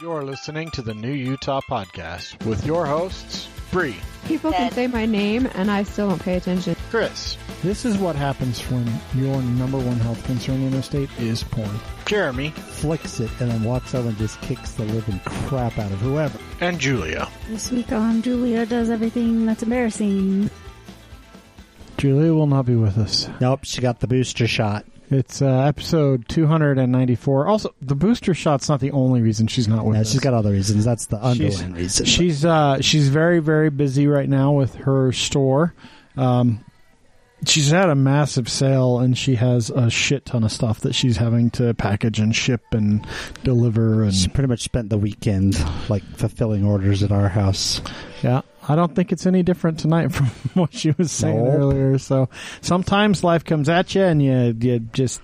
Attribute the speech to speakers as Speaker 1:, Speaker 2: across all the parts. Speaker 1: You're listening to the New Utah Podcast with your hosts, Bree,
Speaker 2: People can say my name and I still don't pay attention.
Speaker 1: Chris,
Speaker 3: This is what happens when your number one health concern in the state is porn.
Speaker 1: Jeremy,
Speaker 4: flicks it and then walks over and just kicks the living crap out of whoever.
Speaker 1: and Julia.
Speaker 5: This week on Julia does everything that's embarrassing.
Speaker 3: Julia will not be with us.
Speaker 4: Nope, she got the booster shot.
Speaker 3: It's uh, episode 294. Also, the booster shot's not the only reason she's not with
Speaker 4: No,
Speaker 3: us.
Speaker 4: she's got other reasons. That's the
Speaker 3: She's-
Speaker 4: underlying reason.
Speaker 3: She's uh, she's very very busy right now with her store. Um, she's had a massive sale and she has a shit ton of stuff that she's having to package and ship and deliver and
Speaker 4: she pretty much spent the weekend like fulfilling orders at our house. Uh,
Speaker 3: Yeah, I don't think it's any different tonight from what she was saying
Speaker 4: Nope.
Speaker 3: earlier. So sometimes life comes at you, and you you just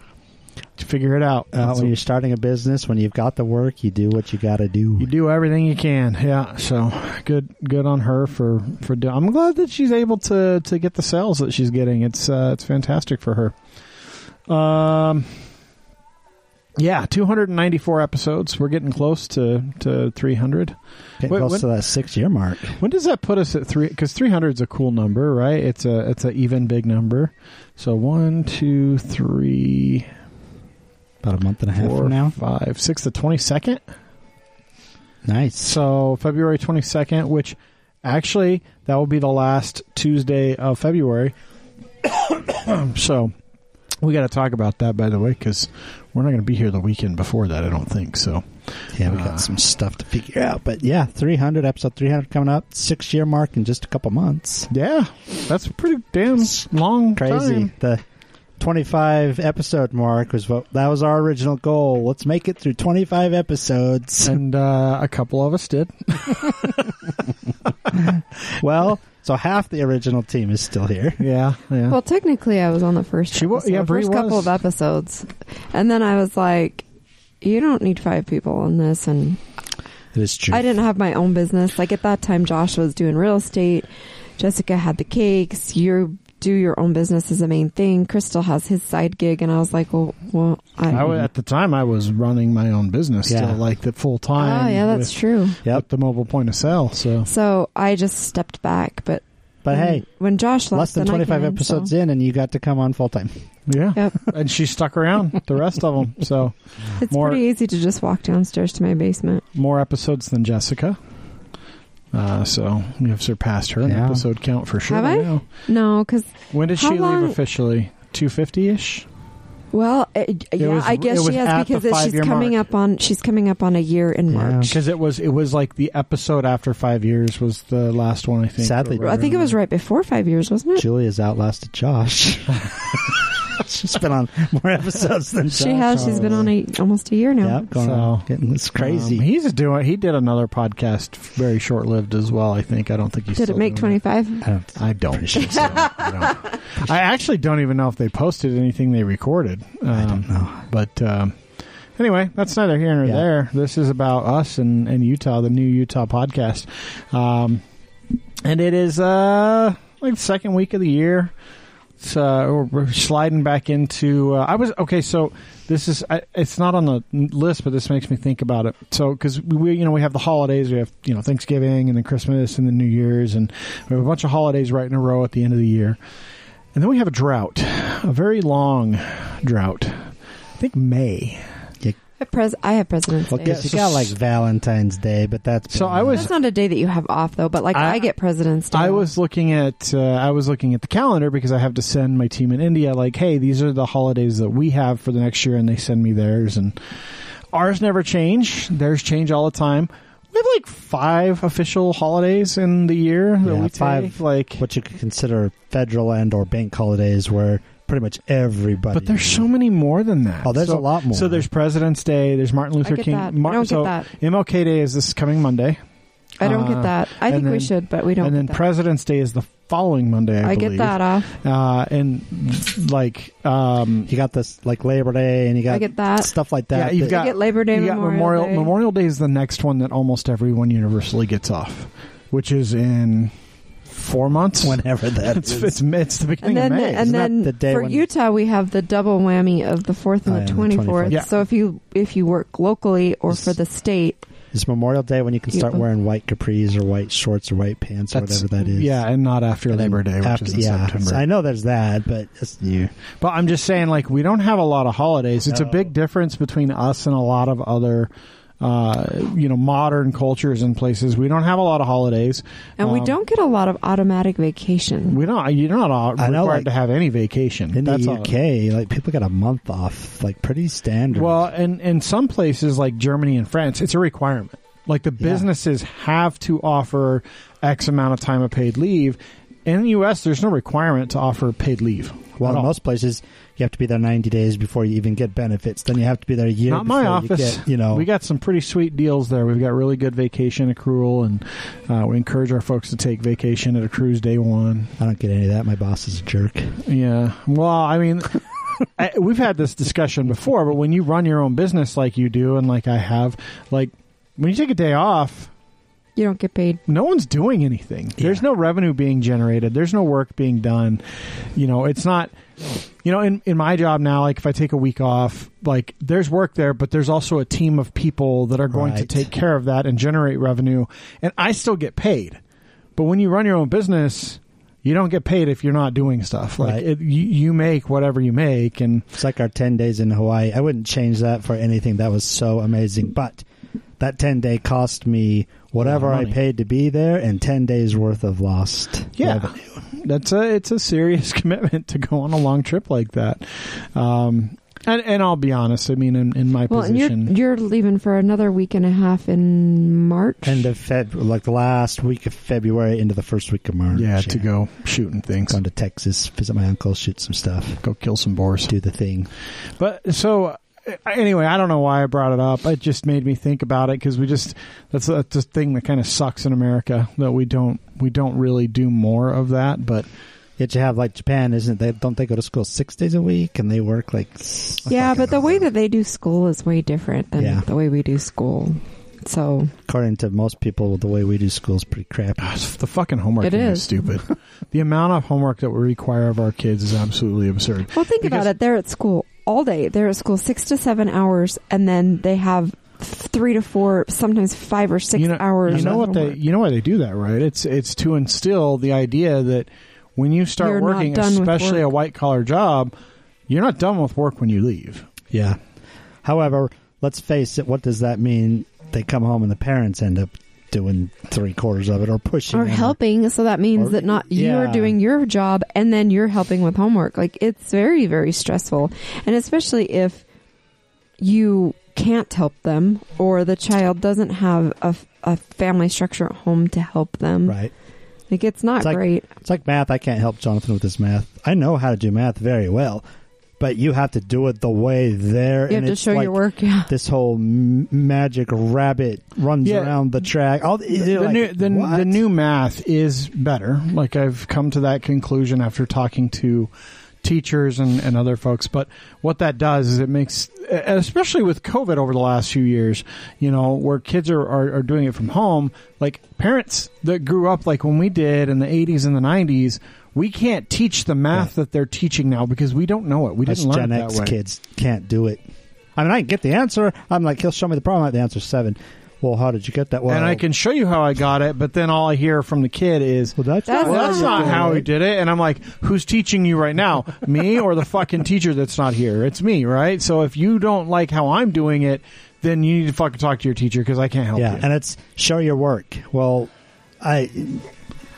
Speaker 3: figure it out.
Speaker 4: Uh,
Speaker 3: So
Speaker 4: when you're starting a business, when you've got the work, you do what you got to do.
Speaker 3: you do everything you can. Yeah. So good, good on her for for doing. I'm glad that she's able to to get the sales that she's getting. It's uh, it's fantastic for her. Um. Yeah, 294 episodes. We're getting close to to 300.
Speaker 4: Getting
Speaker 3: Wait,
Speaker 4: close
Speaker 3: when-
Speaker 4: to that six year mark.
Speaker 3: When does that put us at three? Because three hundred is a cool number, right? It's a it's an even big number. So one, two, three,
Speaker 4: About a month and a half
Speaker 3: four,
Speaker 4: from now.
Speaker 3: five, six. The twenty second.
Speaker 4: Nice.
Speaker 3: So February twenty second, which actually that will be the last Tuesday of February. so we got to talk about that, by the way, because we're not going to be here the weekend before that. I don't think so.
Speaker 4: Yeah, we
Speaker 3: Uh,
Speaker 4: got some stuff to figure out. But yeah, 300, episode 300 coming up, six year mark in just a couple months.
Speaker 3: Yeah, that's a pretty damn long
Speaker 4: crazy.
Speaker 3: time.
Speaker 4: The 25 episode mark was what that was our original goal. Let's make it through 25 episodes.
Speaker 3: And uh, a couple of us did.
Speaker 4: well, so half the original team is still here.
Speaker 3: Yeah, yeah.
Speaker 2: Well, technically, I was on the first.
Speaker 3: She wa-
Speaker 2: episode,
Speaker 3: yeah, Bree
Speaker 2: first couple
Speaker 3: was.
Speaker 2: of episodes, and then I was like, "You don't need five people in this." And
Speaker 4: It is true.
Speaker 2: I didn't have my own business. Like at that time, Josh was doing real estate. Jessica had the cakes. You do your own business is the main thing. Crystal has his side gig, and I was like, "Well, well, I."
Speaker 3: I wa- at the time I was running my own business
Speaker 4: Yeah.
Speaker 3: still, like the full time.
Speaker 2: oh yeah, that's
Speaker 3: with,
Speaker 2: true.
Speaker 3: Yep,
Speaker 4: Yep.
Speaker 3: the mobile point of sale. So
Speaker 2: So I just stepped back, but
Speaker 4: But
Speaker 2: when-
Speaker 4: hey,
Speaker 2: when Josh left,
Speaker 4: less than
Speaker 2: then I
Speaker 4: 25
Speaker 2: came,
Speaker 4: episodes
Speaker 2: so.
Speaker 4: in, and you got to come on full time.
Speaker 3: yeah,
Speaker 2: Yep.
Speaker 3: and she stuck around the rest of them. So
Speaker 2: It's
Speaker 3: More-
Speaker 2: pretty easy to just walk downstairs to my basement.
Speaker 3: more episodes than Jessica. Uh, so we have surpassed her in
Speaker 4: Yeah.
Speaker 3: episode count for sure.
Speaker 2: Have I?
Speaker 3: now.
Speaker 2: No, because
Speaker 3: When did
Speaker 2: How
Speaker 3: she
Speaker 2: long-
Speaker 3: leave officially? Two fifty ish.
Speaker 2: well, it, yeah,
Speaker 3: was-
Speaker 2: I
Speaker 3: it
Speaker 2: guess
Speaker 3: was
Speaker 2: she
Speaker 3: at
Speaker 2: has
Speaker 3: the
Speaker 2: because it, she's
Speaker 3: five-year
Speaker 2: coming
Speaker 3: mark.
Speaker 2: up on she's coming up on a year in
Speaker 4: Yeah.
Speaker 2: March.
Speaker 3: Because it was it was like the episode after five years was the last one I think.
Speaker 4: Sadly,
Speaker 3: or
Speaker 2: I think it was right before five years, wasn't it?
Speaker 4: Julia's outlasted Josh. she's been on more episodes than
Speaker 2: She
Speaker 4: Josh
Speaker 2: has. She's been on a, almost a year now.
Speaker 4: Yep, going
Speaker 3: So-
Speaker 4: on. Getting, it's crazy.
Speaker 3: Um, he's doing. He did another podcast, very short lived as well. I think. I don't think he's.
Speaker 2: Did
Speaker 3: still
Speaker 2: it make
Speaker 3: doing
Speaker 2: twenty five?
Speaker 4: I don't
Speaker 3: I don't. think so. I, don't. I actually don't even know if they posted anything they recorded. Um, I
Speaker 4: don't know.
Speaker 3: But um, anyway, that's neither here nor
Speaker 4: Yeah.
Speaker 3: there. This is about us and, and Utah, the new Utah podcast. Um, and it is uh, like the second week of the year. It's, uh, we're- we're sliding back into. Uh, I was okay. So this is. I, it's not on the list, but this makes me think about it. So because we, you know, we have the holidays. We have you know Thanksgiving and then Christmas and then New Year's, and we have a bunch of holidays right in a row at the end of the year. And then we have a drought, a very long drought. I think May.
Speaker 2: Pres- I have President's
Speaker 4: Well,
Speaker 2: Day.
Speaker 4: guess you got like Valentine's Day, but that's
Speaker 3: So
Speaker 4: been-
Speaker 3: I was-
Speaker 2: That's not a day that you have off though. But like
Speaker 3: I-
Speaker 2: I, get President's Day.
Speaker 3: I
Speaker 2: off.
Speaker 3: was looking at uh, I was looking at the calendar because I have to send my team in India like, hey, these are the holidays that we have for the next year, and they send me theirs, and ours never change. Theirs change all the time. We have like five official holidays in the year that
Speaker 4: Yeah,
Speaker 3: we
Speaker 4: five.
Speaker 3: take, like,
Speaker 4: what you could consider federal and or bank holidays where pretty much everybody
Speaker 3: but there's so many more than that.
Speaker 4: Oh, there's
Speaker 3: So-
Speaker 4: a lot more.
Speaker 3: So there's President's Day. There's Martin Luther
Speaker 2: I get
Speaker 3: King.
Speaker 2: that.
Speaker 3: Mar-
Speaker 2: I don't
Speaker 3: so
Speaker 2: get that.
Speaker 3: MLK Day is this coming Monday.
Speaker 2: I don't
Speaker 3: uh,
Speaker 2: get that. I
Speaker 3: and
Speaker 2: think we
Speaker 3: then-
Speaker 2: should, but we don't.
Speaker 3: and
Speaker 2: get
Speaker 3: then
Speaker 2: that.
Speaker 3: President's Day is the following Monday. I,
Speaker 2: I get
Speaker 3: believe.
Speaker 2: that off.
Speaker 3: Uh, and like, um,
Speaker 4: you got this like Labor Day and you got
Speaker 2: I get that.
Speaker 4: stuff like that.
Speaker 3: Yeah, you've
Speaker 4: that-
Speaker 3: got-
Speaker 2: I get Labor Day,
Speaker 3: you got
Speaker 2: Memorial,
Speaker 3: Memorial
Speaker 2: Day.
Speaker 3: Memorial Day is the next one that almost everyone universally gets off, which is in four months.
Speaker 4: whenever that
Speaker 3: it's,
Speaker 4: is.
Speaker 3: it's it's the
Speaker 2: And
Speaker 3: beginning
Speaker 2: then,
Speaker 3: of May.
Speaker 2: and
Speaker 4: Isn't that
Speaker 2: then
Speaker 4: the day
Speaker 2: for
Speaker 4: when-
Speaker 2: Utah, we have the double whammy of the fourth
Speaker 4: Oh,
Speaker 2: and
Speaker 4: yeah,
Speaker 2: the
Speaker 4: and the
Speaker 2: twenty
Speaker 4: 24th.
Speaker 2: fourth.
Speaker 3: Yeah.
Speaker 2: So if you if you work locally or for the state,
Speaker 4: It's Memorial Day when you can start
Speaker 2: Yeah.
Speaker 4: wearing white capris or white shorts or white pants or
Speaker 3: That's-
Speaker 4: whatever that is.
Speaker 3: Yeah, and not after
Speaker 4: And then
Speaker 3: Labor Day, which
Speaker 4: after-
Speaker 3: is in
Speaker 4: yeah,
Speaker 3: September.
Speaker 4: I know there's that, but it's new.
Speaker 3: But I'm just saying, like, we don't have a lot of holidays. It's a
Speaker 4: No.
Speaker 3: big difference between us and a lot of other, uh, you know, modern cultures and places. We don't have a lot of holidays,
Speaker 2: and we
Speaker 3: Um,
Speaker 2: don't get a lot of automatic vacation.
Speaker 3: We don't. You're not all
Speaker 4: I
Speaker 3: required
Speaker 4: know, like,
Speaker 3: to have any vacation
Speaker 4: In
Speaker 3: That's
Speaker 4: the
Speaker 3: all.
Speaker 4: UK, like people got a month off, like pretty standard.
Speaker 3: Well, and in some places like Germany and France, it's a requirement. Like the
Speaker 4: Yeah.
Speaker 3: businesses have to offer X amount of time of paid leave. In the U.S., there's no requirement to offer paid leave.
Speaker 4: well,
Speaker 3: at
Speaker 4: in
Speaker 3: all.
Speaker 4: most places you have to be there 90 days before you even get benefits. Then you have to be there a year.
Speaker 3: not my
Speaker 4: before
Speaker 3: office.
Speaker 4: You, get, you know,
Speaker 3: we got some pretty sweet deals there. We've got really good vacation accrual, and uh, we encourage our folks to take vacation at a cruise day one.
Speaker 4: I don't get any of that. My boss is a jerk.
Speaker 3: Yeah. Well, I mean, I, we've had this discussion before, but when you run your own business like you do, and like I have, like when you take a day off,
Speaker 2: You don't get paid.
Speaker 3: no one's doing anything. There's
Speaker 4: Yeah.
Speaker 3: no revenue being generated. There's no work being done. You know, it's not. You know, in in my job now, like if I take a week off, like there's work there, but there's also a team of people that are going to
Speaker 4: Right.
Speaker 3: take care of that and generate revenue, and I still get paid. But when you run your own business, you don't get paid if you're not doing stuff. Like
Speaker 4: Right.
Speaker 3: it, you, you make whatever you make, and
Speaker 4: It's like our 10 days in Hawaii. I wouldn't change that for anything. That was so amazing. But that 10 day cost me
Speaker 3: A
Speaker 4: whatever
Speaker 3: lot of
Speaker 4: I
Speaker 3: money.
Speaker 4: paid to be there and 10 days worth of lost.
Speaker 3: Yeah,
Speaker 4: revenue.
Speaker 3: that's a it's a serious commitment to go on a long trip like that. Um, and and I'll be honest. I mean, in, in my
Speaker 2: Well, and you're
Speaker 3: position,
Speaker 2: you're leaving for another week and a half in March.
Speaker 4: End of Feb, like the last week of February into the first week of March.
Speaker 3: yeah, to go shooting things,
Speaker 4: Going to Texas, visit my uncle, shoot some stuff,
Speaker 3: go kill some boars.
Speaker 4: do the thing.
Speaker 3: But so uh, anyway, I don't know why I brought it up. It just made me think about it because we just that's a, that's a thing that kind of sucks in America that we don't we don't really do more of that. But
Speaker 4: Yet you have like Japan, isn't it? They don't they go to school six days a week and they work like s-
Speaker 2: yeah, but the way that they do school is way different than
Speaker 4: Yeah.
Speaker 2: the way we do school. So
Speaker 4: according to most people, the way we do school is pretty crappy.
Speaker 3: ah, it's- the fucking homework
Speaker 2: It
Speaker 3: thing
Speaker 2: is.
Speaker 3: stupid. the amount of homework that we require of our kids is absolutely absurd.
Speaker 2: Well, think
Speaker 3: Because-
Speaker 2: about it. They're at school all day. They're at school six to seven hours, and then they have three to four, sometimes five or six
Speaker 3: you know,
Speaker 2: hours.
Speaker 3: You know
Speaker 2: of
Speaker 3: what they?
Speaker 2: homework.
Speaker 3: You know why they do that, right? It's it's to instill the idea that when you start
Speaker 2: You're not
Speaker 3: working,
Speaker 2: done with
Speaker 3: especially
Speaker 2: work.
Speaker 3: a white collar job, you're not done with work when you leave.
Speaker 4: Yeah. However, let's face it. What does that mean? They come home and the parents end up doing three quarters of it or pushing
Speaker 2: Or
Speaker 4: them.
Speaker 2: helping, so that means
Speaker 4: Or-
Speaker 2: that not
Speaker 4: yeah.
Speaker 2: you're doing your job, and then you're helping with homework. Like it's very, very stressful, and especially if you can't help them, or the child doesn't have a, a family structure at home to help them.
Speaker 4: Right.
Speaker 2: Like it's not
Speaker 4: It's like-
Speaker 2: great.
Speaker 4: It's like math. I can't help Jonathan with his math. I know how to do math very well, but you have to do it the way there.
Speaker 2: you
Speaker 4: and
Speaker 2: have to
Speaker 4: it's
Speaker 2: show
Speaker 4: like
Speaker 2: your work. Yeah.
Speaker 4: This whole m- magic rabbit runs
Speaker 3: Yeah.
Speaker 4: around the track. All the,
Speaker 3: The, new, the, the new math is better. Like I've come to that conclusion after talking to teachers and, and other folks. But what that does is it makes, and especially with COVID over the last few years, you know, where kids are, are, are doing it from home, like parents that grew up like when we did in the 80s and the 90s, we can't teach the math that they're teaching now because we don't know it. We
Speaker 4: Us
Speaker 3: didn't learn
Speaker 4: Gen
Speaker 3: it that
Speaker 4: X
Speaker 3: way.
Speaker 4: kids can't do it. I mean, I can get the answer. I'm like, he'll show me the problem. The answer's seven. Well, how did you get that? Well,
Speaker 3: and I can show you how I got it, but then all I hear from the kid is,
Speaker 4: Well, that's,
Speaker 2: That's
Speaker 3: Well, that's not how he did it. And I'm like, who's teaching you right now? Me or the fucking teacher that's not here? It's me, right? So if you don't like how I'm doing it, then you need to fucking talk to your teacher because I can't help
Speaker 4: yeah,
Speaker 3: you.
Speaker 4: and it's show your work. Well, I,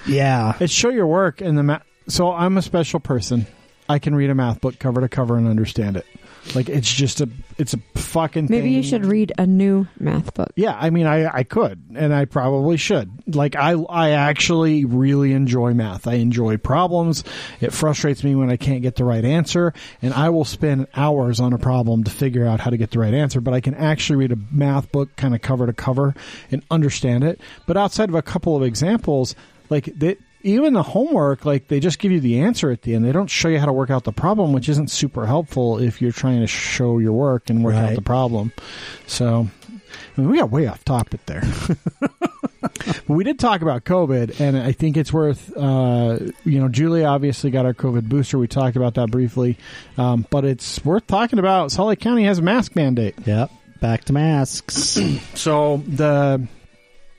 Speaker 4: yeah,
Speaker 3: it's show your work and the math. So I'm a special person. I can read a math book cover to cover and understand it. Like it's just a, it's a fucking.
Speaker 2: Maybe you
Speaker 3: thing.
Speaker 2: should read a new math book.
Speaker 3: Yeah, I mean, I, I could, and I probably should. Like, I I actually really enjoy math. I enjoy problems. It frustrates me when I can't get the right answer, and I will spend hours on a problem to figure out how to get the right answer. But I can actually read a math book, kind of cover to cover, and understand it. But outside of a couple of examples, like that. Even the homework, like they just give you the answer at the end. They don't show you how to work out the problem, which isn't super helpful if you're trying to show your work and work out
Speaker 4: Right.
Speaker 3: the problem. So I mean, we got way off topic there. But we did talk about COVID, and I think it's worth, uh, you know, Julie obviously got our COVID booster. We talked about that briefly, um, but it's worth talking about. Salt Lake County has a mask mandate.
Speaker 4: Yep. Back to masks.
Speaker 3: So the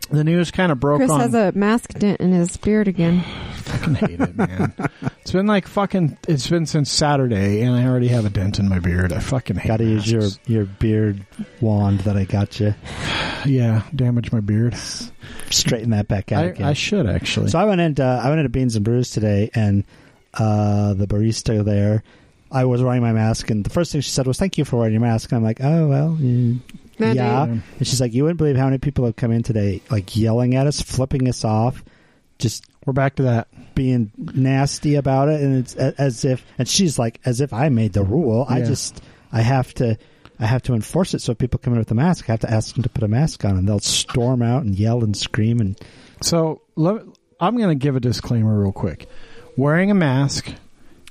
Speaker 3: the news kind of broke
Speaker 2: Chris
Speaker 3: on.
Speaker 2: has a mask dent in his beard again.
Speaker 3: fucking hate it, man. it's been like fucking. It's been since Saturday, and I already have a dent in my beard. I fucking hate.
Speaker 4: Got to use your
Speaker 3: masks.
Speaker 4: your beard wand that I got you.
Speaker 3: yeah, damage my beard.
Speaker 4: Straighten that back out
Speaker 3: I,
Speaker 4: again.
Speaker 3: I should actually.
Speaker 4: So I went into I went into Beans and Brews today, and uh, the barista there, I was wearing my mask, and the first thing she said was, "Thank you for wearing your mask." And I'm like, "Oh well, mm,
Speaker 2: Mandate.
Speaker 4: yeah." And she's like, "You wouldn't believe how many people have come in today, like yelling at us, flipping us off, just
Speaker 3: We're back to that.
Speaker 4: being nasty about it." And it's a- as if, and she's like, "As if I made the rule. I
Speaker 3: Yeah.
Speaker 4: just I have to." I have to enforce it so if people come in with a mask. I have to ask them to put a mask on, and they'll storm out and yell and scream. And
Speaker 3: So let, I'm going to give a disclaimer real quick. Wearing a mask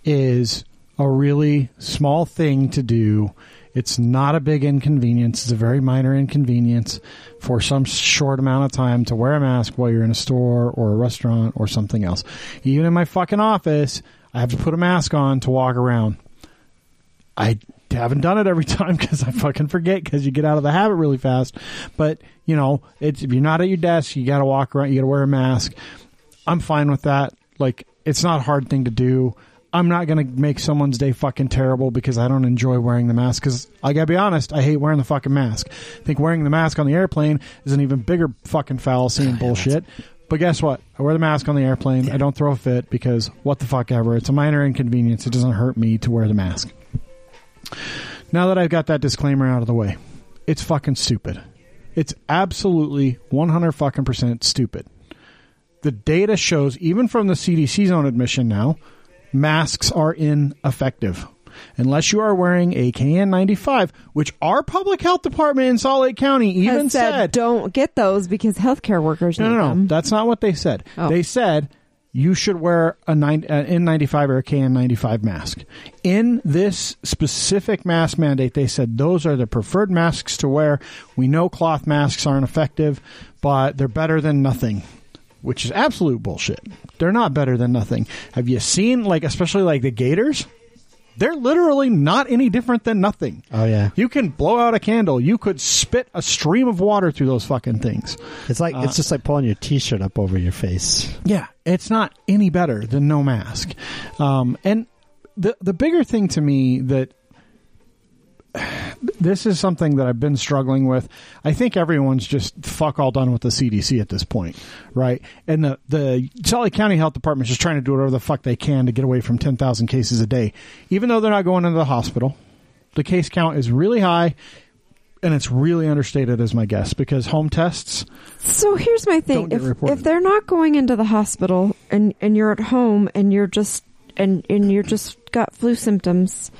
Speaker 3: is a really small thing to do. It's not a big inconvenience. It's a very minor inconvenience for some short amount of time to wear a mask while you're in a store or a restaurant or something else. Even in my fucking office, I have to put a mask on to walk around. I haven't done it every time because I fucking forget because you get out of the habit really fast. But you know, it's if you're not at your desk, you got to walk around, you got to wear a mask. I'm fine with that. Like, it's not a hard thing to do. I'm not gonna make someone's day fucking terrible because I don't enjoy wearing the mask. Because I gotta be honest, I hate wearing the fucking mask. I think wearing the mask on the airplane is an even bigger fucking fallacy and bullshit. But guess what? I wear the mask on the airplane. I don't throw a fit because what the fuck ever. It's a minor inconvenience. It doesn't hurt me to wear the mask. Now that I've got that disclaimer out of the way, it's fucking stupid. It's absolutely 100 fucking percent stupid. The data shows, even from the CDC's own admission now, masks are ineffective. Unless you are wearing a KN95, which our public health department in Salt Lake County
Speaker 2: Has
Speaker 3: even
Speaker 2: said,
Speaker 3: said
Speaker 2: don't get those because healthcare workers
Speaker 3: no,
Speaker 2: need
Speaker 3: no, no.
Speaker 2: them.
Speaker 3: That's not what they said.
Speaker 2: Oh.
Speaker 3: They said you should wear a nine, uh, an N95 or a KN95 mask. In this specific mask mandate, they said those are the preferred masks to wear. We know cloth masks aren't effective, but they're better than nothing. Which is absolute bullshit. They're not better than nothing. Have you seen, like, especially like the Gators? They're literally not any different than nothing.
Speaker 4: oh yeah,
Speaker 3: You can blow out a candle. You could spit a stream of water through those fucking things.
Speaker 4: It's like it's just like pulling your t-shirt up over your face.
Speaker 3: Yeah, it's not any better than no mask. Um, and the the bigger thing to me that this is something that I've been struggling with. I think everyone's just fuck all done with the CDC at this point, right? And the the Salt Lake County Health Department's just trying to do whatever the fuck they can to get away from ten thousand cases a day, even though they're not going into the hospital. The case count is really high, and it's really understated, as my guess, because home tests
Speaker 2: So here's my
Speaker 3: Don't
Speaker 2: thing:
Speaker 3: get
Speaker 2: if
Speaker 3: reported.
Speaker 2: if they're not going into the hospital and and you're at home and you're just and and you're just got flu symptoms,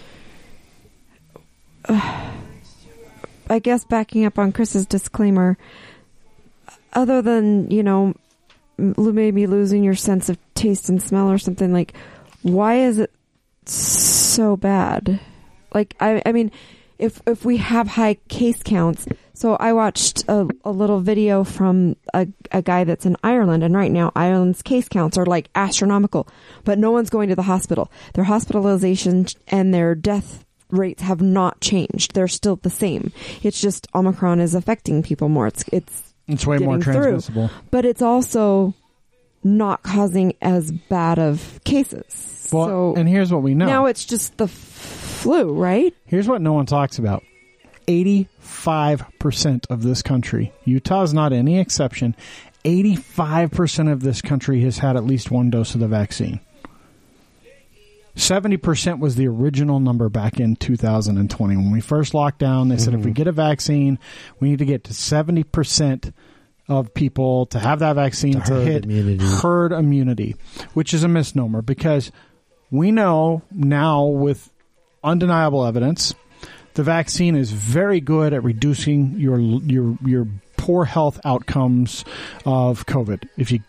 Speaker 2: uh, I guess backing up on Chris's disclaimer, other than you know m- maybe losing your sense of taste and smell or something like, why is it so bad? Like I I mean, if if we have high case counts. So I watched a, a little video from a, a guy that's in Ireland, and right now Ireland's case counts are like astronomical, but no one's going to the hospital. Their hospitalization and their death rates have not changed. They're still the same. It's just Omicron is affecting people more. It's it's
Speaker 3: it's way more
Speaker 2: Getting through.
Speaker 3: transmissible.
Speaker 2: but it's also not causing as bad of cases.
Speaker 3: Well,
Speaker 2: so
Speaker 3: and here's what we know.
Speaker 2: now it's just the f- flu, right?
Speaker 3: Here's what no one talks about 85% of this country, Utah's not any exception, 85% of this country has had at least one dose of the vaccine. 70% was the original number back in 2020. When we first locked down, they said
Speaker 4: Mm-hmm.
Speaker 3: if we get a vaccine, we need to get to 70% of people to have that vaccine to,
Speaker 4: To herd
Speaker 3: hit
Speaker 4: immunity.
Speaker 3: herd immunity, which is a misnomer because we know now with undeniable evidence the vaccine is very good at reducing your your your poor health outcomes of COVID. If you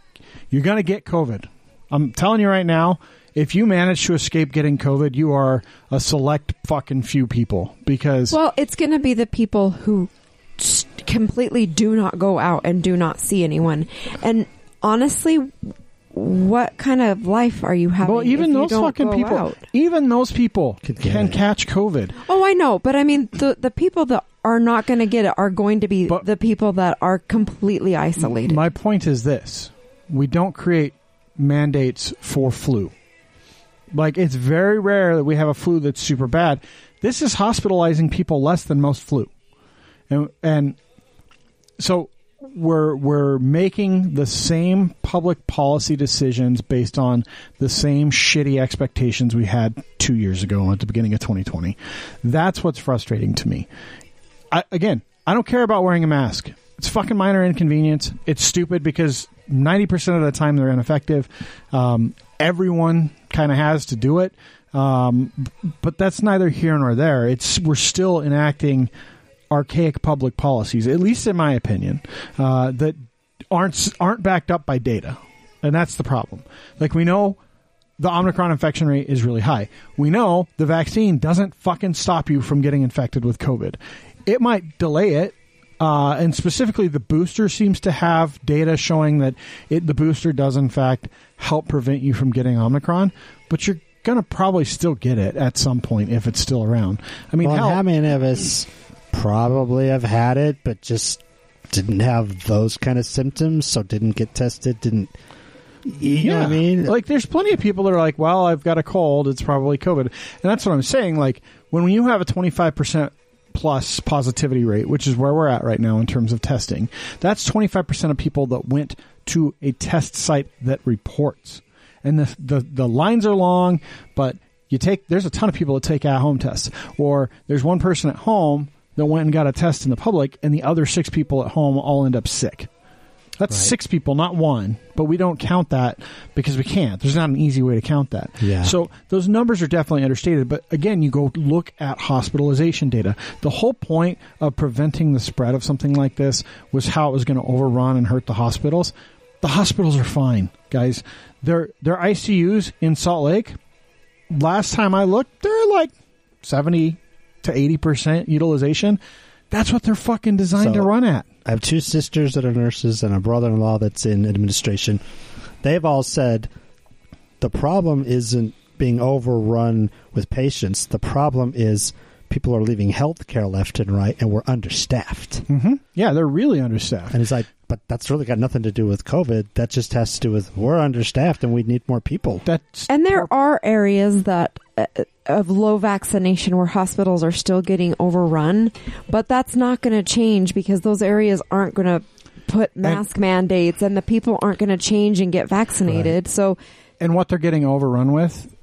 Speaker 3: you're going to get COVID, I'm telling you right now. If you manage to escape getting COVID, you are a select fucking few people because
Speaker 2: Well, it's going to be the people who s- completely do not go out and do not see anyone. And honestly, what kind of life are you having?
Speaker 3: well, even
Speaker 2: if you
Speaker 3: those
Speaker 2: don't
Speaker 3: fucking
Speaker 2: go
Speaker 3: people,
Speaker 2: out?
Speaker 3: even those people
Speaker 4: Could get
Speaker 3: can
Speaker 4: it.
Speaker 3: catch COVID.
Speaker 2: Oh, I know, but I mean, the the people that are not going to get it are going to be
Speaker 3: But-
Speaker 2: the people that are completely isolated.
Speaker 3: My point is this: we don't create mandates for flu. Like it's very rare that we have a flu that's super bad. This is hospitalizing people less than most flu, and and so we're we're making the same public policy decisions based on the same shitty expectations we had two years ago at the beginning of 2020. That's what's frustrating to me. I, again, I don't care about wearing a mask. It's fucking minor inconvenience. It's stupid because 90% of the time they're ineffective. Um, everyone kind of has to do it. Um, b- but that's neither here nor there. It's we're still enacting archaic public policies, at least in my opinion, uh, that aren't s- aren't backed up by data, and that's the problem. Like we know the Omicron infection rate is really high. We know the vaccine doesn't fucking stop you from getting infected with COVID. It might delay it. Uh, and specifically, the booster seems to have data showing that it, the booster does, in fact, help prevent you from getting Omicron, but you're going to probably still get it at some point if it's still around. I mean,
Speaker 4: well,
Speaker 3: hell,
Speaker 4: how many of us probably have had it, but just didn't have those kind of symptoms, so didn't get tested, didn't. You know what I mean?
Speaker 3: Like, there's plenty of people that are like, well, I've got a cold. It's probably COVID. And that's what I'm saying. Like, when you have a 25% plus positivity rate, which is where we're at right now in terms of testing, that's 25% of people that went to a test site that reports. And the, the, the lines are long, but you take, there's a ton of people that take at home tests. Or there's one person at home that went and got a test in the public, and the other six people at home all end up sick. That's
Speaker 4: Right.
Speaker 3: six people, not one. But we don't count that because we can't. There's not an easy way to count that.
Speaker 4: Yeah.
Speaker 3: So those numbers are definitely understated. But again, you go look at hospitalization data. The whole point of preventing the spread of something like this was how it was going to overrun and hurt the hospitals. The hospitals are fine, guys. Their their ICUs in Salt Lake, last time I looked, they're like seventy to eighty percent utilization. That's what they're fucking designed to
Speaker 4: So-
Speaker 3: run at.
Speaker 4: I have two sisters that are nurses and a brother in law that's in administration. They've all said the problem isn't being overrun with patients. The problem is people are leaving healthcare left and right, and we're understaffed.
Speaker 3: hmm Yeah, they're really understaffed.
Speaker 4: And it's like, but that's really got nothing to do with COVID. That just has to do with we're understaffed and we need more people.
Speaker 3: That's
Speaker 2: and there are areas that uh, of low vaccination where hospitals are still getting overrun, but that's not going to change because those areas aren't going to put mask mandates and the people aren't going to change and get vaccinated. So
Speaker 3: and what they're getting overrun with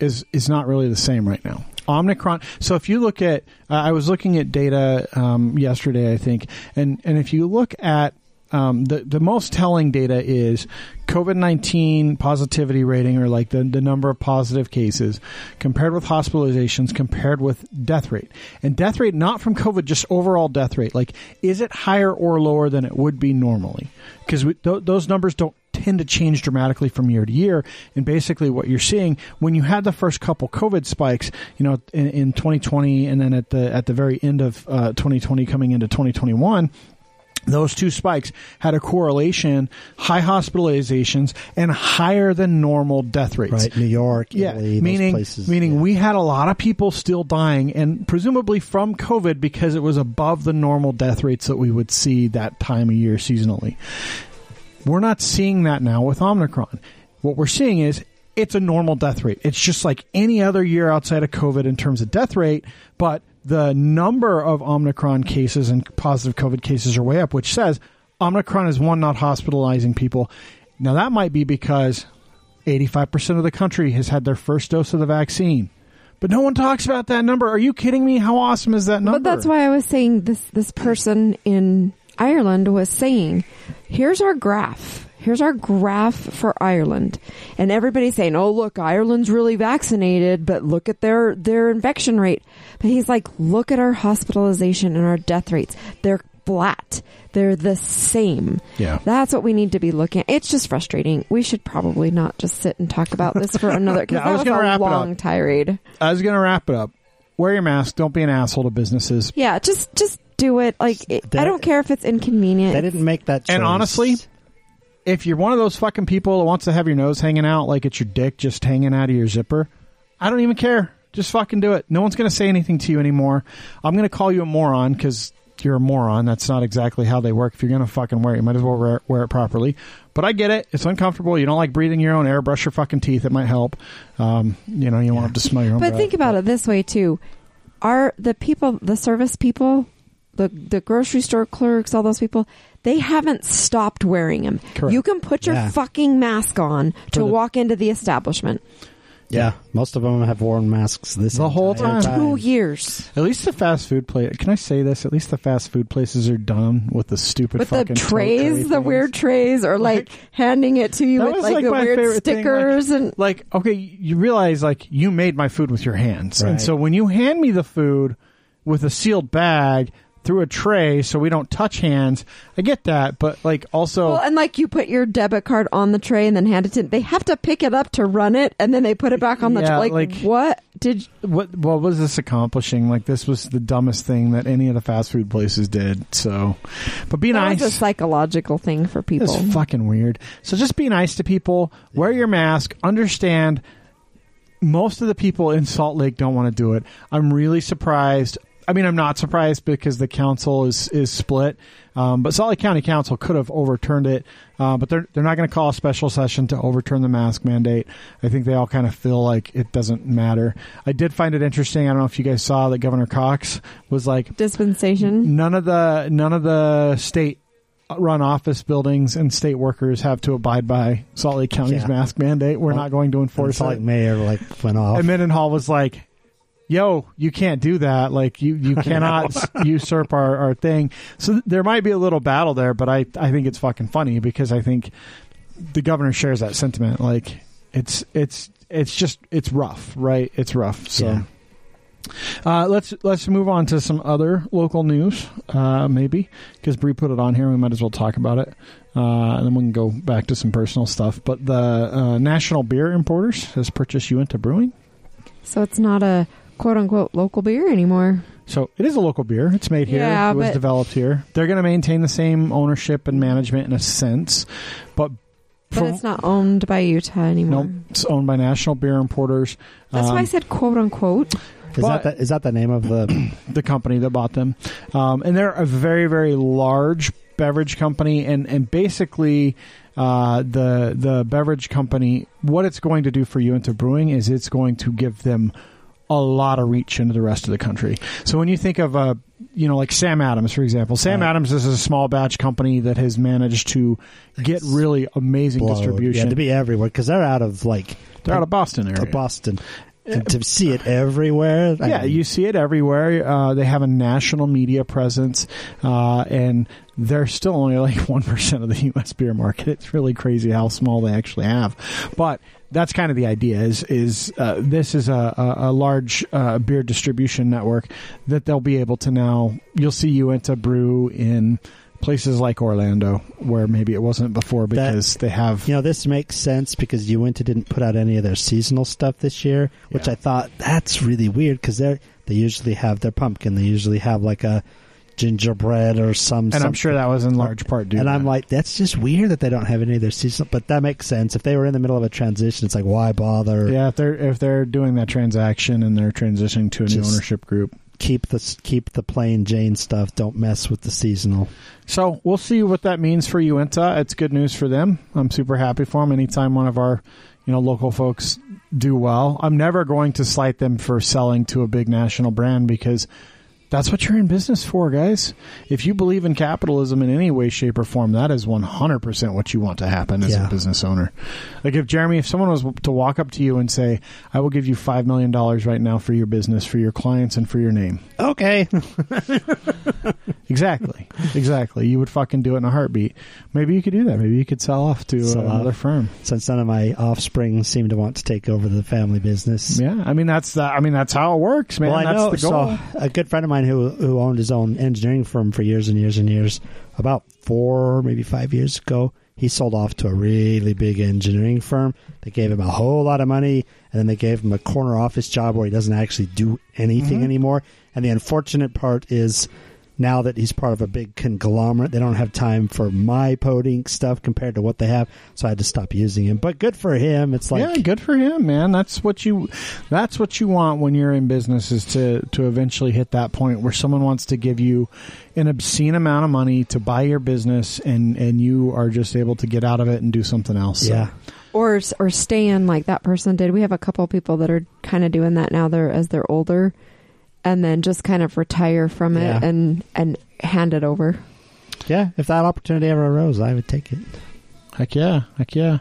Speaker 3: is is not really the same right now. Omicron. So if you look at, uh, I was looking at data um, yesterday, I think, and and if you look at um, the the most telling data is COVID nineteen positivity rating, or like the the number of positive cases compared with hospitalizations, compared with death rate, and death rate not from COVID, just overall death rate. Like, is it higher or lower than it would be normally? Because th- those numbers don't tend to change dramatically from year to year. And basically, what you're seeing when you had the first couple COVID spikes, you know, in, in 2020, and then at the at the very end of uh, 2020, coming into 2021. Those two spikes had a correlation, high hospitalizations, and higher than normal death rates
Speaker 4: Right? New York,
Speaker 3: yeah,
Speaker 4: Italy, those
Speaker 3: meaning
Speaker 4: places.
Speaker 3: meaning
Speaker 4: yeah.
Speaker 3: we had a lot of people still dying, and presumably from COVID because it was above the normal death rates that we would see that time of year seasonally. We're not seeing that now with Omicron. What we're seeing is it's a normal death rate. It's just like any other year outside of COVID in terms of death rate, but the number of Omicron cases and positive COVID cases are way up, which says Omicron is one not hospitalizing people. Now that might be because 85% of the country has had their first dose of the vaccine. But no one talks about that number. Are you kidding me? How awesome is that number?
Speaker 2: But that's why I was saying this this person in Ireland was saying, here's our graph. Here's our graph for Ireland. And everybody's saying, "Oh, look, Ireland's really vaccinated, but look at their their infection rate." But he's like, "Look at our hospitalization and our death rates. They're flat. They're the same."
Speaker 3: Yeah.
Speaker 2: That's what we need to be looking at. It's just frustrating. We should probably not just sit and talk about this for another cuz
Speaker 3: Yeah, I
Speaker 2: that
Speaker 3: was
Speaker 2: was,
Speaker 3: gonna
Speaker 2: a
Speaker 3: wrap it up.
Speaker 2: long tirade.
Speaker 3: I was going to wrap it up. Wear your mask. Don't be an asshole to businesses.
Speaker 2: Yeah, just just do it. Like it, I
Speaker 4: That-
Speaker 2: don't care if it's inconvenient.
Speaker 4: They didn't make that choice.
Speaker 3: And honestly, if you're one of those fucking people that wants to have your nose hanging out like it's your dick just hanging out of your zipper, I don't even care. Just fucking do it. No one's going to say anything to you anymore. I'm going to call you a moron because you're a moron. That's not exactly how they work. If you're going to fucking wear it, you might as well wear, wear it properly. But I get it. It's uncomfortable. You don't like breathing your own air. Brush your fucking teeth. It might help. Um, you know, you don't want to smell your own
Speaker 2: But
Speaker 3: breath.
Speaker 2: think about it this way too: are the people, the service people, the the grocery store clerks, all those people, they haven't stopped wearing them.
Speaker 3: Correct.
Speaker 2: You can put your
Speaker 4: Yeah.
Speaker 2: fucking mask on to
Speaker 3: the-
Speaker 2: walk into the establishment.
Speaker 4: yeah, most of them have worn masks this
Speaker 3: The whole
Speaker 4: entire
Speaker 3: time.
Speaker 2: Two years
Speaker 3: At least the fast food place. Can I say this? At least the fast food places are done with the stupid
Speaker 2: with the
Speaker 3: fucking tote tray
Speaker 2: trays, the
Speaker 3: things.
Speaker 2: weird trays, or like, handing it to you
Speaker 3: That
Speaker 2: with
Speaker 3: was,
Speaker 2: like,
Speaker 3: like,
Speaker 2: the
Speaker 3: my
Speaker 2: weird
Speaker 3: favorite thing, like-
Speaker 2: stickers and.
Speaker 3: like okay you realize like you made my food with your hands and
Speaker 4: Right.
Speaker 3: so when you hand me the food with a sealed bag through a tray so we don't touch hands i get that but like also
Speaker 2: Well, and like you put your debit card on the tray and then hand it to they have to pick it up to run it and then they put it back on the
Speaker 3: Yeah,
Speaker 2: tray. Like,
Speaker 3: like-
Speaker 2: what did
Speaker 3: what what was this accomplishing like this was the dumbest thing that any of the fast food places did so but be
Speaker 2: that was a
Speaker 3: nice
Speaker 2: psychological thing for people.
Speaker 3: it's fucking weird so just be nice to people wear your mask understand most of the people in Salt Lake don't want to do it. I'm really surprised. I mean, I'm not surprised because the council is is split. Um, but Salt Lake County Council could have overturned it, uh, but they're they're not going to call a special session to overturn the mask mandate. I think they all kind of feel like it doesn't matter. I did find it interesting. I don't know if you guys saw that Governor Cox was like,
Speaker 2: dispensation.
Speaker 3: none of the none of the state run office buildings and state workers have to abide by Salt Lake County's
Speaker 4: Yeah.
Speaker 3: mask mandate. We're
Speaker 4: Well,
Speaker 3: not going to
Speaker 4: For
Speaker 3: enforce it.
Speaker 4: like mayor, like went off.
Speaker 3: And Mendenhall was like, "Yo, you can't do that. Like you you cannot s- usurp our, our thing." So th- there might be a little battle there, but I I think it's fucking funny because I think the governor shares that sentiment. Like it's it's it's just it's rough, right? It's rough. So.
Speaker 4: Yeah.
Speaker 3: Uh, let's let's move on to some other local news, uh, maybe because Bree put it on here. We might as well talk about it, uh, and then we can go back to some personal stuff. But the uh, National Beer Importers has purchased Uinta Brewing,
Speaker 2: So it's not a quote unquote local beer anymore.
Speaker 3: so it is a local beer. It's made here.
Speaker 2: Yeah,
Speaker 3: it was
Speaker 2: but-
Speaker 3: developed here. They're going to maintain the same ownership and management in a sense, but
Speaker 2: But
Speaker 3: from-
Speaker 2: it's not owned by Utah anymore.
Speaker 3: nope, it's owned by National Beer Importers.
Speaker 2: That's why I
Speaker 3: um,
Speaker 2: said quote unquote.
Speaker 4: is
Speaker 3: but-
Speaker 4: that the, is that the name of the?
Speaker 3: the company that bought them. Um, and they're a very, very large beverage company. And, and basically, uh, the, the beverage company, what it's going to do for Uinta Brewing is it's going to give them a lot of reach into the rest of the country. So when you think of, uh, you know, like Sam Adams, for example, Sam
Speaker 4: Right.
Speaker 3: Adams is a small batch company that has managed to get really amazing
Speaker 4: blow?
Speaker 3: distribution.
Speaker 4: Yeah, to be everywhere because they're out of like
Speaker 3: they're out of Boston area.
Speaker 4: to Boston. And to see it everywhere. I
Speaker 3: yeah,
Speaker 4: mean,
Speaker 3: you see it everywhere. Uh, they have a national media presence, uh, and they're still only like one percent of the U.S. beer market. It's really crazy how small they actually have. But that's kind of the idea. Is is uh, this is a, a, a large uh, beer distribution network that they'll be able to now. You'll see Uinta Brew in places like Orlando, where maybe it wasn't before because they have.
Speaker 4: You know, this makes sense because Uinta didn't put out any of their seasonal stuff this year, which
Speaker 3: Yeah.
Speaker 4: I thought that's really weird because they they usually have their pumpkin, they usually have like a gingerbread or some.
Speaker 3: and I'm sure that was in large part due.
Speaker 4: and
Speaker 3: to
Speaker 4: I'm
Speaker 3: that.
Speaker 4: like, that's just weird that they don't have any of their seasonal. But that makes sense if they were in the middle of a transition. It's like why bother?
Speaker 3: Yeah, if they're if they're doing that transaction and they're transitioning to a new
Speaker 4: Just-
Speaker 3: ownership group.
Speaker 4: Keep the keep the plain Jane stuff. Don't mess with the seasonal.
Speaker 3: So we'll see what that means for Uinta. It's good news for them. I'm super happy for them. Anytime one of our you know local folks do well, I'm never going to slight them for selling to a big national brand because that's what you're in business for, guys. If you believe in capitalism in any way, shape, or form, that is 100% what you want to happen as
Speaker 4: Yeah.
Speaker 3: a business owner. Like if Jeremy, if someone was to walk up to you and say, "I will give you five million dollars right now for your business, for your clients, and for your name,"
Speaker 4: Okay,
Speaker 3: Exactly. Exactly. You would fucking do it in a heartbeat. Maybe you could do that. Maybe you could sell off to uh,
Speaker 4: Sell off.
Speaker 3: another firm.
Speaker 4: since none of my offspring seem to want to take over the family business.
Speaker 3: Yeah. I mean that's the, I mean that's how it works, man.
Speaker 4: well, I
Speaker 3: that's
Speaker 4: know.
Speaker 3: the goal.
Speaker 4: So a good friend of mine who who owned his own engineering firm for years and years and years, about four maybe five years ago, he sold off to a really big engineering firm. They gave him a whole lot of money, and then they gave him a
Speaker 3: Mm-hmm.
Speaker 4: corner office job where he doesn't actually do anything anymore. And the unfortunate part is. now that he's part of a big conglomerate, they don't have time for my poding stuff compared to what they have. So I had to stop using him. But good for him. It's like
Speaker 3: yeah, good for him, man. That's what you that's what you want when you're in business is to to eventually hit that point where someone wants to give you an obscene amount of money to buy your business and and you are just able to get out of it and do something else. So,
Speaker 4: yeah.
Speaker 2: or or stay in like that person did. We have a couple people that are kind of doing that now. They're as they're older, and then just kind of retire from it
Speaker 4: Yeah.
Speaker 2: and and hand it over.
Speaker 4: Yeah, if that opportunity ever arose, I would take it.
Speaker 3: Heck yeah, heck yeah.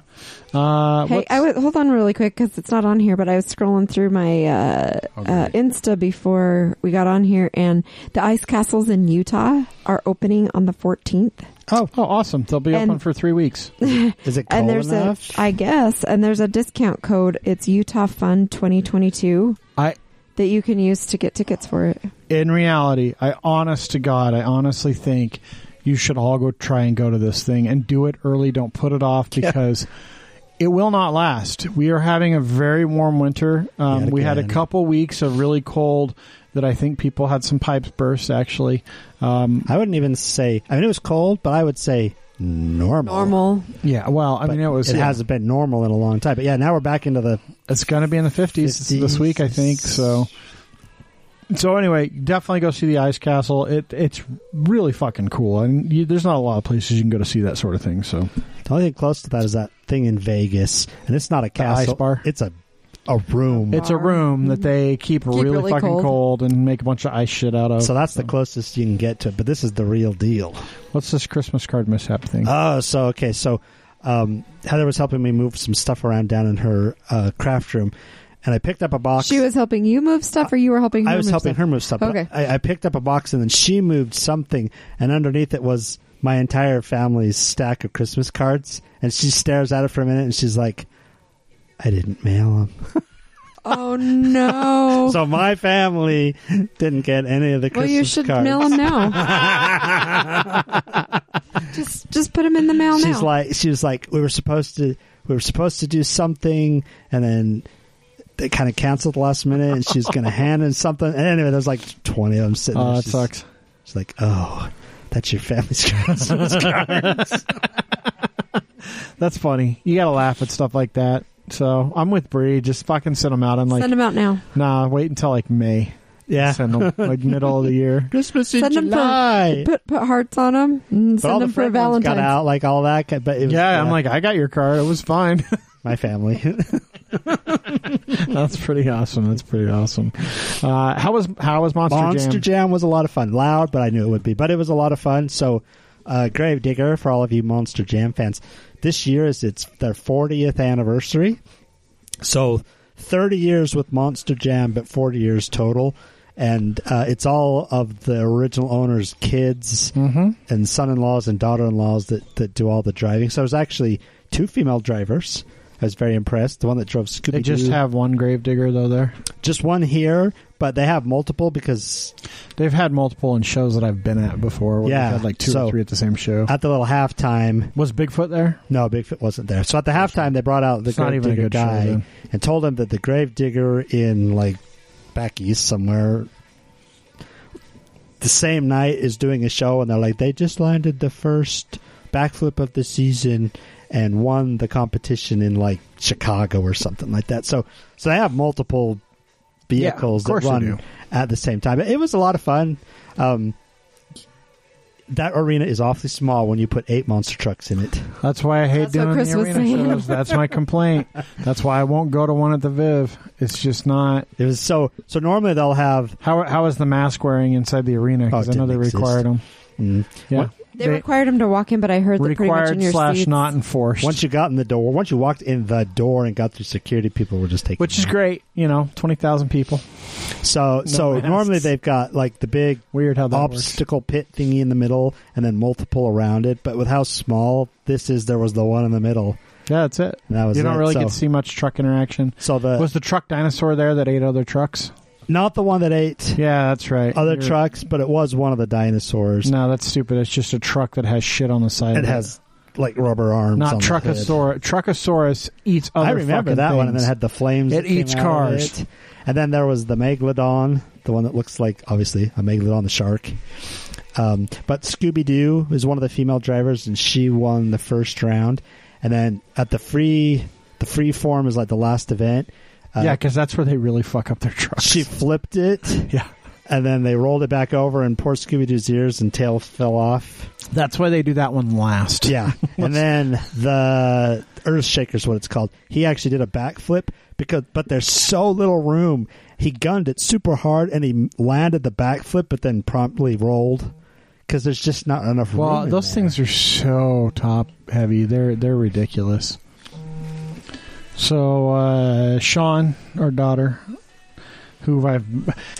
Speaker 3: Uh,
Speaker 2: hey,
Speaker 3: what's-
Speaker 2: I was hold on really quick because it's not on here, but I was scrolling through my uh, uh, Insta before we got on here, and the ice castles in Utah are opening on the fourteenth.
Speaker 3: oh oh awesome! They'll be
Speaker 2: And-
Speaker 3: open for three weeks.
Speaker 4: Is it cold
Speaker 2: and there's
Speaker 4: enough?
Speaker 2: a I guess and there's a discount code. It's Utah Fund 2022
Speaker 3: I
Speaker 2: that you can use to get tickets for it.
Speaker 3: in reality, I honest to God, I honestly think you should all go try and go to this thing and do it early. Don't put it off because it will not last. We are having a very warm winter. Um,
Speaker 4: Yet
Speaker 3: we had a
Speaker 4: again.
Speaker 3: couple weeks of really cold that I think people had some pipes burst actually. Um,
Speaker 4: I wouldn't even say. I mean, it was cold, but I would say normal.
Speaker 2: Normal.
Speaker 3: yeah, well, I
Speaker 4: But
Speaker 3: mean, it was,
Speaker 4: It
Speaker 3: yeah,
Speaker 4: hasn't been normal in a long time, but yeah, now we're back into the.
Speaker 3: it's going to be in the 50s,
Speaker 4: 50s.
Speaker 3: this week, I think. So, so anyway, definitely go see the ice castle. It, it's really fucking cool. And you, there's not a lot of places you can go to see that sort of thing. So,
Speaker 4: The only thing close to that is that thing in Vegas, and it's not a
Speaker 3: ice
Speaker 4: castle.
Speaker 3: bar?
Speaker 4: It's a a room.
Speaker 3: It's a
Speaker 2: bar.
Speaker 3: room that they keep, really,
Speaker 2: really
Speaker 3: fucking cold.
Speaker 2: cold.
Speaker 3: and make a bunch of ice shit out of.
Speaker 4: so that's the closest you can get to it. But this is the real deal.
Speaker 3: What's this Christmas card mishap thing?
Speaker 4: Oh, so okay, so um, Heather was helping me move some stuff around down in her uh, craft room, and I picked up a box.
Speaker 2: She was helping you move stuff, or you were helping her.
Speaker 4: I was
Speaker 2: move
Speaker 4: helping
Speaker 2: stuff?
Speaker 4: her move stuff. but
Speaker 2: Okay.
Speaker 4: I, I picked up a box and then she moved something, and underneath it was my entire family's stack of Christmas cards. And she stares at it for a minute and she's like, I didn't mail them.
Speaker 2: Oh no!
Speaker 4: So my family didn't get any of the
Speaker 2: Oh. well,
Speaker 4: Christmas
Speaker 2: you should
Speaker 4: cards.
Speaker 2: mail them now. just just put them in the mail now.
Speaker 4: She's like, she was like, we were supposed to, we were supposed to do something, and then they kind of canceled last minute, and she was going to hand in something. And anyway, there's like 20 of them sitting.
Speaker 3: Oh,
Speaker 4: there.
Speaker 3: that
Speaker 4: She's-
Speaker 3: sucks.
Speaker 4: She's like, oh, that's your family's Christmas cards.
Speaker 3: That's funny. You gotta laugh at stuff like that. So I'm with Bree. Just fucking send them out. I'm like,
Speaker 2: Send them out now.
Speaker 3: nah. Wait until like May.
Speaker 4: Yeah.
Speaker 3: Send them like middle of the year.
Speaker 4: Christmas
Speaker 2: Send 'em for-
Speaker 4: July.
Speaker 2: Put put hearts on them. And
Speaker 4: but all
Speaker 2: send
Speaker 4: the
Speaker 2: them for
Speaker 4: friend ones got
Speaker 2: Valentine's.
Speaker 4: out, like all that. ki- But it was, uh,
Speaker 3: Yeah, I'm like, I got your card. It was fine.
Speaker 4: my family.
Speaker 3: That's pretty awesome. That's pretty awesome. Uh, how was how was Monster,
Speaker 4: Monster
Speaker 3: Jam?
Speaker 4: Jam. was a lot of fun. Loud, but I knew it would be. But it was a lot of fun. So, uh, Gravedigger, for all of you Monster Jam fans, this year is its their 40th anniversary. So, 30 years with Monster Jam, but 40 years total. And uh, it's all of the original owners' kids
Speaker 3: Mm-hmm.
Speaker 4: and son-in-laws and daughter-in-laws that, that do all the driving. So it was actually two female drivers. I was very impressed. The one that drove Scooby-Doo
Speaker 3: They just have one gravedigger though. There,
Speaker 4: just one here, but they have multiple because
Speaker 3: they've had multiple in shows that I've been at before. Where
Speaker 4: Yeah,
Speaker 3: they've had like two
Speaker 4: so-
Speaker 3: or three at the same show.
Speaker 4: at the little halftime,
Speaker 3: was Bigfoot there?
Speaker 4: no, Bigfoot wasn't there. So at the halftime, they brought out the
Speaker 3: It's not
Speaker 4: grave
Speaker 3: even a
Speaker 4: digger
Speaker 3: good show,
Speaker 4: guy
Speaker 3: then.
Speaker 4: and told him that the grave digger in like back east somewhere the same night is doing a show, and they're like, they just landed the first backflip of the season and won the competition in like Chicago or something like that. So, so they have multiple
Speaker 3: Yeah, of
Speaker 4: vehicles that
Speaker 3: course they
Speaker 4: run
Speaker 3: do.
Speaker 4: at the same time. It was a lot of fun. Um, that arena is awfully small when you put eight monster trucks in it.
Speaker 3: That's why I hate
Speaker 2: That's what
Speaker 3: doing
Speaker 2: Chris
Speaker 3: the
Speaker 2: was
Speaker 3: arena
Speaker 2: saying.
Speaker 3: shows. That's my complaint. That's why I won't go to one at the Viv. It's just not.
Speaker 4: It was so so. Normally they'll have
Speaker 3: How how is the mask wearing inside the arena? Because
Speaker 4: Oh, it
Speaker 3: I know they
Speaker 4: didn't exist.
Speaker 3: required them.
Speaker 4: mm,
Speaker 3: Yeah,
Speaker 4: What?
Speaker 2: They, required them to walk in, but I heard that pretty much in
Speaker 3: required
Speaker 2: your
Speaker 3: slash
Speaker 2: seats.
Speaker 3: not enforced,
Speaker 4: once you got in the door. Once you walked in the door and got through security, people were just taking.
Speaker 3: which is great. You know, twenty thousand people.
Speaker 4: So so
Speaker 3: masks.
Speaker 4: normally they've got like the big
Speaker 3: Weird how that works.
Speaker 4: obstacle pit thingy in the middle and then multiple around it. But with how small this is, there was the one in the middle.
Speaker 3: Yeah, that's it.
Speaker 4: And that was
Speaker 3: You don't
Speaker 4: it.
Speaker 3: really
Speaker 4: so,
Speaker 3: get to see much truck interaction.
Speaker 4: so the
Speaker 3: was the truck dinosaur there that ate other trucks?
Speaker 4: not the one that ate
Speaker 3: Yeah, that's right.
Speaker 4: other
Speaker 3: You're-
Speaker 4: trucks, but it was one of the dinosaurs.
Speaker 3: No, that's stupid. It's just a truck that has shit on the side.
Speaker 4: It
Speaker 3: of
Speaker 4: has like rubber arms.
Speaker 3: not
Speaker 4: on the hood.
Speaker 3: truckosaurus. Truckosaurus eats other.
Speaker 4: I remember
Speaker 3: Oh, fucking
Speaker 4: that one, and then
Speaker 3: things.
Speaker 4: it had the flames.
Speaker 3: It
Speaker 4: that came
Speaker 3: eats
Speaker 4: out of
Speaker 3: cars.
Speaker 4: it. And then there was the megalodon, the one that looks like obviously a megalodon, the shark. Um, but Scooby Doo is one of the female drivers, and she won the first round. And then at the free, the free form is like the last event. Uh,
Speaker 3: yeah, because that's where they really fuck up their trucks.
Speaker 4: she flipped it,
Speaker 3: yeah,
Speaker 4: and then they rolled it back over, and poor Scooby Doo's ears and tail fell off.
Speaker 3: that's why they do that one last.
Speaker 4: Yeah, and then the Earthshaker is what it's called. He actually did a backflip because, but there's so little room. He gunned it super hard and he landed the backflip, but then promptly rolled because there's just not enough room.
Speaker 3: Well,
Speaker 4: in
Speaker 3: those
Speaker 4: there.
Speaker 3: things are so top heavy. They're they're ridiculous. So uh, Sean, our daughter, who I've,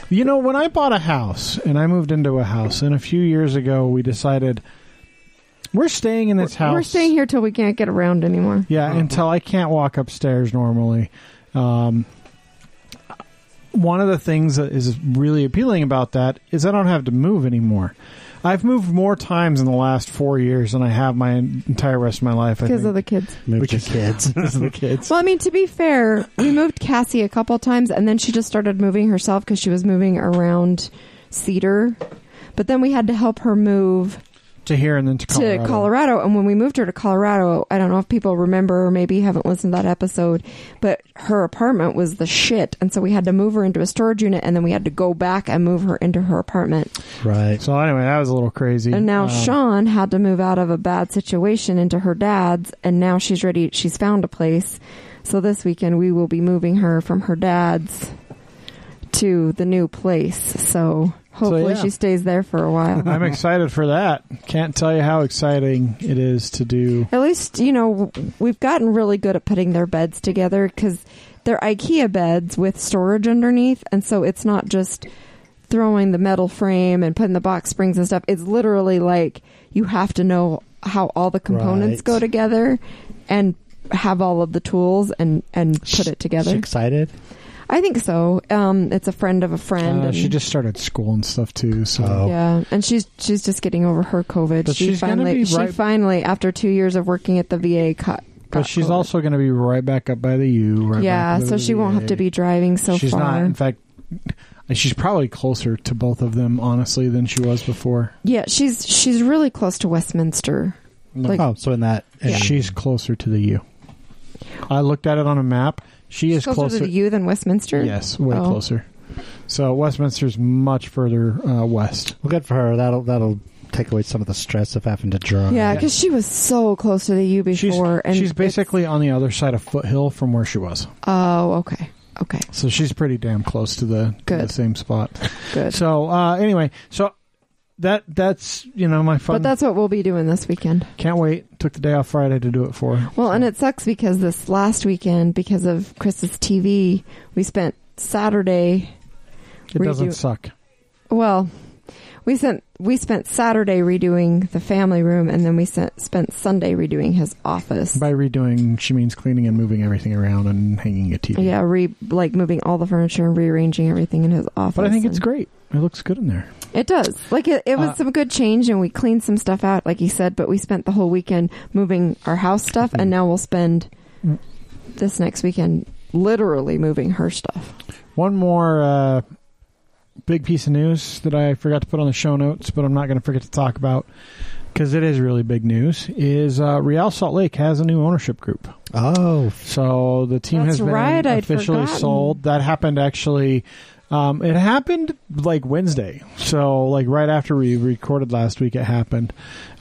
Speaker 3: you know, when I bought a house and I moved into a house, and a few years ago we decided we're staying in this house.
Speaker 2: We're staying here till we can't get around anymore.
Speaker 3: Yeah, until I can't walk upstairs normally. Um, one of the things that is really appealing about that is I don't have to move anymore. I've moved more times in the last four years than I have my entire rest of my life. I
Speaker 2: Because of
Speaker 3: think.
Speaker 2: the kids.
Speaker 4: Move
Speaker 3: which
Speaker 4: your
Speaker 3: is-
Speaker 4: kids.
Speaker 3: Because of the kids.
Speaker 2: Well, I mean, to be fair, we moved Cassie a couple times, and then she just started moving herself because she was moving around Cedar. But then we had to help her move
Speaker 3: to here and then to Colorado.
Speaker 2: to Colorado. And when we moved her to Colorado, I don't know if people remember or maybe haven't listened to that episode, but her apartment was the shit. And so we had to move her into a storage unit, and then we had to go back and move her into her apartment.
Speaker 4: right.
Speaker 3: So anyway, that was a little crazy.
Speaker 2: And now
Speaker 3: Um,
Speaker 2: Sean had to move out of a bad situation into her dad's, and now she's ready. She's found a place. So this weekend we will be moving her from her dad's to the new place. So hopefully
Speaker 3: yeah.
Speaker 2: she stays there for a while.
Speaker 3: I'm excited for that. Can't tell you how exciting it is to do.
Speaker 2: At least you know we've gotten really good at putting their beds together because they're IKEA beds with storage underneath, and so it's not just throwing the metal frame and putting the box springs and stuff. It's literally like you have to know how all the components
Speaker 4: Right.
Speaker 2: go together and have all of the tools and and put it
Speaker 4: She
Speaker 2: together.
Speaker 4: excited?
Speaker 2: I think so. Um, it's a friend of a friend.
Speaker 3: Uh,
Speaker 2: and, um,
Speaker 3: she just started school and stuff too. So
Speaker 4: Oh.
Speaker 2: yeah, and she's she's just getting over her COVID.
Speaker 3: But
Speaker 2: she
Speaker 3: she's gonna
Speaker 2: finally
Speaker 3: be
Speaker 2: she
Speaker 3: right-
Speaker 2: finally after two years of working at the VA caught.
Speaker 3: But
Speaker 2: got
Speaker 3: she's
Speaker 2: COVID.
Speaker 3: also going to be right back up by the U. Right
Speaker 2: yeah,
Speaker 3: back
Speaker 2: so
Speaker 3: to the
Speaker 2: she won't have to be driving so
Speaker 3: she's
Speaker 2: far.
Speaker 3: not. In fact, she's probably closer to both of them, honestly, than she was before.
Speaker 2: yeah, she's she's really close to Westminster. Like-
Speaker 4: oh, so in that. and-
Speaker 3: She's closer to the U. I looked at it on a map. She is
Speaker 2: closer,
Speaker 3: closer.
Speaker 2: to you than Westminster.
Speaker 3: yes, way
Speaker 2: Oh.
Speaker 3: closer. So Westminster's much further uh, west.
Speaker 4: Well, good for her. That'll that'll take away some of the stress of having to drive.
Speaker 2: Yeah, because she was so close to the U
Speaker 3: She's,
Speaker 2: before, and
Speaker 3: she's
Speaker 2: it's-
Speaker 3: basically on the other side of Foothill from where she was.
Speaker 2: Oh, okay, okay,
Speaker 3: So she's pretty damn close to the, to the
Speaker 2: Good.
Speaker 3: same spot.
Speaker 2: good.
Speaker 3: So uh, anyway, so that that's you know my fun.
Speaker 2: but that's what we'll be doing this weekend.
Speaker 3: Can't wait. Took the day off Friday to do it for. her.
Speaker 2: Well, and it sucks because this last weekend, because of Chris's TV, we spent Saturday.
Speaker 3: It doesn't
Speaker 2: redo-
Speaker 3: suck.
Speaker 2: Well, we sent we spent Saturday redoing the family room, and then we sent, spent Sunday redoing his office.
Speaker 3: By redoing, she means cleaning and moving everything around and hanging a TV.
Speaker 2: Yeah, re like moving all the furniture and rearranging everything in his office.
Speaker 3: But I think it's
Speaker 2: and-
Speaker 3: great. It looks good in there.
Speaker 2: It does. Like it, it was
Speaker 3: Uh,
Speaker 2: some good change, and we cleaned some stuff out, like you said. But we spent the whole weekend moving our house stuff, and now we'll spend
Speaker 3: Mm.
Speaker 2: this next weekend literally moving her stuff.
Speaker 3: One more uh, big piece of news that I forgot to put on the show notes, but I'm not going to forget to talk about because it is really big news. Is uh, Real Salt Lake has a new ownership group.
Speaker 4: Oh,
Speaker 3: So the team
Speaker 2: That's
Speaker 3: has been
Speaker 2: right, I'd
Speaker 3: officially
Speaker 2: forgotten.
Speaker 3: sold. That happened actually. Um, it happened like Wednesday, so like right after we recorded last week, it happened.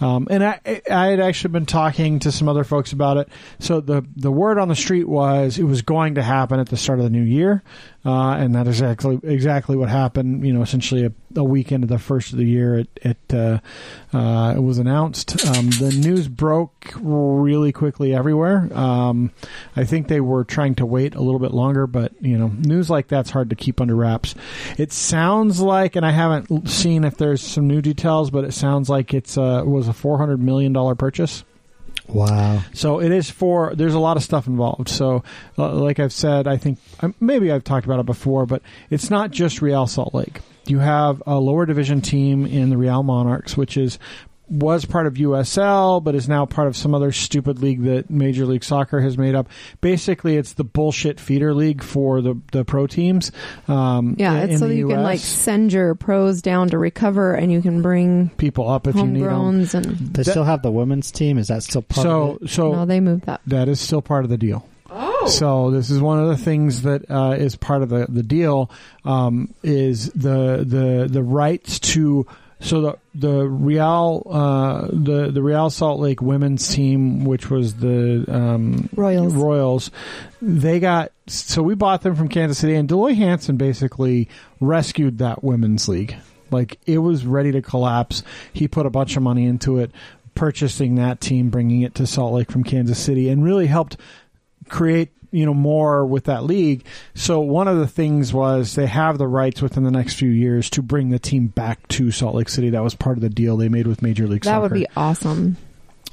Speaker 3: Um, and I, I had actually been talking to some other folks about it. So the the word on the street was it was going to happen at the start of the new year, uh, and that is exactly exactly what happened. You know, essentially a, a weekend of the first of the year, it it uh, uh, it was announced. Um, the news broke really quickly everywhere. Um, I think they were trying to wait a little bit longer, but you know, news like that's hard to keep under wraps. It sounds like, and I haven't l- seen if there's some new details, but it sounds like it's uh, was a four hundred million dollar purchase.
Speaker 4: wow.
Speaker 3: So it is for there's a lot of stuff involved. So uh, like I've said, I think um, maybe I've talked about it before, but it's not just Real Salt Lake. You have a lower division team in the Real Monarchs, which is was part of USL, but is now part of some other stupid league that Major League Soccer has made up. Basically, it's the bullshit feeder league for the the pro teams. Um,
Speaker 2: Yeah,
Speaker 3: in- in
Speaker 2: it's so
Speaker 3: the
Speaker 2: that you can like
Speaker 3: US.
Speaker 2: send your pros down to recover, and you can bring
Speaker 3: people up if you need them.
Speaker 2: homegrowns and
Speaker 4: They
Speaker 3: That-
Speaker 4: still have the women's team. Is that still part of
Speaker 3: So
Speaker 4: it?
Speaker 3: so
Speaker 2: no, they moved that.
Speaker 3: that is still part of the deal. Oh. So this is one of the things that uh, is part of the the deal um, is the the the rights to so the the Real uh, the the Real Salt Lake women's team, which was the um,
Speaker 2: Royals.
Speaker 3: Royals, they got so we bought them from Kansas City, and Deloy Hanson basically rescued that women's league. Like it was ready to collapse. He put a bunch of money into it, purchasing that team, bringing it to Salt Lake from Kansas City, and really helped create you know more with that league. So one of the things was they have the rights within the next few years to bring the team back to Salt Lake City. That was part of the deal they made with Major League
Speaker 2: That
Speaker 3: Soccer
Speaker 2: would be awesome.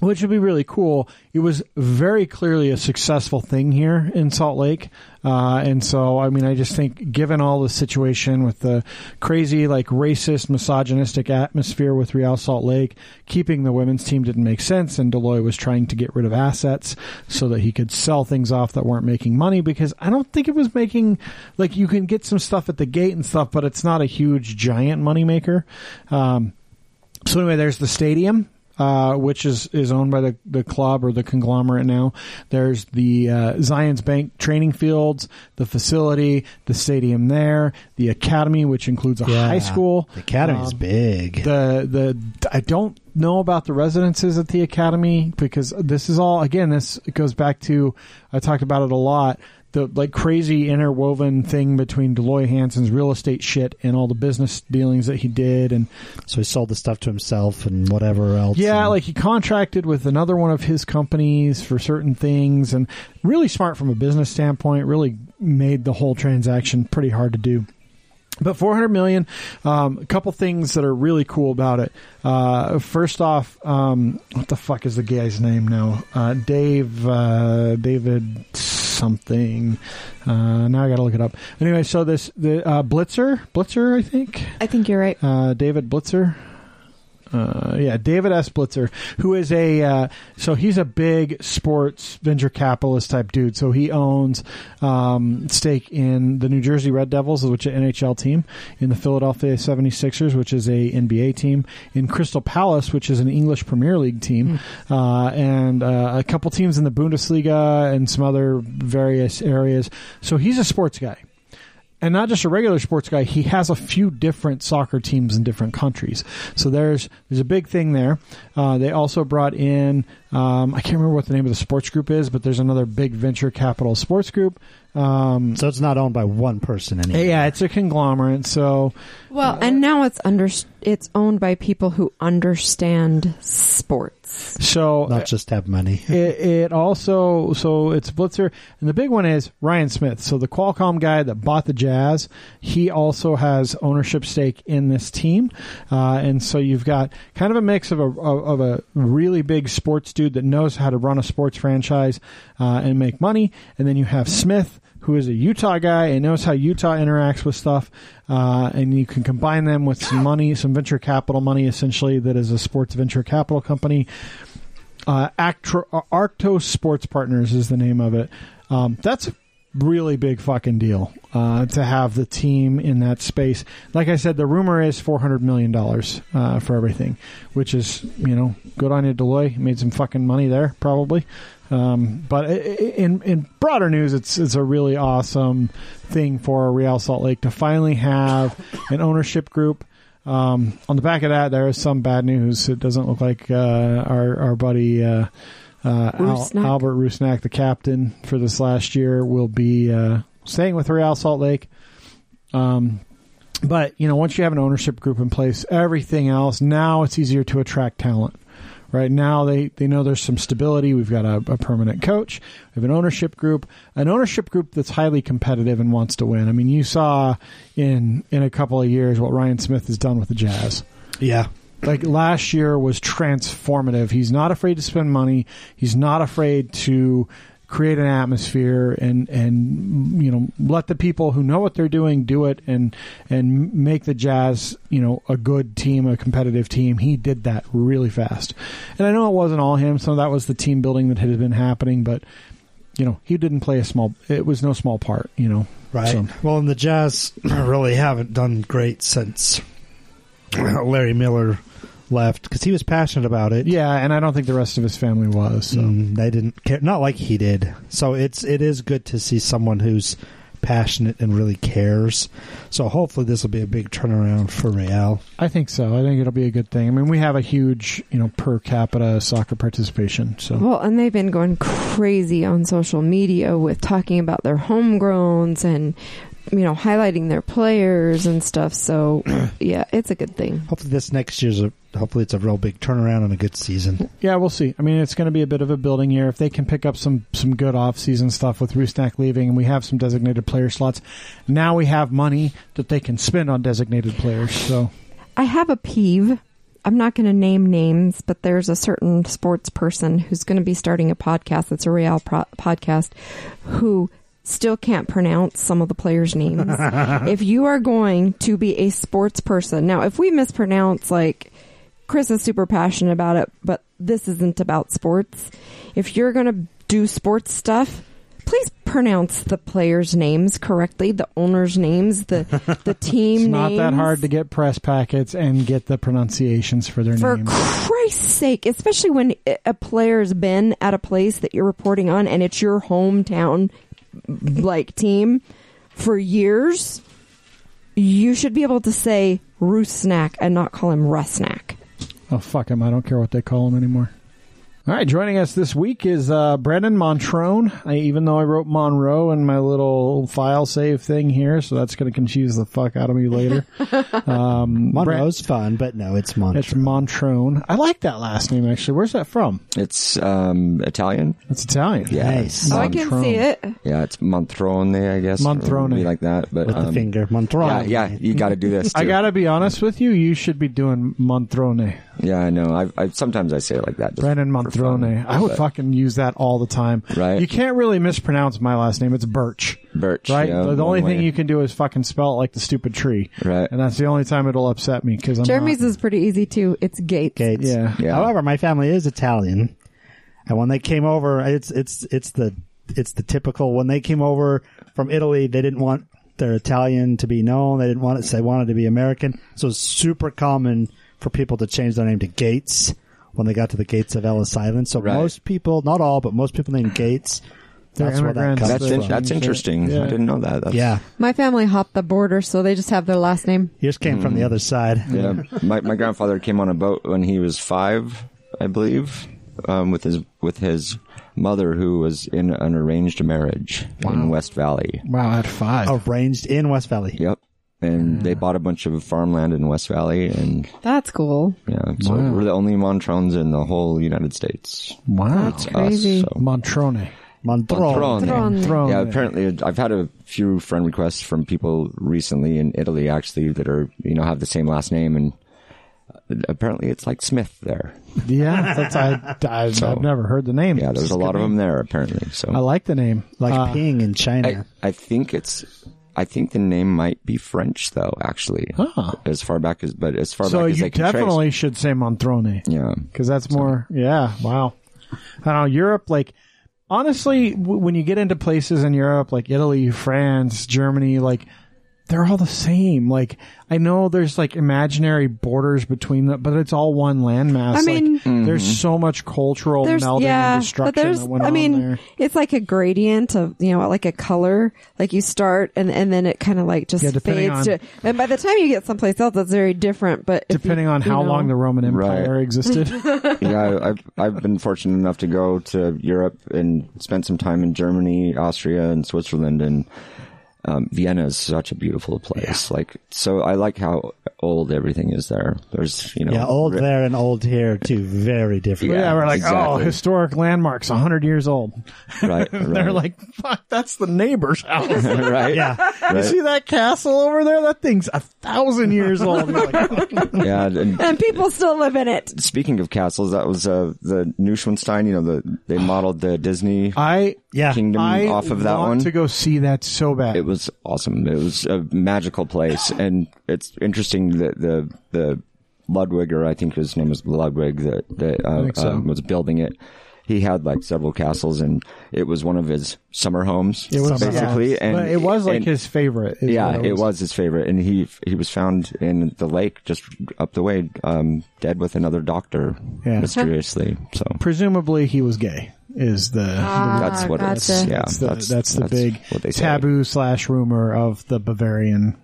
Speaker 3: which would be really cool. It was very clearly a successful thing here in Salt Lake, uh, and so I mean, I just think given all the situation with the crazy, like racist, misogynistic atmosphere with Real Salt Lake, keeping the women's team didn't make sense, and Deloy was trying to get rid of assets so that he could sell things off that weren't making money because I don't think it was making like you can get some stuff at the gate and stuff, but it's not a huge giant moneymaker. Um, so anyway, there's the stadium, uh, which is, is owned by the, the club or the conglomerate now. There's the uh, Zions Bank training fields, the facility, the stadium there, the academy, which includes a
Speaker 4: Yeah.
Speaker 3: high school.
Speaker 4: The academy's
Speaker 3: Um,
Speaker 4: big.
Speaker 3: The the I don't know about the residences at the academy because this is all again. This goes back to I talked about it a lot. The like crazy interwoven thing between Deloy Hanson's real estate shit and all the business dealings that he did and
Speaker 4: so he sold the stuff to himself and whatever else.
Speaker 3: yeah,
Speaker 4: and-
Speaker 3: like he contracted with another one of his companies for certain things and really smart from a business standpoint, really made the whole transaction pretty hard to do. But 400 million, um, a couple things that are really cool about it. Uh, first off, um, what the fuck is the guy's name now? Uh, Dave, uh, David something. Uh, now I gotta look it up. Anyway, so this, the, uh, Blitzer, Blitzer, I think
Speaker 2: I think you're right.
Speaker 3: uh, David Blitzer. Uh, yeah, David S. Blitzer, who is a uh, so he's a big sports venture capitalist type dude. So he owns um, stake in the New Jersey Red Devils, which is an NHL team, in the Philadelphia 76ers, which is a NBA team, in Crystal Palace, which is an English Premier League team, uh, and uh, a couple teams in the Bundesliga and some other various areas. So he's a sports guy and not just a regular sports guy. He has a few different soccer teams in different countries. So there's there's a big thing there. Uh, they also brought in um, I can't remember what the name of the sports group is, but there's another big venture capital sports group. Um,
Speaker 4: so it's not owned by one person anymore.
Speaker 3: yeah, it's a conglomerate. So
Speaker 2: Well, and now it's under it's owned by people who understand sports.
Speaker 3: so
Speaker 4: Not just have money.
Speaker 3: it, it also so it's Blitzer, and the big one is Ryan Smith. So the Qualcomm guy that bought the Jazz, he also has ownership stake in this team, uh, and so you've got kind of a mix of a of a really big sports dude that knows how to run a sports franchise uh, and make money, and then you have Smith. Who is a Utah guy and knows how Utah interacts with stuff, uh, and you can combine them with some money, some venture capital money, essentially that is a sports venture capital company uh, Actro- uh, Arctos Sports Partners is the name of it. Um, that's a really big fucking deal uh, to have the team in that space. Like I said, the rumor is four hundred million dollars uh, for everything, which is you know good on you, Deloitte. Made some fucking money there, probably. Um, but i- i- in in broader news, it's it's a really awesome thing for Real Salt Lake to finally have an ownership group. Um, on the back of that, there is some bad news. It doesn't look like uh, our our buddy uh, uh, Al-
Speaker 2: Rusnak.
Speaker 3: Albert Rusnak, the captain for this last year, will be uh, staying with Real Salt Lake. Um, but you know, once you have an ownership group in place, everything else now it's easier to attract talent. Right now, they, they know there's some stability. We've got a, a permanent coach. We have an ownership group, an ownership group that's highly competitive and wants to win. I mean, you saw in in a couple of years what Ryan Smith has done with the Jazz
Speaker 4: Yeah.
Speaker 3: like last year was transformative. He's not afraid to spend money. He's not afraid to create an atmosphere and and you know let the people who know what they're doing do it and and make the Jazz you know a good team, a competitive team. He did that really fast, and I know it wasn't all him. Some of that was the team building that had been happening, but you know he didn't play a small. It was no small part. You know,
Speaker 4: Right.
Speaker 3: So-
Speaker 4: Well, and the Jazz really haven't done great since Larry Miller left because he was passionate about it.
Speaker 3: yeah, and I don't think the rest of his family was. So.
Speaker 4: Mm, they didn't care, not like he did. So it's it is good to see someone who's passionate and really cares. So hopefully this will be a big turnaround for Real.
Speaker 3: I think so. I think it'll be a good thing. I mean, we have a huge, you know, per capita soccer participation. So
Speaker 2: Well, and they've been going crazy on social media with talking about their homegrowns and you know highlighting their players and stuff. So yeah, it's a good thing.
Speaker 4: Hopefully this next year's a hopefully it's a real big turnaround and a good season.
Speaker 3: yeah, we'll see. I mean, it's going to be a bit of a building year. If they can pick up some some good off season stuff with Rusnak leaving, and we have some designated player slots, now we have money that they can spend on designated players. So
Speaker 2: I have a peeve. I'm not going to name names, but there's a certain sports person who's going to be starting a podcast that's a Real pro- podcast who still can't pronounce some of the players' names. if you are going to be a sports person, now, if we mispronounce, like, Chris is super passionate about it, but this isn't about sports. If you're going to do sports stuff, please pronounce the players' names correctly, the owners' names, the, the team
Speaker 3: it's
Speaker 2: names
Speaker 3: not that hard to get press packets and get the pronunciations for their
Speaker 2: for
Speaker 3: names.
Speaker 2: Christ's sake, especially when i- a player's been at a place that you're reporting on and it's your hometown like team for years, you should be able to say Rusnak and not call him Rusnak.
Speaker 3: Oh fuck him! I don't care what they call him anymore. All right, joining us this week is uh, Brendan Montrone. I, even though I wrote Monroe in my little file save thing here, so that's going to confuse the fuck out of me later. Um,
Speaker 4: Monroe's fun, but no, it's Monroe.
Speaker 3: Bren- it's Montrone. I like that last name actually. Where's that from?
Speaker 6: It's um, Italian.
Speaker 3: It's Italian.
Speaker 6: Yeah.
Speaker 4: Nice.
Speaker 6: it's
Speaker 2: Oh, I can
Speaker 3: Montrone.
Speaker 2: see it.
Speaker 6: Yeah, it's Montrone, I guess. or
Speaker 3: Montrone.
Speaker 6: maybe like that. But
Speaker 4: with the
Speaker 6: um,
Speaker 4: finger. Monroe.
Speaker 6: Yeah, yeah, you got to do this. Too.
Speaker 3: I gotta be honest with you. You should be doing Montrone,
Speaker 6: Yeah, I know. I, I sometimes I say it like that. just
Speaker 3: Brendan
Speaker 6: for fun,
Speaker 3: Montrone. I would
Speaker 6: but
Speaker 3: fucking use that all the time.
Speaker 6: Right.
Speaker 3: You can't really mispronounce my last name. It's Birch.
Speaker 6: Birch.
Speaker 3: Right.
Speaker 6: yeah,
Speaker 3: the the only
Speaker 6: one
Speaker 3: thing
Speaker 6: way.
Speaker 3: you can do is fucking spell it like the stupid tree.
Speaker 6: Right.
Speaker 3: And that's the only time it'll upset me because I'm
Speaker 2: Jeremy's
Speaker 3: not,
Speaker 2: is pretty easy too. It's Gates.
Speaker 4: Gates.
Speaker 3: Yeah.
Speaker 6: Yeah.
Speaker 4: However, my family is Italian, and when they came over, it's it's it's the it's the typical. When they came over from Italy, they didn't want their Italian to be known. They didn't want it. so They wanted to be American. So it's super common for people to change their name to Gates when they got to the gates of Ellis Island. So
Speaker 6: Right.
Speaker 4: most people, not all, but most people named Gates.
Speaker 3: They're
Speaker 4: That's where that
Speaker 3: immigrants.
Speaker 4: comes
Speaker 6: That's
Speaker 4: from.
Speaker 6: in, that's interesting.
Speaker 3: Yeah.
Speaker 6: I didn't know that. That's,
Speaker 4: yeah.
Speaker 2: My family hopped the border, so they just have their last name.
Speaker 4: Yours came from the
Speaker 3: Mm-hmm.
Speaker 4: other side.
Speaker 6: Yeah. my my grandfather came on a boat when he was five, I believe, um, with his with his mother who was in an arranged marriage in West Valley.
Speaker 3: Wow, at five.
Speaker 6: Oh,
Speaker 4: Arranged in West Valley.
Speaker 6: Yep. And they bought a bunch of farmland in West Valley, and
Speaker 2: That's cool.
Speaker 6: yeah, so we're the only Montrones in the whole United States.
Speaker 3: wow.
Speaker 2: That's
Speaker 6: Us,
Speaker 2: crazy.
Speaker 6: so.
Speaker 3: Montrone.
Speaker 4: Montrone.
Speaker 6: Montrone.
Speaker 2: Throne.
Speaker 3: Throne.
Speaker 6: yeah, apparently I've had a few friend requests from people recently in Italy actually that are you know have the same last name and uh, apparently it's like Smith there.
Speaker 3: Yeah, that's, I, I, I've never heard the name.
Speaker 6: Yeah, there's a lot of them there apparently.
Speaker 3: I
Speaker 6: So
Speaker 3: like the name.
Speaker 4: Like
Speaker 3: Uh,
Speaker 4: Ping in
Speaker 6: I,
Speaker 4: China.
Speaker 6: I think it's I think the name might be French though actually.
Speaker 3: Huh.
Speaker 6: As far back as but as far
Speaker 3: so
Speaker 6: back as
Speaker 3: you
Speaker 6: they can
Speaker 3: definitely should say Montrone.
Speaker 6: trace. Yeah.
Speaker 3: because that's more. Yeah, wow. I don't know Europe. Like honestly, w- when you get into places in Europe, like Italy, France, Germany, like they're all the same. Like I know there's like imaginary borders between them, but it's all one landmass.
Speaker 2: I mean-
Speaker 3: like,
Speaker 6: Mm-hmm.
Speaker 3: there's so much cultural melding and destruction
Speaker 2: but there's,
Speaker 3: that went
Speaker 2: I
Speaker 3: on
Speaker 2: mean,
Speaker 3: there.
Speaker 2: it's like a gradient of you know, like a color. Like you start and and then it kind of like just
Speaker 3: Yeah, depending
Speaker 2: fades.
Speaker 3: on-
Speaker 2: to, and by the time you get someplace else, that's very different. But if
Speaker 3: Depending
Speaker 2: you,
Speaker 3: on
Speaker 2: you
Speaker 3: how
Speaker 2: know,
Speaker 3: long the Roman Empire
Speaker 6: Right.
Speaker 3: existed,
Speaker 6: yeah, I- I've I've been fortunate enough to go to Europe and spend some time in Germany, Austria, and Switzerland, and um, Vienna is such a beautiful place. Like, so I like how old everything is there. There's you know,
Speaker 4: Yeah, old
Speaker 6: ri-
Speaker 4: there and old here, two very different.
Speaker 6: Oh, Yeah,
Speaker 3: yeah, we're like, oh,
Speaker 6: exactly.
Speaker 3: historic landmarks, hundred years old.
Speaker 6: right?
Speaker 3: They're
Speaker 6: right,
Speaker 3: like, fuck, that's the neighbor's house.
Speaker 6: right?
Speaker 4: Yeah,
Speaker 3: You see that castle over there? That thing's a thousand years old. You're like,
Speaker 6: yeah. and-
Speaker 2: and people still live in it.
Speaker 6: Speaking of castles, that was uh, the Neuschwanstein. You know, the they modeled the Disney.
Speaker 3: I
Speaker 4: Yeah.
Speaker 6: Kingdom
Speaker 3: I
Speaker 6: off of that
Speaker 3: want
Speaker 6: one.
Speaker 3: to go see that so bad.
Speaker 6: it was awesome. It was a magical place, and it's interesting that the the Ludwig, or I think his name was Ludwig, that that uh,
Speaker 3: think so.
Speaker 6: um, was building it. He had like several castles, and it was one of his summer homes,
Speaker 3: It was-
Speaker 6: basically.
Speaker 3: yeah.
Speaker 6: And
Speaker 3: but it was like
Speaker 6: and-
Speaker 3: his favorite. is
Speaker 6: Yeah,
Speaker 3: what
Speaker 6: it was his favorite, and he he was found in the lake just up the way, um, dead with another doctor,
Speaker 3: Yeah.
Speaker 6: mysteriously. So
Speaker 3: Presumably, he was gay. Is the,
Speaker 2: Ah,
Speaker 6: that's what
Speaker 2: gotcha.
Speaker 6: it's. Yeah,
Speaker 3: that's, the that's, the big
Speaker 6: what they say.
Speaker 3: taboo slash rumor of the Bavarian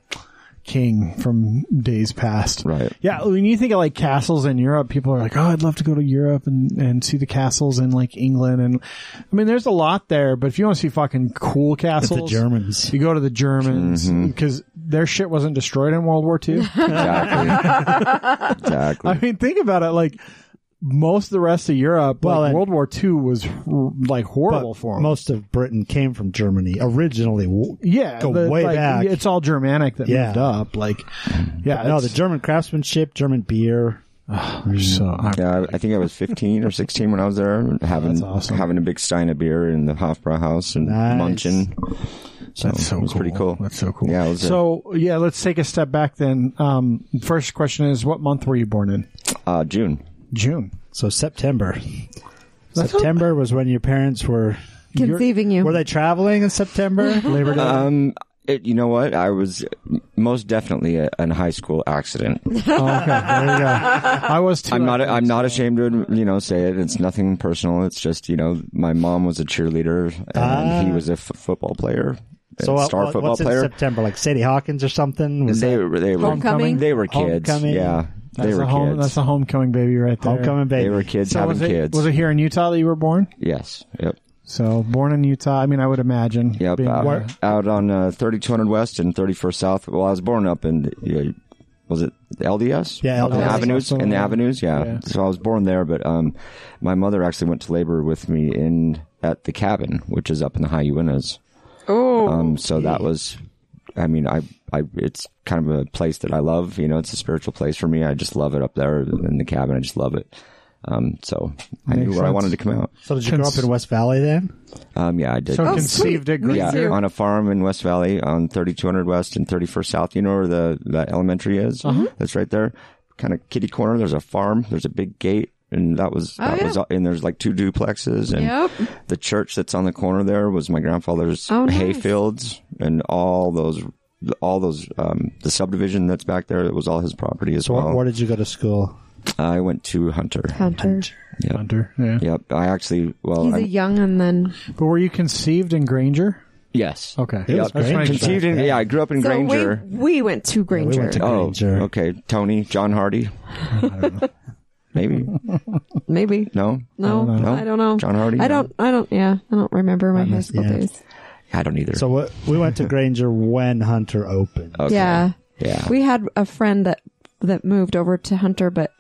Speaker 3: king from days past.
Speaker 6: Right.
Speaker 3: Yeah, when you think of like castles in Europe, people are like, "Oh, I'd love to go to Europe and and see the castles in like England." And I mean, there's a lot there, but if you want to see fucking cool
Speaker 4: the
Speaker 3: castles,
Speaker 4: Germans.
Speaker 3: you go to the Germans
Speaker 6: Mm-hmm.
Speaker 3: because their shit wasn't destroyed in World War II.
Speaker 6: Exactly. exactly.
Speaker 3: I mean, think about it. Like most of the rest of Europe,
Speaker 4: Well,
Speaker 3: like,
Speaker 4: and-
Speaker 3: World War II was like horrible
Speaker 4: But
Speaker 3: for them.
Speaker 4: most of Britain came from Germany originally. W-
Speaker 3: yeah,
Speaker 4: go
Speaker 3: the-
Speaker 4: way
Speaker 3: like,
Speaker 4: back.
Speaker 3: It's all Germanic that
Speaker 4: Yeah.
Speaker 3: moved up. Like, yeah,
Speaker 4: No, the
Speaker 3: it's-
Speaker 4: German craftsmanship, German beer.
Speaker 3: so I-
Speaker 6: Yeah, I I think I was 15 or 16 when I was there, having
Speaker 3: awesome.
Speaker 6: having a big stein of beer in the Hofbrauhaus and
Speaker 4: Nice.
Speaker 6: munching. So
Speaker 3: that's so
Speaker 6: it was
Speaker 3: cool.
Speaker 6: pretty cool.
Speaker 3: That's so cool.
Speaker 6: Yeah, it was a-
Speaker 3: so yeah, let's take a step back then. Um, first question is, what month were you born in?
Speaker 6: Uh, June.
Speaker 3: June.
Speaker 4: So September. September was when your parents were.
Speaker 2: Conceiving you.
Speaker 4: Were they traveling in September? Labor Day.
Speaker 6: Um, it, you know what? I was most definitely a, an high school accident.
Speaker 3: There you go. Oh, I was too.
Speaker 6: I'm not. I'm not ashamed to you know say it. It's nothing personal. It's just you know my mom was a cheerleader and
Speaker 4: Ah.
Speaker 6: he was a f- football player, a
Speaker 4: so uh,
Speaker 6: star
Speaker 4: what-
Speaker 6: football
Speaker 4: what's
Speaker 6: player.
Speaker 4: in September? Like Sadie Hawkins or something? Was
Speaker 6: They
Speaker 4: that
Speaker 6: were. They were.
Speaker 2: Homecoming?
Speaker 6: They were kids.
Speaker 4: Homecoming.
Speaker 6: Yeah,
Speaker 3: That's
Speaker 6: they were
Speaker 3: a home,
Speaker 6: kids.
Speaker 3: That's a homecoming baby right there.
Speaker 4: homecoming baby?
Speaker 6: they were kids
Speaker 3: So
Speaker 6: having
Speaker 3: was it,
Speaker 6: kids.
Speaker 3: Was it here in Utah that you were born?
Speaker 6: yes. Yep.
Speaker 3: So born in Utah. I mean, I would imagine.
Speaker 6: Yep,
Speaker 3: being-
Speaker 6: out, out on uh, 3200 West and 31st South. Well, I was born up in, uh, was it the LDS?
Speaker 4: Yeah,
Speaker 6: Up in the
Speaker 4: LDS.
Speaker 6: avenues. In the avenues, yeah.
Speaker 3: Yeah.
Speaker 6: So I was born there, but um, my mother actually went to labor with me in at the cabin, which is up in the High Uinas.
Speaker 2: oh,
Speaker 6: Um, so that was, I mean, I, I, it's kind of a place that I love. You know, it's a spiritual place for me. I just love it up there in the cabin. I just love it. Um, so I knew
Speaker 3: Makes
Speaker 6: where I
Speaker 3: sense.
Speaker 6: wanted to come out.
Speaker 4: So did you grow up in West Valley then?
Speaker 6: Um, yeah, I did.
Speaker 3: so
Speaker 2: Oh,
Speaker 3: conceived
Speaker 2: sweet.
Speaker 3: at Green.
Speaker 2: Me
Speaker 6: Yeah,
Speaker 2: too.
Speaker 6: on a farm in West Valley on 3200 West and 31st South. You know where the, the elementary is?
Speaker 2: Uh-huh.
Speaker 6: That's right there. Kind of kitty corner. There's a farm. There's a big gate. And that was, that
Speaker 2: Oh, yeah.
Speaker 6: was, and there's like two duplexes and
Speaker 2: Yep.
Speaker 6: the church that's on the corner there was my grandfather's
Speaker 2: Oh, nice.
Speaker 6: hayfields and all those, all those, um, the subdivision that's back there, that was all his property as
Speaker 4: So where,
Speaker 6: well.
Speaker 4: where did you go to school?
Speaker 6: I went to Hunter.
Speaker 2: Hunter.
Speaker 6: Yep.
Speaker 3: Hunter. Yeah.
Speaker 6: Yep. I actually, well,
Speaker 2: He's
Speaker 6: I'm-
Speaker 2: a young and then
Speaker 3: But were you conceived in Granger?
Speaker 6: yes.
Speaker 3: Okay.
Speaker 4: It was
Speaker 3: I just
Speaker 4: Granger.
Speaker 3: wanted to-
Speaker 6: Conceived in, yeah, I grew up in
Speaker 2: so
Speaker 6: Granger.
Speaker 2: We, we went to Granger.
Speaker 4: we went to
Speaker 6: Oh,
Speaker 4: Granger.
Speaker 6: okay. Tony, John Hardy. Maybe
Speaker 2: Maybe.
Speaker 6: no.
Speaker 2: No, I don't know. I don't know.
Speaker 6: John Hardy,
Speaker 2: I
Speaker 6: no.
Speaker 2: don't. I don't. Yeah, I don't remember my high school
Speaker 4: yeah.
Speaker 2: days.
Speaker 6: I don't either.
Speaker 4: So what, we went to Granger when Hunter opened.
Speaker 6: Okay.
Speaker 2: Yeah,
Speaker 6: yeah.
Speaker 2: we had a friend that that moved over to Hunter, but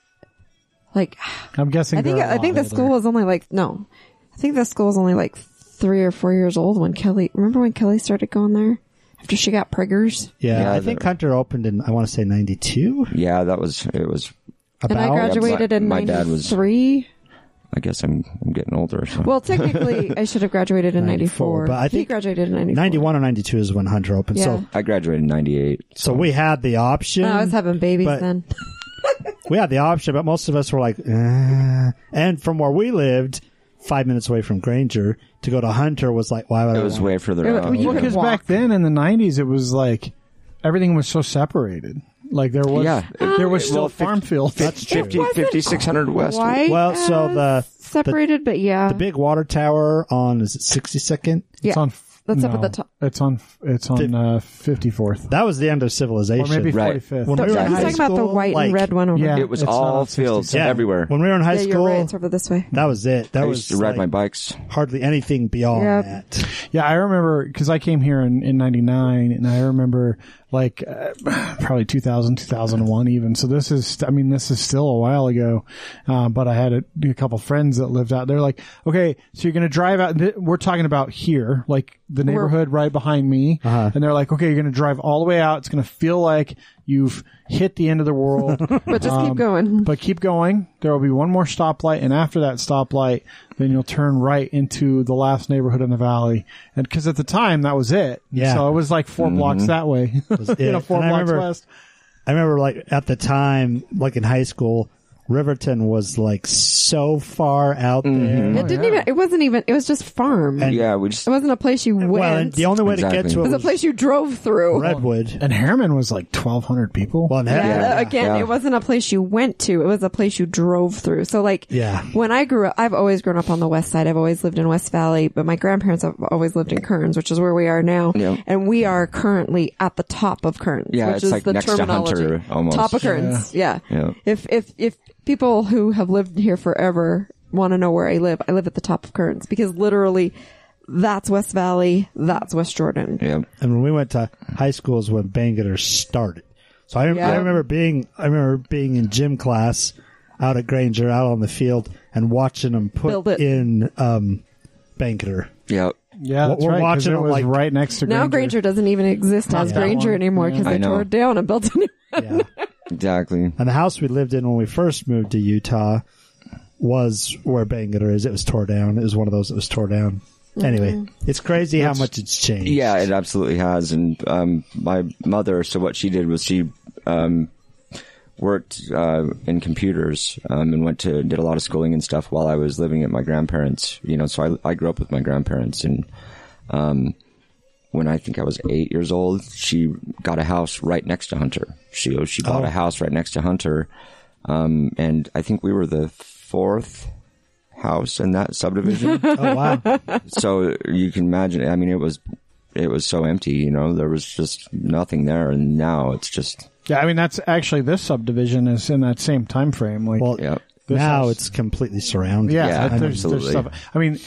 Speaker 2: like
Speaker 3: I'm guessing.
Speaker 2: I think
Speaker 3: they're a
Speaker 2: I think
Speaker 3: lot
Speaker 2: the school
Speaker 3: older.
Speaker 2: was only like no, I think the school was only like three or four years old when Kelly. Remember when Kelly started going there after she got priggers?
Speaker 4: Yeah,
Speaker 6: Yeah,
Speaker 4: I think
Speaker 6: they're-
Speaker 4: Hunter opened in I want to say ninety two.
Speaker 6: yeah, that was it. Was
Speaker 2: And I graduated in
Speaker 6: my dad was-
Speaker 2: '93.
Speaker 6: I guess I'm I'm getting older. So.
Speaker 2: Well, technically, I should have graduated in '94,
Speaker 4: 94, but I
Speaker 2: he
Speaker 4: think
Speaker 2: graduated in '94.
Speaker 4: Ninety one or ninety two is when Hunter opened.
Speaker 2: Yeah.
Speaker 4: So
Speaker 6: I graduated in '98.
Speaker 4: so we had the option.
Speaker 2: I was having babies
Speaker 4: But-
Speaker 2: then.
Speaker 4: we had the option, but most of us were like, eh. and from where we lived, five minutes away from Granger, to go to Hunter was like, why would
Speaker 6: It
Speaker 4: I
Speaker 6: was
Speaker 4: want-
Speaker 6: way further.
Speaker 2: Yeah,
Speaker 6: out.
Speaker 2: you
Speaker 3: Well,
Speaker 2: could
Speaker 3: because
Speaker 2: walk.
Speaker 3: back then in the '90s, it was like everything was so separated. Like there was,
Speaker 6: Yeah.
Speaker 3: there was
Speaker 2: Uh,
Speaker 6: Um,
Speaker 3: still
Speaker 6: well, fif-
Speaker 3: farm fields.
Speaker 4: That's true.
Speaker 6: 50, 5600 West.
Speaker 2: Why?
Speaker 4: Well, so the-
Speaker 2: separated, but yeah,
Speaker 4: the big water tower on is it sixty second?
Speaker 2: yeah.
Speaker 3: It's on.
Speaker 2: That's up
Speaker 3: no,
Speaker 2: at the top.
Speaker 3: It's on. It's on uh, 54th,
Speaker 4: That was the end of
Speaker 3: or
Speaker 4: civilization.
Speaker 3: maybe
Speaker 6: Right.
Speaker 3: 45th.
Speaker 4: When we
Speaker 2: He's
Speaker 4: were in
Speaker 6: Exactly.
Speaker 4: high
Speaker 2: talking about the
Speaker 4: school,
Speaker 2: white and
Speaker 4: like-
Speaker 2: red one over.
Speaker 3: Yeah.
Speaker 6: It was
Speaker 3: It's not
Speaker 6: all
Speaker 3: on
Speaker 6: fields
Speaker 3: 66.
Speaker 6: everywhere.
Speaker 4: When we were in high
Speaker 2: Yeah,
Speaker 4: school,
Speaker 2: you're right. It's over this way.
Speaker 4: that was it. That
Speaker 6: I
Speaker 4: was
Speaker 6: used to ride
Speaker 4: like,
Speaker 6: my bikes.
Speaker 4: hardly anything beyond
Speaker 2: Yep.
Speaker 4: that.
Speaker 3: Yeah, I remember because I came here in, in 99 and I remember like uh, probably 2000, 2001 even. So this is, I mean, this is still a while ago. Uh, but I had a, a couple friends that lived out there like, okay, so you're going to drive out. th- We're talking about here, like the neighborhood right behind me. And they're like, okay, you're going to drive all the way out. It's going to feel like you've hit the end of the world.
Speaker 4: Um,
Speaker 2: But just keep going.
Speaker 3: but keep going There will be one more stoplight, and after that stoplight, then you'll turn right into the last neighborhood in the valley. And because at the time that was it,
Speaker 4: Yeah.
Speaker 3: So it was like
Speaker 6: Mm-hmm.
Speaker 3: 4 blocks that way,
Speaker 4: was
Speaker 3: you
Speaker 4: it.
Speaker 3: know, four
Speaker 4: And I
Speaker 3: blocks
Speaker 4: remember-
Speaker 3: west.
Speaker 4: I remember like at the time, like in high school, Riverton was like so far out there.
Speaker 2: It didn't even. It wasn't even. It was just farm.
Speaker 4: oh, And-
Speaker 6: Yeah, we just
Speaker 2: it wasn't a place you went.
Speaker 4: Well, and the only way to get
Speaker 6: Exactly.
Speaker 4: to
Speaker 2: it
Speaker 4: it
Speaker 2: was a
Speaker 4: was
Speaker 2: place you drove through.
Speaker 4: Redwood.
Speaker 3: And Harriman was like 1,200 people.
Speaker 4: Well, and
Speaker 2: Yeah,
Speaker 4: that-
Speaker 2: uh, again,
Speaker 6: yeah.
Speaker 2: it wasn't a place you went to. It was a place you drove through. So like,
Speaker 4: Yeah.
Speaker 2: when I grew up, I've always grown up on the west side. I've always lived in West Valley, but my grandparents have always lived in Kearns, which is where we are now.
Speaker 6: Yeah.
Speaker 2: And we are currently at the top of Kearns,
Speaker 6: Yeah,
Speaker 2: which
Speaker 6: it's
Speaker 2: is
Speaker 6: like
Speaker 2: the
Speaker 6: next to
Speaker 2: terminology.
Speaker 6: Hunter, almost.
Speaker 2: Top of Kearns. Yeah.
Speaker 6: Yeah.
Speaker 2: If, if, if people who have lived here forever want to know where I live, I live at the top of Kearns because literally that's West Valley. That's West Jordan.
Speaker 6: yeah.
Speaker 4: and when we went to high school is when Bangor started. So I,
Speaker 2: Yeah.
Speaker 4: I remember being I remember being in gym class out at Granger, out on the field, and watching them
Speaker 2: Build
Speaker 4: put
Speaker 2: it.
Speaker 4: in um, Bangor.
Speaker 6: Yeah.
Speaker 3: yeah, that's
Speaker 4: we're
Speaker 3: right, 'cause
Speaker 4: watching
Speaker 3: it
Speaker 4: it,
Speaker 3: was
Speaker 4: like-
Speaker 3: right next to
Speaker 2: Now
Speaker 3: Granger.
Speaker 2: Granger doesn't even exist as
Speaker 3: that
Speaker 2: Granger
Speaker 3: one.
Speaker 2: anymore because
Speaker 3: Yeah.
Speaker 2: they
Speaker 6: I know.
Speaker 2: tore it down and built a new
Speaker 4: Yeah.
Speaker 6: Exactly.
Speaker 4: and the house we lived in when we first moved to Utah was where Bangor is. It was tore down. It was one of those that was tore down.
Speaker 3: Mm-hmm.
Speaker 4: Anyway, it's crazy how much it's changed.
Speaker 6: Yeah, it absolutely has. And um, my mother, so what she did was she um, worked uh, in computers um, and went to did a lot of schooling and stuff while I was living at my grandparents. You know, so I I grew up with my grandparents, and um, when I think I was eight years old, she got a house right next to Hunter. She she bought
Speaker 4: Oh.
Speaker 6: a house right next to Hunter, um, and I think we were the fourth house in that subdivision
Speaker 4: Oh wow.
Speaker 6: so you can imagine. I mean, it was it was so empty. You know, there was just nothing there, and now it's just
Speaker 3: Yeah, I mean that's actually this subdivision is in that same time frame. Like,
Speaker 4: Well,
Speaker 6: yeah,
Speaker 3: This
Speaker 4: now
Speaker 3: house.
Speaker 4: it's completely surrounded.
Speaker 3: yeah,
Speaker 6: yeah,
Speaker 3: that- there's, there's
Speaker 6: absolutely.
Speaker 3: stuff. I mean,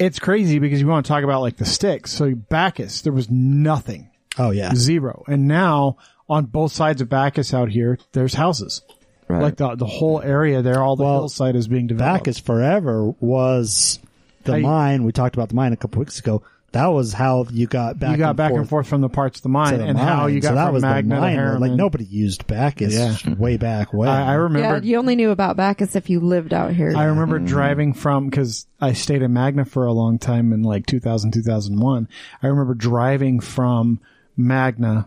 Speaker 3: it's crazy because you want to talk about like the sticks. So Bacchus, there was nothing,
Speaker 4: Oh yeah.
Speaker 3: zero, and now on both sides of Bacchus out here, there's houses.
Speaker 6: right.
Speaker 3: Like the the whole area there, all the
Speaker 4: Well,
Speaker 3: hillside is being developed.
Speaker 4: Bacchus Forever was the
Speaker 3: Hey.
Speaker 4: mine. We talked about the mine a couple weeks ago. That was how you got back.
Speaker 3: you got
Speaker 4: and
Speaker 3: back
Speaker 4: forth
Speaker 3: and forth from the parts of the mine,
Speaker 4: to the
Speaker 3: and how
Speaker 4: mine.
Speaker 3: you got
Speaker 4: so that
Speaker 3: from
Speaker 4: was
Speaker 3: Magna
Speaker 4: the
Speaker 3: to
Speaker 4: mine. Like
Speaker 3: Harriman.
Speaker 4: nobody used Bacchus
Speaker 3: Yeah.
Speaker 4: way back when.
Speaker 3: I, I remember.
Speaker 2: Yeah, you only knew about Bacchus if you lived out here.
Speaker 3: I remember
Speaker 4: Mm.
Speaker 3: driving from because I stayed in Magna for a long time in like 2000, 2001. I remember driving from Magna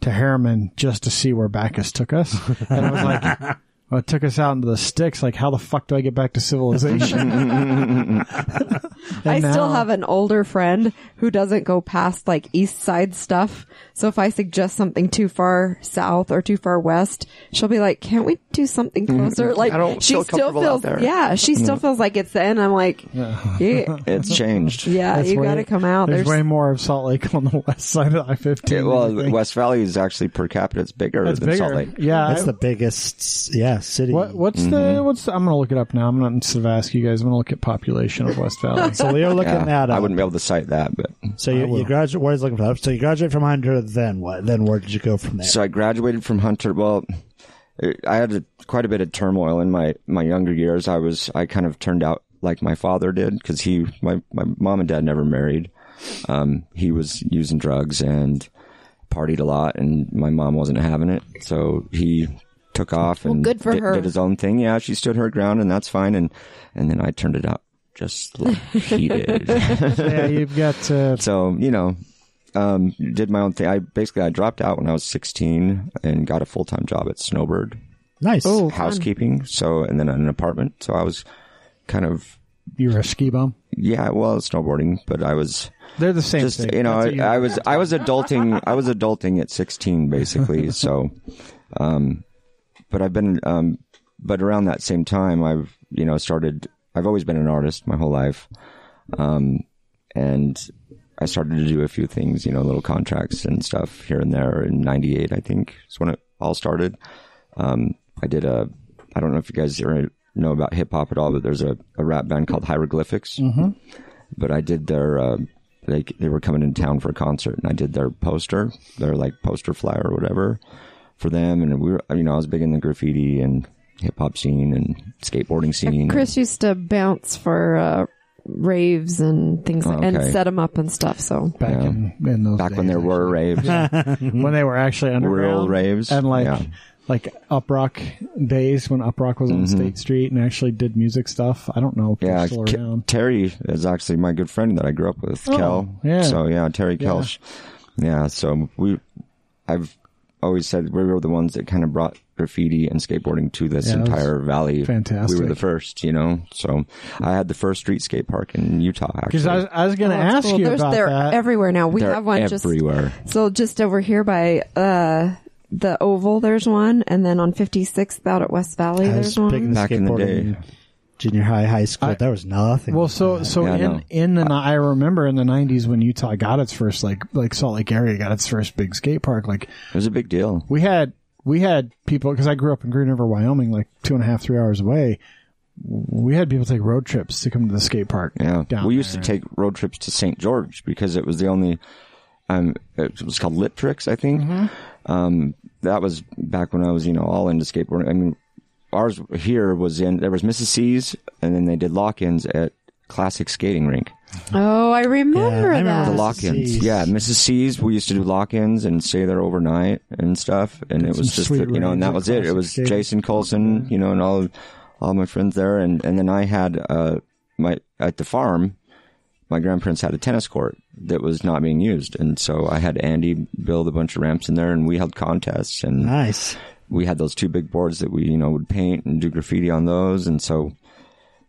Speaker 3: to Harriman just to see where Bacchus took us. And I was like, well, it took us out into the sticks. Like, how the fuck do I get back to civilization?
Speaker 2: I still
Speaker 3: now-
Speaker 2: have an older friend who doesn't go past like east side stuff. So if I suggest something too far south or too far west, she'll be like, can't we do something
Speaker 3: Mm-hmm.
Speaker 2: closer? Like,
Speaker 7: I don't
Speaker 2: she
Speaker 7: feel
Speaker 2: still
Speaker 7: comfortable
Speaker 2: feels,
Speaker 7: out there.
Speaker 2: yeah, she still feels like it's the end. I'm like, yeah,
Speaker 6: it's changed.
Speaker 2: yeah
Speaker 3: That's
Speaker 2: you
Speaker 3: way-
Speaker 2: gotta come out.
Speaker 3: There's
Speaker 2: There's,
Speaker 3: way more of Salt Lake on the west side of I 15.
Speaker 6: It- well, West Valley is actually per capita it's bigger
Speaker 3: That's
Speaker 6: than
Speaker 3: bigger.
Speaker 6: Salt Lake.
Speaker 3: Yeah.
Speaker 4: That's
Speaker 3: I-
Speaker 4: the biggest, yeah, city.
Speaker 3: what, what's
Speaker 6: Mm-hmm.
Speaker 3: the, what's the, I'm going to look it up now. I'm not going to ask you guys. I'm going to look at population of West Valley.
Speaker 4: So we are looking
Speaker 6: Yeah,
Speaker 4: at.
Speaker 6: I wouldn't be able to cite that, but
Speaker 4: So you, you graduate. What is looking for? So you graduate from Hunter. Then what? Then where did you go from there?
Speaker 6: So I graduated from Hunter. Well, it- I had a, quite a bit of turmoil in my my younger years. I was I kind of turned out like my father did because he my my mom and dad never married. Um, he was using drugs and partied a lot, and my mom wasn't having it. So he took off and
Speaker 2: good for
Speaker 6: did,
Speaker 2: her.
Speaker 6: did his own thing. Yeah, she stood her ground, and that's fine. And and then I turned it out just like he did.
Speaker 3: yeah, you've got, uh,
Speaker 6: So you know, um, did my own thing. I basically I dropped out when I was 16 and got a full time job at Snowbird
Speaker 4: nice.
Speaker 2: oh,
Speaker 6: housekeeping. So and then an apartment. So I was kind of
Speaker 3: you're a ski bum.
Speaker 6: yeah, well snowboarding, but I was
Speaker 3: They're the same
Speaker 6: just
Speaker 3: thing.
Speaker 6: you know
Speaker 3: That's what
Speaker 6: I, I was I was adulting I was adulting at 16 basically. so, um, but I've been um, but around that same time I've you know started. I've always been an artist my whole life, um, and I started to do a few things, you know, little contracts and stuff here and there. In '98, I think is when it all started. Um, I did a. I don't know if you guys are- know about hip hop at all, but there's a, a rap band called Hieroglyphics but I did their uh, they they were coming in town for a concert, and I did their poster, their like poster flyer or whatever for them, and we were you know I was big in the graffiti and hip hop scene and skateboarding scene.
Speaker 2: Chris used to bounce for, uh, raves and
Speaker 3: Oh,
Speaker 2: things like, and
Speaker 6: Okay.
Speaker 2: set them up and stuff. So
Speaker 3: back in, in those
Speaker 6: back when
Speaker 3: days.
Speaker 6: there were raves,
Speaker 3: when they were actually underground
Speaker 6: real raves,
Speaker 3: and like
Speaker 6: yeah.
Speaker 3: like Uprock days when Uprock was on State Street and actually did music stuff. I don't know if
Speaker 6: Mm-hmm. Yeah,
Speaker 3: they're still
Speaker 6: Ke-
Speaker 3: around.
Speaker 6: Terry is actually my good friend that I grew up with,
Speaker 3: Oh,
Speaker 6: Kel.
Speaker 3: yeah.
Speaker 6: So yeah, Terry
Speaker 3: Yeah.
Speaker 6: Kelsch. Yeah, so we, I've always said we were the ones that kind of brought graffiti and skateboarding to this
Speaker 3: Yeah, it was
Speaker 6: entire valley.
Speaker 3: fantastic.
Speaker 6: We were the first, you know. So I had the first street skate park in Utah.
Speaker 3: Because
Speaker 6: Actually,
Speaker 3: I was, I was going to
Speaker 2: Oh, that's
Speaker 3: ask
Speaker 2: cool.
Speaker 3: you
Speaker 2: There's,
Speaker 3: about
Speaker 2: they're
Speaker 3: that.
Speaker 2: everywhere now. We
Speaker 6: They're
Speaker 2: have one just
Speaker 6: everywhere.
Speaker 2: so just over here by uh the Oval. There's one, and then on 56th out at West Valley,
Speaker 4: I
Speaker 2: there's
Speaker 4: was big
Speaker 2: one.
Speaker 4: into
Speaker 6: Back in the
Speaker 4: skateboarding
Speaker 6: day.
Speaker 4: in junior high, high school.
Speaker 3: I-
Speaker 4: there was nothing.
Speaker 3: Well,
Speaker 4: like
Speaker 3: so
Speaker 4: that.
Speaker 3: so
Speaker 6: Yeah, I know.
Speaker 3: in in the I remember in the '90s when Utah got its first like like Salt Lake area got its first big skate park. Like
Speaker 6: it was a big deal.
Speaker 3: we had we had people because I grew up in Green River, Wyoming, like two and a half three hours away. We had people take road trips to come to the skate park.
Speaker 6: Yeah,
Speaker 3: down
Speaker 6: we used
Speaker 3: there.
Speaker 6: to take road trips to St. George because it was the only. Um, it was called Lip Tricks, I think.
Speaker 3: Mm-hmm.
Speaker 6: Um, that was back when I was, you know, all into skateboarding. I mean, ours here was in there was Mrs. C's, and then they did lock-ins at Classic Skating Rink.
Speaker 2: Oh, I remember
Speaker 4: Yeah, I remember
Speaker 2: that.
Speaker 4: the
Speaker 6: The
Speaker 4: Mrs.
Speaker 6: lock-ins,
Speaker 4: C's.
Speaker 6: yeah, Mrs. C's. We used to do lock-ins and stay there overnight and stuff, and it
Speaker 3: some
Speaker 6: was just
Speaker 3: sweet
Speaker 6: you know,
Speaker 3: rides
Speaker 6: and that
Speaker 3: at
Speaker 6: was it. It
Speaker 3: Classic
Speaker 6: was
Speaker 3: Skating.
Speaker 6: Jason Colson, you know, and all all my friends there, and and then I had uh my at the farm my grandparents had a tennis court that was not being used. And so I had Andy build a bunch of ramps in there and we held contests and
Speaker 3: Ah.
Speaker 4: nice.
Speaker 6: we had those two big boards that we, you know, would paint and do graffiti on those. And so,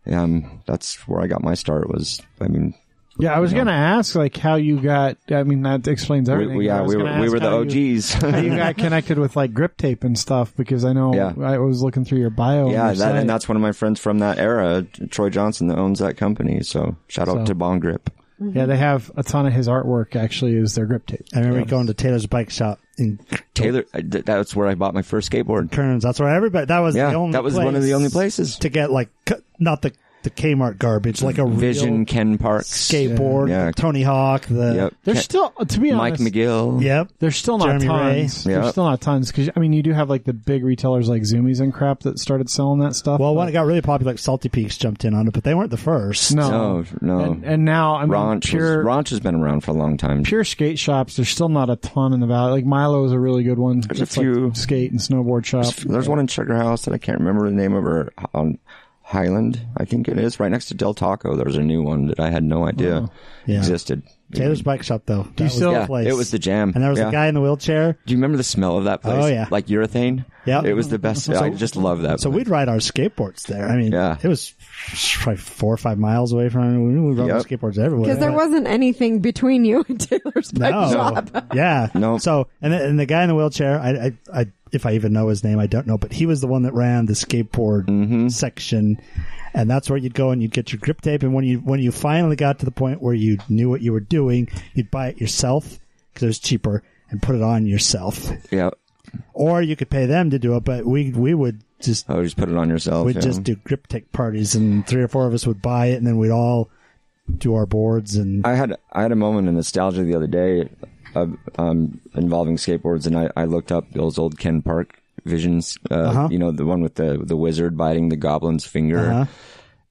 Speaker 6: um, that's where I got my start was, I mean,
Speaker 3: Yeah, I was going to ask like how you got. I mean, that explains
Speaker 6: we,
Speaker 3: everything.
Speaker 6: we,
Speaker 3: but I
Speaker 6: yeah,
Speaker 3: was
Speaker 6: we,
Speaker 3: gonna
Speaker 6: were, we
Speaker 3: ask
Speaker 6: were the
Speaker 3: how You,
Speaker 6: OGs.
Speaker 3: how you got connected with like grip tape and stuff because I know
Speaker 6: Yeah.
Speaker 3: I was looking through your bio. on
Speaker 6: yeah.
Speaker 3: your
Speaker 6: That,
Speaker 3: site.
Speaker 6: and that's one of my friends from that era, Troy Johnson, that owns that company. So shout out
Speaker 3: So-
Speaker 6: to Bond Grip.
Speaker 3: yeah. They have a ton of his artwork actually is their grip tape.
Speaker 4: I remember going to Taylor's bike shop in
Speaker 6: Taylor, I- th- that's where I bought my first skateboard.
Speaker 4: Kearns. That's where everybody. That was
Speaker 6: Yeah,
Speaker 4: the only.
Speaker 6: that was one of the only places.
Speaker 4: to get like c- not the the Kmart garbage, like a
Speaker 6: Vision
Speaker 4: real
Speaker 6: Ken Parks.
Speaker 4: skateboard,
Speaker 6: Yeah.
Speaker 4: the Tony Hawk, the
Speaker 6: Yep.
Speaker 3: There's
Speaker 6: Ken-
Speaker 3: still to be
Speaker 6: Mike
Speaker 3: honest.
Speaker 6: McGill.
Speaker 4: yep.
Speaker 3: There's still not
Speaker 4: Jeremy Ray.
Speaker 3: tons.
Speaker 6: Yeah.
Speaker 3: There's still not tons because I mean you do have like the big retailers like Zoomies and crap that started selling that stuff.
Speaker 4: Well,
Speaker 3: but-
Speaker 4: when it got really popular, like Salty Peaks jumped in on it, but they weren't the first.
Speaker 3: no,
Speaker 6: No, Oh, no.
Speaker 3: And, and now I mean
Speaker 6: Ranch,
Speaker 3: pure
Speaker 6: was, Ranch has been around for a long time.
Speaker 3: pure skate shops. There's still not a ton in the valley. Like Milo is a really good one. There's
Speaker 6: a few.
Speaker 3: like skate and snowboard shop.
Speaker 6: There's one in Sugar House that I can't remember the name of, or on Highland, I think it is, right next to Del Taco. There's a new one that I had no idea
Speaker 3: Oh,
Speaker 4: Yeah.
Speaker 6: existed.
Speaker 4: Taylor's bike shop though. Do
Speaker 3: you still-
Speaker 4: was
Speaker 6: yeah,
Speaker 4: the place.
Speaker 6: it was the jam.
Speaker 4: and there was
Speaker 6: yeah.
Speaker 4: a guy in the wheelchair.
Speaker 6: Do you remember the smell of that place?
Speaker 4: Oh, yeah.
Speaker 6: like urethane.
Speaker 4: Yeah.
Speaker 6: it was the best. I just love that.
Speaker 4: So
Speaker 6: place.
Speaker 4: we'd ride our skateboards there. I mean,
Speaker 6: Yeah.
Speaker 4: it was probably four or five miles away from. We rode our
Speaker 6: Yep.
Speaker 4: skateboards everywhere.
Speaker 2: Because there
Speaker 4: but-
Speaker 2: wasn't anything between you and Taylor's bike
Speaker 4: No.
Speaker 2: shop.
Speaker 4: yeah.
Speaker 6: No.
Speaker 4: So and the, and the guy in the wheelchair, I, I I if I even know his name, I don't know, but he was the one that ran the skateboard
Speaker 6: Mm-hmm.
Speaker 4: section, and that's where you'd go and you'd get your grip tape, and when you when you finally got to the point where you knew what you were doing, you'd buy it yourself because it was cheaper and put it on yourself,
Speaker 6: yeah.
Speaker 4: or you could pay them to do it, but we we would just
Speaker 6: Oh, just put it on yourself.
Speaker 4: we'd
Speaker 6: yeah.
Speaker 4: just do grip tape parties, and three or four of us would buy it, and then we'd all do our boards and.
Speaker 6: I had I had a moment of nostalgia the other day, of, um, involving skateboards, and I, I looked up those old Ken Park visions. Uh, You know, the one with the the wizard biting the goblin's finger.
Speaker 4: Uh-huh.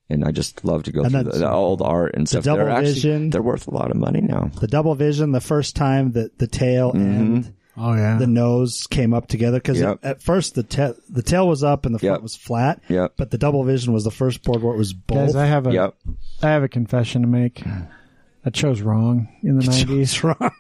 Speaker 6: And I just love to go
Speaker 4: And
Speaker 6: through the,
Speaker 4: that's-
Speaker 6: the old art and stuff.
Speaker 4: double
Speaker 6: they're actually
Speaker 4: vision.
Speaker 6: they're worth a lot of money now.
Speaker 4: the double vision, the first time that the tail and
Speaker 3: Oh yeah.
Speaker 4: the nose came up together because
Speaker 6: Mm-hmm. Yep.
Speaker 4: at first the ta- the tail was up and the front
Speaker 6: Yep.
Speaker 4: was flat.
Speaker 6: Yep.
Speaker 4: But the double vision was the first board where it was both.
Speaker 3: Guys, I have a I
Speaker 6: Yep.
Speaker 3: have a confession to make. I chose wrong in the nineties.
Speaker 4: It's wrong.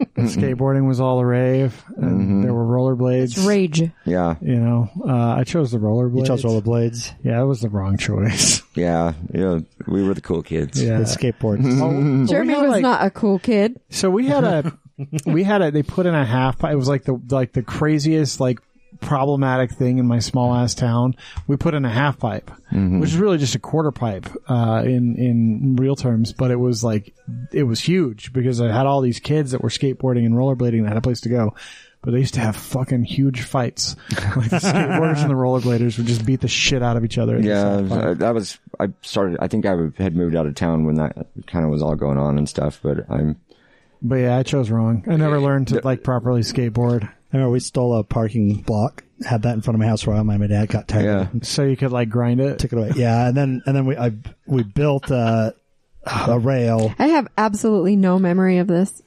Speaker 3: Skateboarding was all the rave. And
Speaker 6: Mm-hmm.
Speaker 3: There were rollerblades.
Speaker 2: Rage.
Speaker 6: Yeah,
Speaker 3: You know, uh, I chose the rollerblades.
Speaker 4: You chose rollerblades.
Speaker 3: Yeah, that was the wrong choice.
Speaker 6: yeah, yeah. We were the cool kids.
Speaker 3: Yeah.
Speaker 4: The skateboards.
Speaker 6: Mm-hmm.
Speaker 3: Oh,
Speaker 2: Jeremy
Speaker 3: we had,
Speaker 2: was
Speaker 3: like-
Speaker 2: not a cool kid.
Speaker 3: So we had a, we had a. They put in a half. pipe. It was like the like the craziest like problematic thing in my small ass town. We put in a half pipe,
Speaker 6: Mm-hmm.
Speaker 3: which is really just a quarter pipe uh, in in real terms. But it was like it was huge because I had all these kids that were skateboarding and rollerblading and had a place to go. But they used to have fucking huge fights. Like the skateboarders and the rollerbladers would just beat the shit out of each other. at this
Speaker 6: Yeah,
Speaker 3: half pipe.
Speaker 6: I- that was. I started. I think I had moved out of town when that kind of was all going on and stuff. But I'm
Speaker 3: But yeah, I chose wrong. I never learned to like properly skateboard.
Speaker 4: I remember we stole a parking block, had that in front of my house for a while. My, my dad got tired.
Speaker 6: yeah.
Speaker 4: of it and
Speaker 3: So you could like grind it.
Speaker 4: took it away. Yeah, and then and then we I we built uh, a rail
Speaker 2: I have absolutely no memory of this.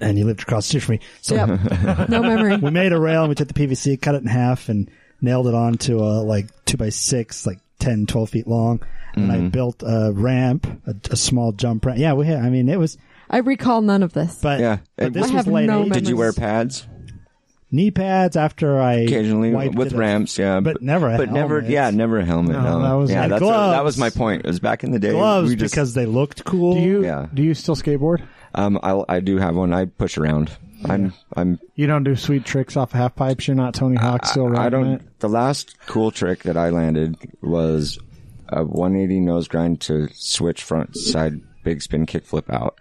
Speaker 4: and you lived across the street from me. So
Speaker 2: Yep. no memory.
Speaker 4: we made a rail and we took the PVC, cut it in half, and nailed it onto a like two by six, like 10, 12 feet long. And
Speaker 6: Mm-hmm.
Speaker 4: I built a ramp, a, a small jump ramp. Yeah, we had, I mean, it was,
Speaker 2: I recall none of this.
Speaker 4: but,
Speaker 6: Yeah.
Speaker 4: but
Speaker 6: And
Speaker 4: this
Speaker 2: I
Speaker 4: was
Speaker 2: have
Speaker 4: late
Speaker 2: no
Speaker 4: 80s.
Speaker 6: Did you wear
Speaker 2: Memories.
Speaker 6: pads
Speaker 4: knee pads after I
Speaker 6: occasionally
Speaker 4: wiped
Speaker 6: with
Speaker 4: it up.
Speaker 6: ramps? Yeah,
Speaker 4: but never a
Speaker 6: but never.
Speaker 4: helmet.
Speaker 6: Yeah, never a helmet.
Speaker 3: No,
Speaker 6: No,
Speaker 3: that was-
Speaker 6: yeah,
Speaker 4: And
Speaker 6: that's
Speaker 4: gloves.
Speaker 6: that was my point. It was back in the day.
Speaker 4: gloves
Speaker 6: we just,
Speaker 4: because they looked cool.
Speaker 3: Do you
Speaker 6: Yeah.
Speaker 3: do you still skateboard?
Speaker 6: um, I I do have one. I push around. I'm I'm
Speaker 3: You don't do sweet tricks off half pipes. You're not Tony Hawk still riding
Speaker 6: I
Speaker 3: it.
Speaker 6: don't. The last cool trick that I landed was a 180 nose grind to switch front side big spin kickflip out.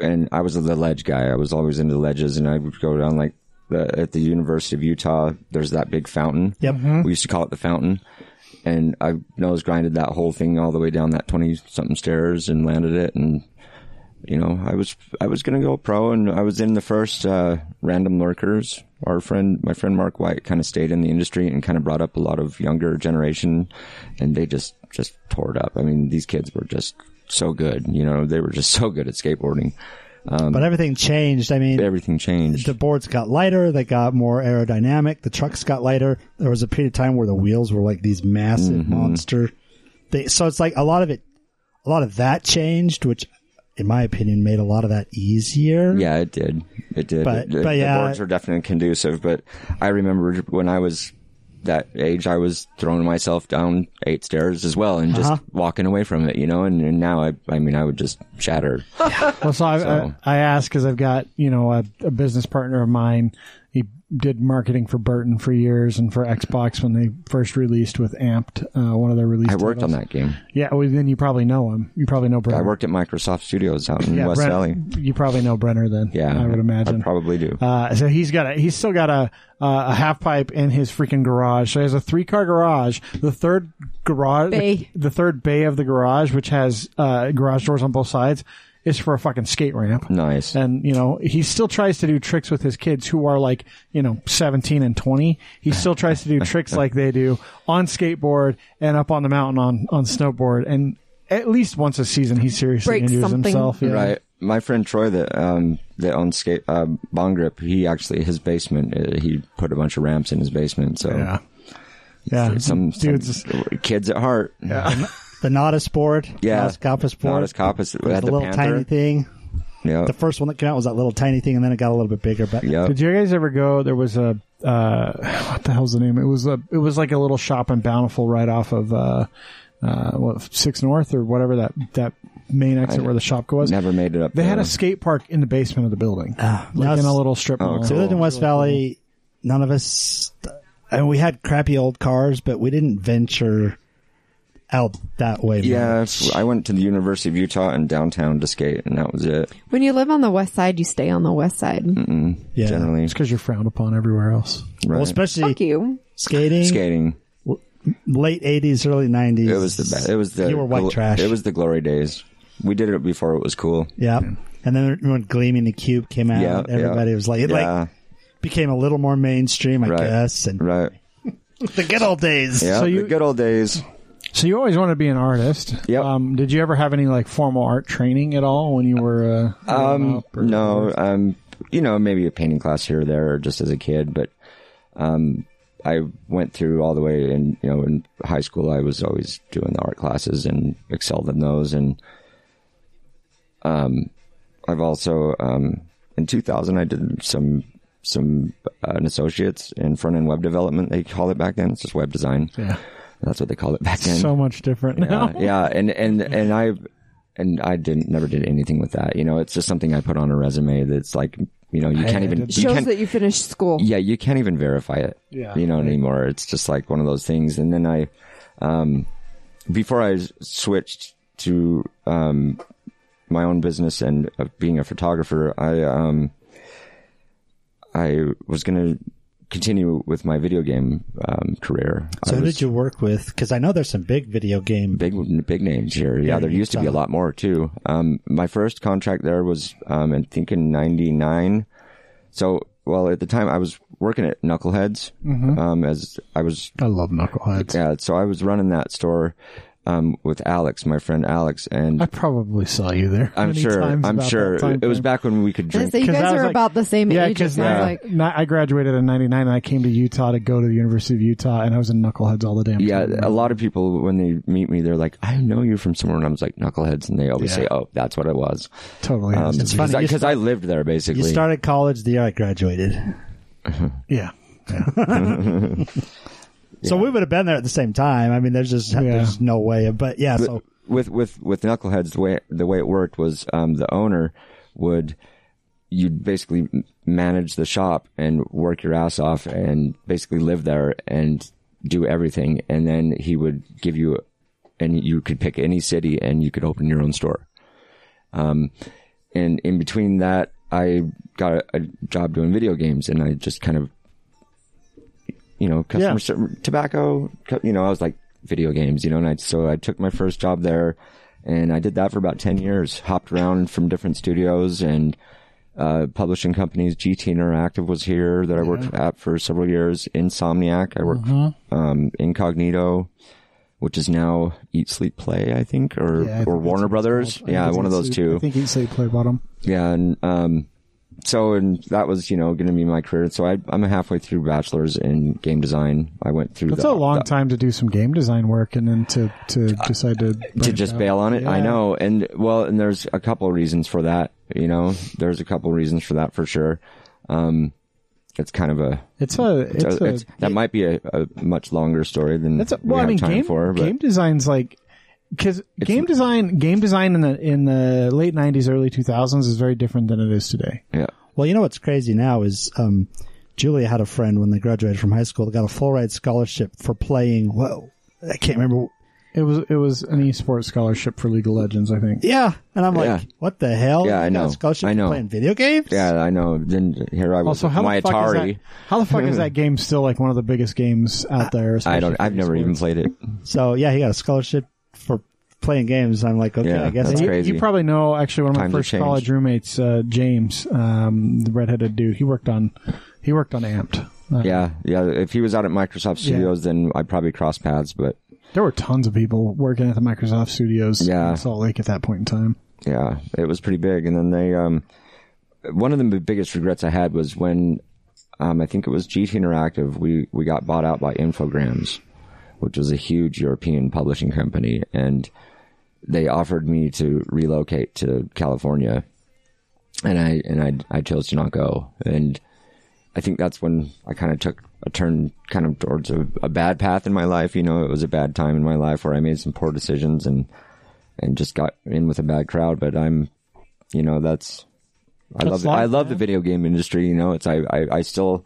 Speaker 6: And I was the ledge guy. I was always into ledges, and I would go down like the, at the University of Utah. There's that big fountain.
Speaker 4: Yep.
Speaker 3: Mm-hmm.
Speaker 6: We used to call it the fountain. And I nose grinded that whole thing all the way down that 20 something stairs and landed it and you know, I was I was gonna go pro, and I was in the first uh, random lurkers. Our friend, my friend Mark White, kind of stayed in the industry and kind of brought up a lot of younger generation, and they just just tore it up. I mean, these kids were just so good. You know, they were just so good at skateboarding.
Speaker 4: but everything changed. I mean,
Speaker 6: Everything changed.
Speaker 4: the boards got lighter. They got more aerodynamic. The trucks got lighter. There was a period of time where the wheels were like these massive
Speaker 6: Mm-hmm.
Speaker 4: monster. They, so it's like a lot of it, a lot of that changed, which in my opinion made a lot of that easier.
Speaker 3: Mm-hmm.
Speaker 6: Yeah, it did. It did.
Speaker 4: But-
Speaker 6: It did.
Speaker 4: but yeah.
Speaker 6: the boards are definitely conducive. But I remember when I was that age, I was throwing myself down eight stairs as well, and just
Speaker 4: Uh-huh.
Speaker 6: walking away from it. You know, and, and now I, I mean, I would just shatter.
Speaker 3: Well, so I,
Speaker 6: So-
Speaker 3: I, I ask because I've got you know a, a business partner of mine. He did marketing for Burton for years and for Xbox when they first released with Amped, uh, one of their release.
Speaker 6: I worked on
Speaker 3: titles.
Speaker 6: that game.
Speaker 3: Yeah, well, then you probably know him. You probably know Brenner.
Speaker 6: I worked at Microsoft Studios out in
Speaker 3: yeah,
Speaker 6: West
Speaker 3: Brenner-
Speaker 6: Valley.
Speaker 3: You probably know Brenner then.
Speaker 6: Yeah,
Speaker 3: I would imagine.
Speaker 6: I probably do.
Speaker 3: Uh, so he's got a he's still got a uh, a half pipe in his freaking garage. So he has a three car garage. The third garage,
Speaker 2: Bay.
Speaker 3: The, third bay of the garage, which has uh, garage doors on both sides, is for a fucking skate ramp.
Speaker 6: nice.
Speaker 3: And you know he still tries to do tricks with his kids who are like you know seventeen and twenty. He still tries to do tricks like they do on skateboard and up on the mountain on on snowboard. And at least once a season, he seriously
Speaker 2: Breaks
Speaker 3: injures
Speaker 2: something.
Speaker 3: himself. Yeah.
Speaker 6: Right. My friend Troy that um that owns skate uh, Bond Grip, he actually his basement uh, he put a bunch of ramps in his basement. So
Speaker 3: Yeah. Yeah.
Speaker 6: some, some
Speaker 3: Dudes-
Speaker 6: kids at heart.
Speaker 4: The Nautis board.
Speaker 6: Yeah.
Speaker 4: Nautis Compass board.
Speaker 6: Nautis Compass.
Speaker 4: It
Speaker 6: We
Speaker 4: was
Speaker 6: had
Speaker 4: the
Speaker 6: the
Speaker 4: little
Speaker 6: Panther.
Speaker 4: tiny thing.
Speaker 6: Yeah.
Speaker 4: The first one that came out was that little tiny thing, and then it got a little bit bigger. But
Speaker 6: yeah.
Speaker 3: Did you guys ever go? There was a uh, what the hell's the name? It was a it was like a little shop in Bountiful right off of uh, uh, what, Six North or whatever that that main exit where the shop was.
Speaker 6: Never made it up.
Speaker 3: They had
Speaker 6: there.
Speaker 3: a skate park in the basement of the building, like
Speaker 4: Ah, that's-
Speaker 3: in a little strip
Speaker 6: Oh,
Speaker 3: mall.
Speaker 4: So we lived in West Valley. None of us, and we had crappy old cars, but we didn't venture out that way.
Speaker 6: Yeah,
Speaker 4: much.
Speaker 6: I went to the University of Utah in downtown to skate, and that was it.
Speaker 2: When you live on the west side, you stay on the west side.
Speaker 4: yeah.
Speaker 6: Generally,
Speaker 3: It's because you're frowned upon everywhere else.
Speaker 4: Well,
Speaker 6: right.
Speaker 4: especially
Speaker 2: Fuck you.
Speaker 4: skating,
Speaker 6: skating.
Speaker 4: late '80s, early '90s.
Speaker 6: It was the best. It was the
Speaker 4: You were white
Speaker 6: gl-
Speaker 4: trash.
Speaker 6: It was the glory days. We did it before it was cool.
Speaker 4: Yeah. And then when Gleaming the Cube came out,
Speaker 6: Yeah,
Speaker 4: everybody
Speaker 6: yeah.
Speaker 4: was like, it
Speaker 6: yeah,
Speaker 4: like became a little more mainstream, I
Speaker 6: Right.
Speaker 4: guess. And
Speaker 6: right.
Speaker 4: the good old days.
Speaker 6: Yeah,
Speaker 3: So you-
Speaker 6: the good old days.
Speaker 3: So you always wanted to be an artist.
Speaker 6: Yep.
Speaker 3: Um, did you ever have any like formal art training at all when you were? Uh, growing
Speaker 6: Um,
Speaker 3: up or-
Speaker 6: no, um, you know, maybe a painting class here or there, or just as a kid, but um, I went through all the way, and you know, in high school, I was always doing the art classes and excelled in those, and um, I've also um, in 2000 I did some some uh, an associates in front end web development. They call it back then. It's just web design.
Speaker 3: Yeah.
Speaker 6: That's what they call it back then.
Speaker 3: So much different
Speaker 6: Yeah,
Speaker 3: now.
Speaker 6: Uh, yeah, and and and I and I didn't never did anything with that. You know, it's just something I put on a resume that's like, you know, you can't even you
Speaker 2: Shows
Speaker 6: can't,
Speaker 2: that you finished school.
Speaker 6: yeah, you can't even verify it.
Speaker 3: Yeah.
Speaker 6: You know anymore. It's just like one of those things. And then I, um, before I s- switched to um, my own business and uh, being a photographer, I um, I was gonna continue with my video game um, career.
Speaker 4: So
Speaker 6: I
Speaker 4: who
Speaker 6: was,
Speaker 4: did you work with? Because I know there's some big video game.
Speaker 6: big big names here. Yeah, there used to be a lot more too. Um, my first contract there was um, I think in '99. So, well, at the time I was working at
Speaker 3: Mm-hmm.
Speaker 6: Knuckleheads. Um, as I was
Speaker 3: I love knuckleheads.
Speaker 6: yeah, so I was running that store, um, with Alex, my friend Alex, and
Speaker 3: I probably saw you there.
Speaker 6: I'm
Speaker 3: many
Speaker 6: sure.
Speaker 3: times
Speaker 6: I'm
Speaker 3: about
Speaker 6: sure
Speaker 3: that time
Speaker 6: it was
Speaker 3: frame.
Speaker 6: back when we could
Speaker 2: And
Speaker 6: drink.
Speaker 2: so you
Speaker 3: 'Cause I
Speaker 2: guys
Speaker 3: was
Speaker 2: are
Speaker 3: like-
Speaker 2: about the same
Speaker 3: Yeah,
Speaker 2: age.
Speaker 3: because
Speaker 2: and I was
Speaker 6: now-
Speaker 2: like,
Speaker 3: I graduated in '99 and I came to Utah to go to the University of Utah, and I was in knuckleheads all the damn
Speaker 6: Yeah, uh,
Speaker 3: time.
Speaker 6: a lot of people when they meet me, they're like, "I know you from somewhere," and I was like, "Knuckleheads," and they always
Speaker 3: Yeah.
Speaker 6: say, "Oh, that's what it was."
Speaker 3: totally.
Speaker 6: Um,
Speaker 3: has to
Speaker 4: funny, you
Speaker 6: because I, lived there basically.
Speaker 4: You started college the year I graduated.
Speaker 3: be. Yeah,
Speaker 4: So we would have been there at the same time. I mean, there's just there's no way. But yeah,
Speaker 6: But
Speaker 4: so
Speaker 6: with with with knuckleheads, the way the way it worked was um, the owner would you'd basically m- manage the shop and work your ass off and basically live there and do everything, and then he would give you and you could pick any city and you could open your own store. Um, and in between that, I got a, a job doing video games, and I just kind of, you know, customer ser- tobacco. cu- You know, I was like video games, you know, and I so I took my first job there, and I did that for about ten years. Hopped around from different studios and uh, publishing companies. GT Interactive was here that I worked at for several years. Insomniac, I worked
Speaker 3: Mm-hmm.
Speaker 6: um, Incognito. Which is now Eat Sleep Play, I think, or
Speaker 3: Yeah, I think
Speaker 6: or
Speaker 3: that's what
Speaker 6: Warner
Speaker 3: it's
Speaker 6: Brothers.
Speaker 3: called. I
Speaker 6: Yeah,
Speaker 3: think
Speaker 6: one of
Speaker 3: it's
Speaker 6: those
Speaker 3: Eat-
Speaker 6: two
Speaker 3: I think you say play bottom.
Speaker 6: yeah and um so and that was you know going to be my career so I, i'm halfway through bachelor's in game design i went through
Speaker 3: That's
Speaker 6: the,
Speaker 3: a long
Speaker 6: the-
Speaker 3: time to do some game design work and then to to decide to
Speaker 6: uh, to
Speaker 3: branch
Speaker 6: just
Speaker 3: out.
Speaker 6: bail on it i
Speaker 3: Yeah.
Speaker 6: know and well and there's a couple of reasons for that you know there's a couple of reasons for that for sure um it's kind of a,
Speaker 3: It's a
Speaker 6: it's
Speaker 3: it's,
Speaker 6: a-
Speaker 3: a,
Speaker 6: it's- that might be a, a much longer story than
Speaker 3: That's a,
Speaker 6: we
Speaker 3: well, I
Speaker 6: have
Speaker 3: mean,
Speaker 6: time
Speaker 3: game,
Speaker 6: for. But
Speaker 3: game design's like because game design, game design in the in the late '90s, early 2000s is very different than it is today.
Speaker 6: yeah,
Speaker 4: well, you know what's crazy now is um, Julia had a friend when they graduated from high school that got a full ride scholarship for playing. Whoa, I can't remember.
Speaker 3: It was it was an esports scholarship for League of Legends, I think.
Speaker 4: Yeah, and I'm like,
Speaker 6: Yeah.
Speaker 4: what the hell?
Speaker 6: Yeah, I
Speaker 4: You got a
Speaker 6: know.
Speaker 4: scholarship
Speaker 6: I
Speaker 4: for
Speaker 6: know.
Speaker 4: playing video games.
Speaker 6: yeah, I know. Then here I was
Speaker 3: Also,
Speaker 6: with
Speaker 3: how
Speaker 6: my
Speaker 3: the fuck
Speaker 6: Atari.
Speaker 3: is that? How the fuck is that game still like one of the biggest games out there?
Speaker 6: I
Speaker 3: especially
Speaker 6: don't.
Speaker 3: for
Speaker 6: I've never even
Speaker 3: esports?
Speaker 6: played it.
Speaker 4: So yeah, he got a scholarship for playing games. I'm like, okay,
Speaker 6: Yeah,
Speaker 4: I guess
Speaker 6: that's
Speaker 4: I-
Speaker 3: You-
Speaker 6: crazy.
Speaker 3: You, probably know actually one of
Speaker 6: Times
Speaker 3: my
Speaker 6: have
Speaker 3: first
Speaker 6: changed.
Speaker 3: college roommates, uh, James, um, the redheaded dude. He worked on he worked on Amped. Uh,
Speaker 6: Yeah, yeah. If he was out at Microsoft Studios, then I'd probably cross paths. But
Speaker 3: There were tons of people working at the Microsoft Studios
Speaker 6: Yeah.
Speaker 3: in Salt Lake at that point in time.
Speaker 6: yeah, it was pretty big. And then they, um, one of the biggest regrets I had was when, um, I think it was GT Interactive. We we got bought out by Infogrames, which was a huge European publishing company, and they offered me to relocate to California, and I and I I chose to not go. And I think that's when I kind of took a turn kind of towards a, a bad path in my life. You know, it was a bad time in my life where I made some poor decisions and and just got in with a bad crowd. But I'm, you know, that's I
Speaker 3: That's
Speaker 6: love
Speaker 3: life,
Speaker 6: I love the
Speaker 3: man.
Speaker 6: video game industry. You know, it's I, I I still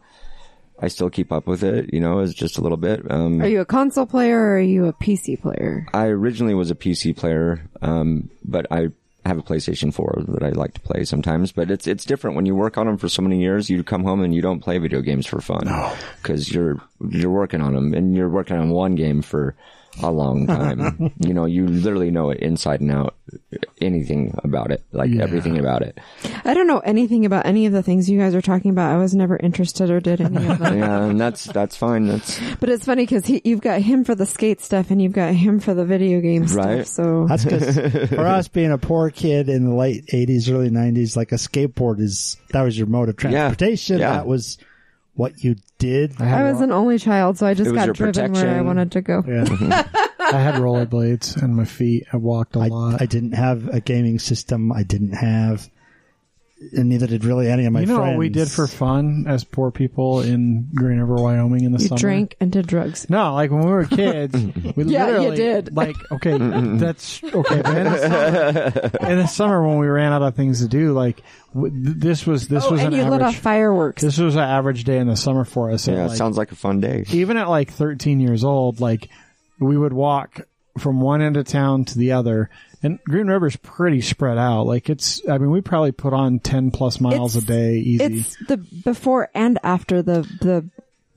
Speaker 6: I still keep up with it. You know, it's just a little bit. Um,
Speaker 2: are you a console player or are you a PC player?
Speaker 6: I originally was a PC player, um, but I have a PlayStation 4 that I like to play sometimes. But it's it's different when you work on them for so many years. You come home and you don't play video games for fun because you're you're working on them and you're working on one game for a long time. you know, you literally know it inside and out, anything about it, like everything about it.
Speaker 2: I don't know anything about any of the things you guys are talking about. I was never interested or did any of them.
Speaker 6: Yeah, and that's that's fine. That's
Speaker 2: But it's funny because you've got him for the skate stuff and you've got him for the video game stuff.
Speaker 6: Right.
Speaker 2: So
Speaker 4: That's because for us being a poor kid in the late '80s, early '90s, like a skateboard is that was your mode of transportation.
Speaker 6: Yeah.
Speaker 4: That was what you did.
Speaker 2: I was an only child, so I just
Speaker 6: was
Speaker 2: got
Speaker 6: your
Speaker 2: driven where I
Speaker 6: protection.
Speaker 2: wanted to go.
Speaker 3: I had rollerblades and my feet. I walked a
Speaker 4: I,
Speaker 3: lot.
Speaker 4: I didn't have a gaming system. I didn't have, and neither did really any of my
Speaker 3: you know
Speaker 4: friends.
Speaker 3: what we did for fun as poor people in Green River, Wyoming in the
Speaker 2: You
Speaker 3: summer?
Speaker 2: drank and did drugs.
Speaker 3: No, like when we were kids, we
Speaker 2: Yeah, you
Speaker 3: literally
Speaker 2: did.
Speaker 3: like okay, that's okay. But in, the summer, in the summer when we ran out of things to do, like w- th- this was this
Speaker 2: oh,
Speaker 3: was
Speaker 2: and
Speaker 3: an
Speaker 2: you
Speaker 3: average.
Speaker 2: lit off fireworks.
Speaker 3: this was an average day in the summer for us.
Speaker 6: yeah,
Speaker 3: And,
Speaker 6: it
Speaker 3: like,
Speaker 6: sounds like a fun day.
Speaker 3: even at like 13 years old, like we would walk from one end of town to the other. And Green River's pretty spread out. Like it's, I mean, we probably put on 10 plus miles
Speaker 2: It's-
Speaker 3: a day easy.
Speaker 2: It's the before and after the the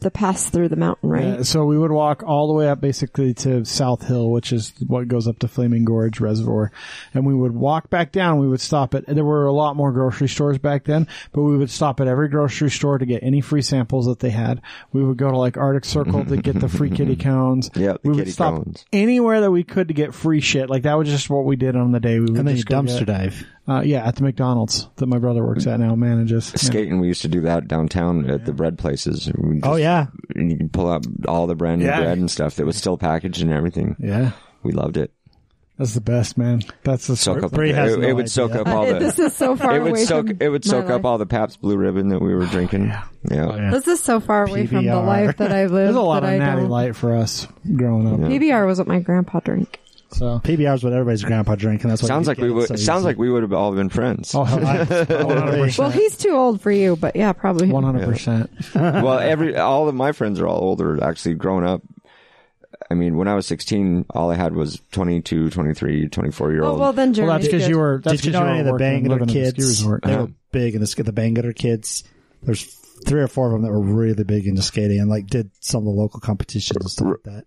Speaker 2: the pass through the mountain, right?
Speaker 3: Yeah, Uh, so we would walk all the way up basically to South Hill, which is what goes up to Flaming Gorge Reservoir. And we would walk back down. We would stop at, there were a lot more grocery stores back then, but we would stop at every grocery store to get any free samples that they had. We would go to like Arctic Circle to get the free kitty cones.
Speaker 6: Yeah, the
Speaker 3: we would
Speaker 6: kitty
Speaker 3: stop
Speaker 6: cones.
Speaker 3: anywhere that we could to get free shit. Like that was just what we did on the day. We would
Speaker 4: And then you
Speaker 3: just go
Speaker 4: dumpster
Speaker 3: get-
Speaker 4: dive.
Speaker 3: Uh, yeah, at the McDonald's that my brother works at now, manages. Yeah.
Speaker 6: Skating, we used to do that downtown at the bread places. We just-
Speaker 4: Oh yeah,
Speaker 6: and you can pull out all the brand new
Speaker 3: Yeah.
Speaker 6: bread and stuff that was still packaged and everything.
Speaker 3: Yeah.
Speaker 6: We loved it.
Speaker 3: That's the best, man. That's the
Speaker 6: Soak up,
Speaker 4: Bree
Speaker 6: it,
Speaker 4: has
Speaker 6: it
Speaker 4: no
Speaker 6: would soak
Speaker 4: idea.
Speaker 6: up all
Speaker 2: this
Speaker 6: the.
Speaker 2: is so far
Speaker 6: It would
Speaker 2: away
Speaker 6: soak.
Speaker 2: from
Speaker 6: It would
Speaker 2: my
Speaker 6: soak
Speaker 2: life.
Speaker 6: up all the Pabst Blue Ribbon that we were drinking. yeah.
Speaker 3: yeah.
Speaker 2: This is so far away from the
Speaker 4: PBR.
Speaker 2: life that I live.
Speaker 3: There's a lot of
Speaker 2: that I
Speaker 3: natty
Speaker 2: don't.
Speaker 3: light for us growing up.
Speaker 2: PBR was what my grandpa drank.
Speaker 3: So
Speaker 4: PBR is what everybody's grandpa drank, and that's what
Speaker 6: Sounds like we would. sounds like we would have all been friends.
Speaker 3: Oh, hell,
Speaker 2: Well, he's too old for you, but yeah, probably.
Speaker 3: one hundred percent.
Speaker 6: well, every all of my friends are all older. Actually, grown up. I mean, when I was 16, all I had was 22, 23, 24 year
Speaker 2: Oh,
Speaker 6: old.
Speaker 2: well, then
Speaker 3: Well,
Speaker 2: Jeremy's
Speaker 3: that's because
Speaker 2: good.
Speaker 3: you were. That's
Speaker 4: Did you
Speaker 3: 'cause
Speaker 4: know any of the
Speaker 3: were working and
Speaker 4: Bangor
Speaker 3: living in the
Speaker 4: kids?
Speaker 3: ski resort.
Speaker 4: They were big into sk- the Bangor kids. There's three or four of them that were really big into skating and like did some of the local competitions and stuff like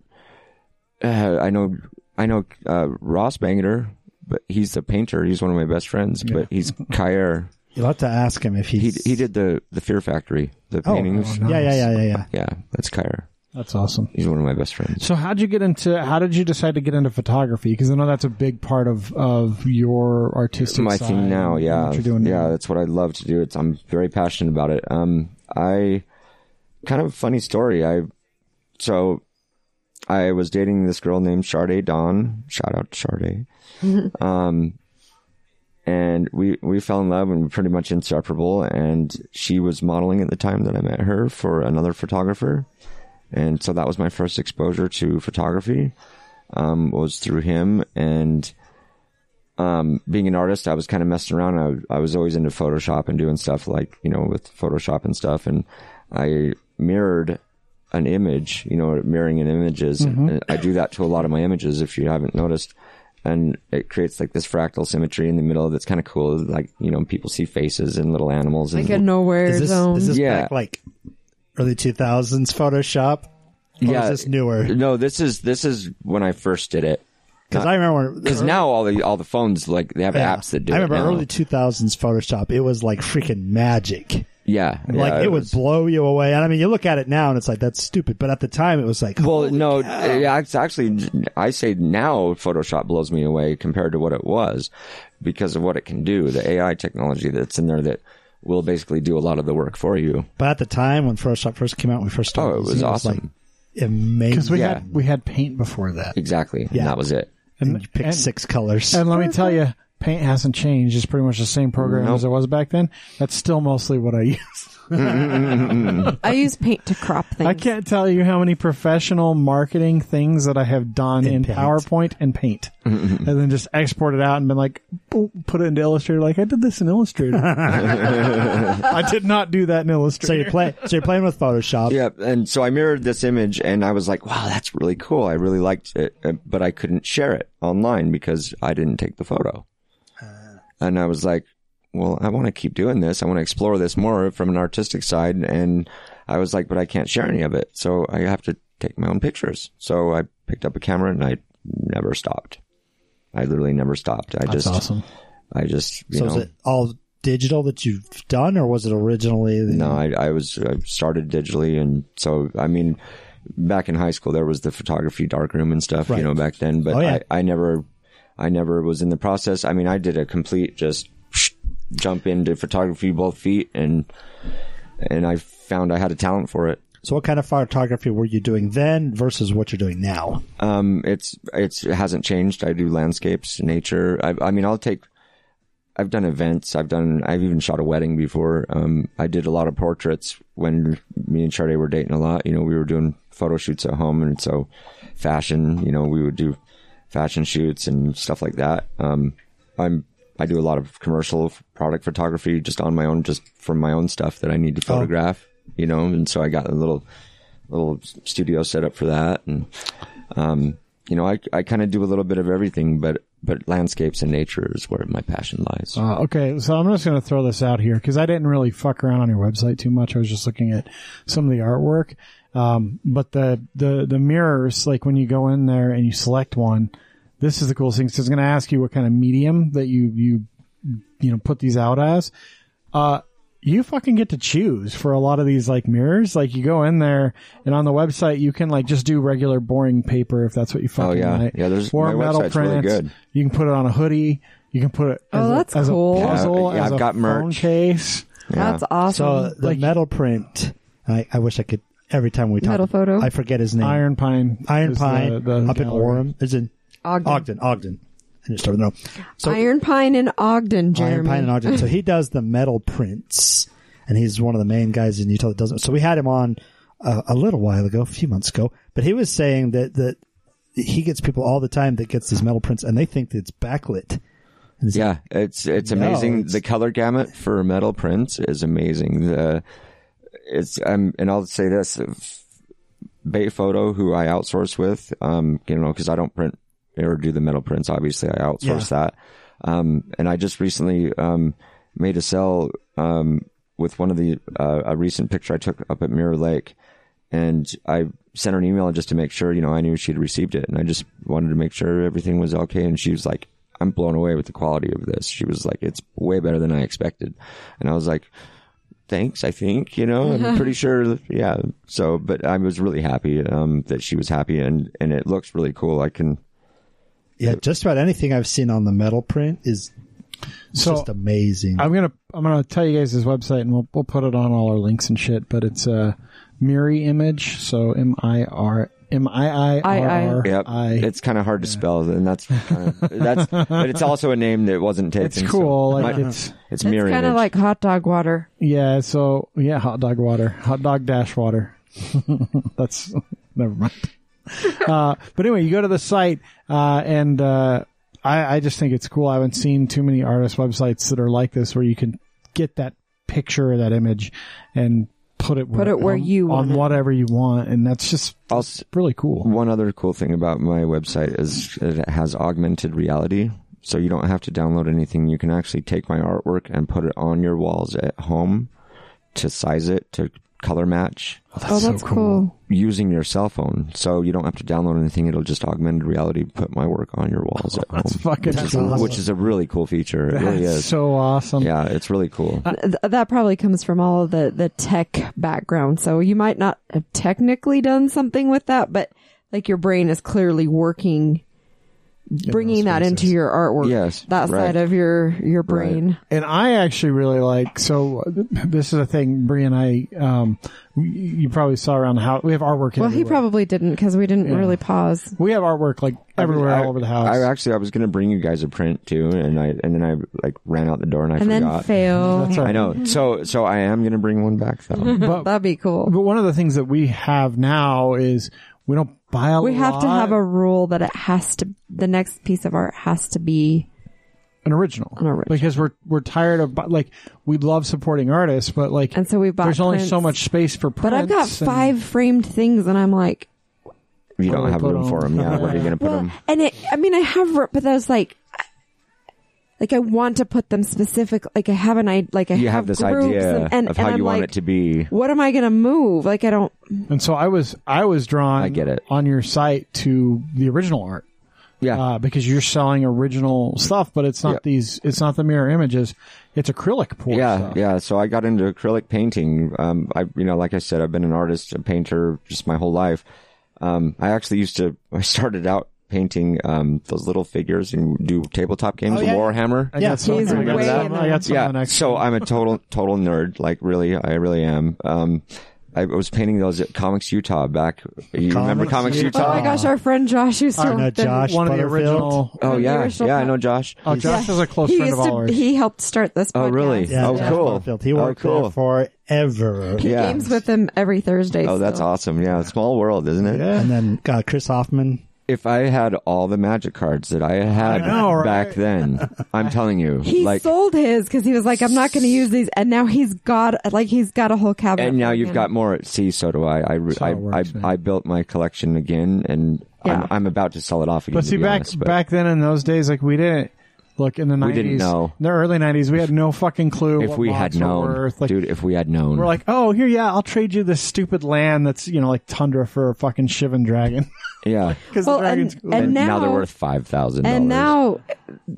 Speaker 4: that.
Speaker 6: uh, I know, I know uh, Ross Bangeter, but he's the painter. He's one of my best friends. But he's Kyer.
Speaker 4: You'll have to ask him if
Speaker 6: He
Speaker 4: he's
Speaker 6: he did the the Fear Factory, the
Speaker 4: Oh,
Speaker 6: paintings.
Speaker 4: yeah, yeah, yeah, yeah, yeah.
Speaker 6: Yeah, that's Kyer.
Speaker 3: That's awesome.
Speaker 6: He's one of my best friends.
Speaker 3: So, how'd you get into? How did you decide to get into photography? Because I know that's a big part of of your artistic.
Speaker 6: my
Speaker 3: side
Speaker 6: thing now.
Speaker 3: and
Speaker 6: Yeah,
Speaker 3: what you're doing.
Speaker 6: yeah,
Speaker 3: now.
Speaker 6: that's what I love to do. It's I'm very passionate about it. Um, I kind of a funny story. I so I was dating this girl named Sade Dawn. Shout out to Sade. um, and we we fell in love and we were pretty much inseparable. And she was modeling at the time that I met her for another photographer. And so that was my first exposure to photography. Um, was through him and um, being an artist, I was kind of messing around. I, I was always into Photoshop and doing stuff like, you know, with Photoshop and stuff. And I mirrored an image, you know, what mirroring an image is.
Speaker 4: Mm-hmm.
Speaker 6: And I do that to a lot of my images, if you haven't noticed. And it creates like this fractal symmetry in the middle that's kind of cool. Like, you know, people see faces and little animals. And,
Speaker 2: like a nowhere
Speaker 4: Is this,
Speaker 2: zone.
Speaker 4: is this
Speaker 6: Yeah.
Speaker 4: back like early 2000s Photoshop? Or
Speaker 6: Yeah.
Speaker 4: Oh, is this newer?
Speaker 6: no, this is, this is when I first did it.
Speaker 4: Because I remember when-
Speaker 6: Cause now all the, all the phones, like they have
Speaker 4: yeah.
Speaker 6: apps that do
Speaker 4: I remember
Speaker 6: it. now.
Speaker 4: early 2000s Photoshop. It was like freaking magic.
Speaker 6: yeah.
Speaker 4: like
Speaker 6: yeah,
Speaker 4: it, would blow you away. And I mean, you look at it now and it's like that's stupid, but at the time it was like,
Speaker 6: Well, no, yeah, it's actually, I say now Photoshop blows me away compared to what it was because of what it can do. The AI technology that's in there that will basically do a lot of the work for you.
Speaker 4: But at the time when Photoshop first came out, when we first started,
Speaker 6: Oh, it was
Speaker 4: using
Speaker 6: awesome.
Speaker 4: like amazing.
Speaker 3: because we
Speaker 6: Yeah.
Speaker 3: had we had paint before that,
Speaker 6: Exactly.
Speaker 4: Yeah.
Speaker 6: And that was it.
Speaker 4: and you pick
Speaker 3: and-
Speaker 4: six colors.
Speaker 3: and let me tell you, paint hasn't changed. It's pretty much the same program
Speaker 6: Nope.
Speaker 3: as it was back then. That's still mostly what I use.
Speaker 2: I use paint to crop things.
Speaker 3: I can't tell you how many professional marketing things that I have done in,
Speaker 4: In Paint.
Speaker 3: PowerPoint and Paint, and then just exported out and been like, "Oh," put it into Illustrator. Like I did this in Illustrator. I did not do that in
Speaker 4: so
Speaker 3: Illustrator.
Speaker 4: you're playing. So you're playing with Photoshop.
Speaker 6: Yeah. And so I mirrored this image and I was like, wow, that's really cool. I really liked it, uh, but I couldn't share it online because I didn't take the photo.
Speaker 4: Ah.
Speaker 6: And I was like, well, I want to keep doing this. I want to explore this more from an artistic side. And I was like, but I can't share any of it. So I have to take my own pictures. So I picked up a camera and I never stopped. I literally never stopped. I just, I just, you
Speaker 4: so
Speaker 6: know,
Speaker 4: is it all digital that you've done, or was it originally? the-
Speaker 6: no, I, I was, I started digitally. And so, I mean, back in high school, there was the photography darkroom and stuff,
Speaker 4: Right.
Speaker 6: you know, back then, but
Speaker 4: Oh, yeah.
Speaker 6: I, I never, I never was in the process. I mean, I did a complete just jump into photography both feet and, and I found I had a talent for it.
Speaker 4: So what kind of photography were you doing then versus what you're doing now?
Speaker 6: Um, it's, it's, it hasn't changed. I do landscapes, nature. I, I mean, I'll take, I've done events. I've done, I've even shot a wedding before. Um, I did a lot of portraits when me and Charday were dating a lot. You know, we were doing photo shoots at home. And so fashion, you know, we would do fashion shoots and stuff like that. Um, I'm, I do a lot of commercial f- product photography just on my own, just from my own stuff that I need to photograph, you know, and so I got a little, little studio set up for that. And, um, you know, I, I kind of do a little bit of everything, but but landscapes and nature is where my passion lies.
Speaker 3: Uh, okay, so I'm just going to throw this out here because I didn't really fuck around on your website too much. I was just looking at some of the artwork, um, but the the the mirrors, like when you go in there and you select one, this is the coolest thing. So it's going to ask you what kind of medium that you you you know put these out as. Uh, you fucking get to choose for a lot of these like mirrors. Like you go in there and on the website you can like just do regular boring paper if that's what you fucking
Speaker 6: Oh, yeah.
Speaker 3: like.
Speaker 6: Yeah, there's-
Speaker 3: or
Speaker 6: my
Speaker 3: metal
Speaker 6: website's really
Speaker 3: prints.
Speaker 6: good.
Speaker 3: You can put it on a hoodie. You can put it as
Speaker 2: Oh,
Speaker 3: a-
Speaker 2: that's
Speaker 3: as a
Speaker 2: cool. Yeah,
Speaker 3: puzzle,
Speaker 6: yeah,
Speaker 3: as
Speaker 6: I've
Speaker 3: a
Speaker 6: got merch.
Speaker 3: phone case.
Speaker 6: Yeah.
Speaker 2: That's awesome.
Speaker 4: So uh, the metal print, I, I wish I could. Every time we talk,
Speaker 2: Metal photo?
Speaker 4: I forget his name.
Speaker 3: Iron Pine.
Speaker 4: Iron
Speaker 3: is
Speaker 4: Pine
Speaker 3: the- the
Speaker 4: up in
Speaker 3: gallery.
Speaker 4: Orem. Is in
Speaker 2: Ogden.
Speaker 4: Ogden. Ogden. I just started no. So
Speaker 2: Iron Pine in Ogden, Jeremy.
Speaker 4: Iron Pine and Ogden. so he does the metal prints, and he's one of the main guys in Utah that does it. So we had him on uh, a, a little while ago, a few months ago, but he was saying that that he gets people all the time that gets these metal prints, and they think that it's backlit. And it's
Speaker 6: Yeah, it's it's amazing.
Speaker 4: it's-
Speaker 6: The color gamut for metal prints is amazing. The it's um, and I'll say this: if Bay Photo, who I outsource with, um, you know, because I don't print or do the metal prints. Obviously, I outsource that. Um, and I just recently um made a sell um with one of the uh, a recent picture I took up at Mirror Lake, and I sent her an email just to make sure you know I knew she'd received it, and I just wanted to make sure everything was okay. And she was like, "I'm blown away with the quality of this." She was like, "It's way better than I expected," and I was like, "Thanks, I think you know I'm pretty sure, yeah." So, but I was really happy um, that she was happy, and and it looks really cool. I can
Speaker 4: yeah. Just about anything I've seen on the metal print is
Speaker 3: So
Speaker 4: just amazing.
Speaker 3: I'm gonna I'm gonna tell you guys his website and we'll we'll put it on all our links and shit. But it's uh, Miri Image. So M I R M I I R
Speaker 6: Yep.
Speaker 3: R I.
Speaker 6: it's kind of hard to spell, and that's kind of, that's. But it's also a name that wasn't taken.
Speaker 3: It's
Speaker 6: so
Speaker 3: cool.
Speaker 6: it
Speaker 3: Like
Speaker 6: might-
Speaker 3: it's
Speaker 6: it's
Speaker 2: It's
Speaker 6: mirror
Speaker 2: kind of
Speaker 6: image.
Speaker 2: like hot dog water.
Speaker 3: yeah. So yeah, hot dog water, hot dog dash water. That's never mind. uh, but anyway, you go to the site uh, and uh, I, I just think it's cool. I haven't seen too many artist websites that are like this where you can get that picture or that image and put it
Speaker 2: Put it where
Speaker 3: on,
Speaker 2: you want
Speaker 3: on
Speaker 2: it.
Speaker 3: whatever you want, and that's just
Speaker 6: I'll s-
Speaker 3: really cool.
Speaker 6: One other cool thing about my website is it has augmented reality. So you don't have to download anything. You can actually take my artwork and put it on your walls at home to size it, to color match
Speaker 2: oh, that's cool.
Speaker 6: using your cell phone. So you don't have to download anything. It'll just augmented reality put my work on your walls at
Speaker 3: Oh, That's
Speaker 6: home.
Speaker 3: fucking
Speaker 4: That's
Speaker 3: cool.
Speaker 4: awesome.
Speaker 6: Which is a really cool feature. It really
Speaker 3: That's
Speaker 6: is.
Speaker 3: so awesome.
Speaker 6: yeah, it's really cool.
Speaker 2: Th- that probably comes from all of the the tech background. So you might not have technically done something with that, but like your brain is clearly working, bringing that into your artwork.
Speaker 6: Yes,
Speaker 2: that
Speaker 6: right.
Speaker 2: side of your your brain.
Speaker 3: And I actually really like. So this is a thing, Brie and I. Um, we, you probably saw around the house. We have artwork.
Speaker 2: Well, he
Speaker 3: everywhere.
Speaker 2: probably didn't because we didn't really pause.
Speaker 3: we have artwork like everywhere,
Speaker 6: I-
Speaker 3: all over the house.
Speaker 6: I actually I was gonna bring you guys a print too, and I and then I like ran out the door and I
Speaker 2: And then
Speaker 6: forgot.
Speaker 2: fail.
Speaker 3: That's all
Speaker 6: I
Speaker 3: right.
Speaker 6: know. So so I am gonna bring one back though.
Speaker 3: But
Speaker 2: That'd be cool.
Speaker 3: But one of the things that we have now is we don't buy a
Speaker 2: We have to
Speaker 3: lot-
Speaker 2: have a rule that it has to. The next piece of art has to be
Speaker 3: an original,
Speaker 2: An original.
Speaker 3: because we're we're tired of bu- like we love supporting artists, but like
Speaker 2: And so we bought
Speaker 3: there's only
Speaker 2: prints.
Speaker 3: so much space for
Speaker 2: But
Speaker 3: prints.
Speaker 2: I've got
Speaker 3: and-
Speaker 2: five framed things, and I'm like,
Speaker 6: You
Speaker 3: Where do we
Speaker 6: don't have
Speaker 3: put
Speaker 6: room
Speaker 3: 'em?
Speaker 6: for 'em. for them. Yeah, where are you going to put
Speaker 2: well,
Speaker 6: them?
Speaker 2: and it. I mean, I have, re- but I was like, I- like I want to put them specific. Like I have an I like I
Speaker 6: You have this
Speaker 2: groups
Speaker 6: idea
Speaker 2: and, and,
Speaker 6: of
Speaker 2: and
Speaker 6: how
Speaker 2: I'm
Speaker 6: you want
Speaker 2: like,
Speaker 6: it to be.
Speaker 2: What am I gonna move? Like I don't.
Speaker 3: And so I was I was drawn
Speaker 6: I get it.
Speaker 3: on your site to the original art.
Speaker 6: Yeah,
Speaker 3: Uh, because you're selling original stuff, but it's not
Speaker 6: Yeah.
Speaker 3: these it's not the mirror images. It's acrylic pour
Speaker 6: yeah,
Speaker 3: stuff.
Speaker 6: yeah. So I got into acrylic painting. Um, I, you know, like I said, I've been an artist, a painter, just my whole life. Um, I actually used to. I started out painting um those little figures and do tabletop games,
Speaker 4: Oh, yeah.
Speaker 6: Warhammer.
Speaker 3: I
Speaker 4: Yeah,
Speaker 3: got some,
Speaker 2: he's
Speaker 3: I got
Speaker 2: way
Speaker 3: some,
Speaker 2: in
Speaker 3: I got some
Speaker 6: yeah.
Speaker 3: on X-
Speaker 6: So uh, I'm a total total nerd. Like really, I really am. Um, I was painting those at Comics Utah back. You remember
Speaker 4: Comics
Speaker 6: Comics
Speaker 4: Utah.
Speaker 2: Oh
Speaker 6: Utah?
Speaker 2: my gosh, our friend Josh used to.
Speaker 4: I know
Speaker 2: work in-
Speaker 4: Josh
Speaker 3: one of the
Speaker 4: Butterfield.
Speaker 3: original.
Speaker 6: Oh
Speaker 2: the
Speaker 6: yeah,
Speaker 2: original
Speaker 6: yeah. I
Speaker 2: co-
Speaker 6: know Josh.
Speaker 3: Oh, Josh is a close
Speaker 2: he
Speaker 3: friend
Speaker 2: used
Speaker 3: of
Speaker 2: to.
Speaker 3: ours.
Speaker 2: He helped start this.
Speaker 6: Oh,
Speaker 2: podcast.
Speaker 6: really?
Speaker 4: yeah,
Speaker 6: Oh,
Speaker 4: Jeff
Speaker 6: cool.
Speaker 4: Barfield. He
Speaker 6: Oh,
Speaker 4: worked
Speaker 6: cool.
Speaker 4: there forever.
Speaker 2: He
Speaker 6: Yeah.
Speaker 2: games with him every Thursday.
Speaker 6: Oh, that's
Speaker 2: still.
Speaker 6: awesome. Yeah, small world, isn't it?
Speaker 3: Yeah.
Speaker 4: And then uh, Chris Hoffman.
Speaker 6: If I had all the magic cards that I had
Speaker 3: I know, right?
Speaker 6: back then, I'm telling you,
Speaker 2: He
Speaker 6: like,
Speaker 2: sold his because he was like, "I'm not going to use these," and now he's got like he's got a whole cabinet.
Speaker 6: and now
Speaker 2: for
Speaker 6: you've
Speaker 2: him.
Speaker 6: got more. See, so do I. I, re-
Speaker 3: how
Speaker 6: I,
Speaker 3: it works,
Speaker 6: I,
Speaker 3: man.
Speaker 6: I built my collection again, and
Speaker 2: Yeah.
Speaker 6: I'm, I'm about to sell it off again.
Speaker 3: But
Speaker 6: to
Speaker 3: see,
Speaker 6: be
Speaker 3: back
Speaker 6: honest, but-
Speaker 3: back then in those days, like we didn't look in the
Speaker 6: We
Speaker 3: nineties.
Speaker 6: didn't know.
Speaker 3: the early nineties. We had no fucking clue.
Speaker 6: if
Speaker 3: what
Speaker 6: we
Speaker 3: lots
Speaker 6: had
Speaker 3: were
Speaker 6: known,
Speaker 3: worth. Like,
Speaker 6: dude, if we had known,
Speaker 3: we're like, oh, here, yeah, I'll trade you this stupid land that's you know like tundra for a fucking Shivan dragon
Speaker 6: yeah,
Speaker 3: because
Speaker 2: Well,
Speaker 3: the dragon's
Speaker 2: and-
Speaker 3: cool.
Speaker 2: and-
Speaker 6: now, they're
Speaker 2: now-
Speaker 6: worth five thousand.
Speaker 2: And now,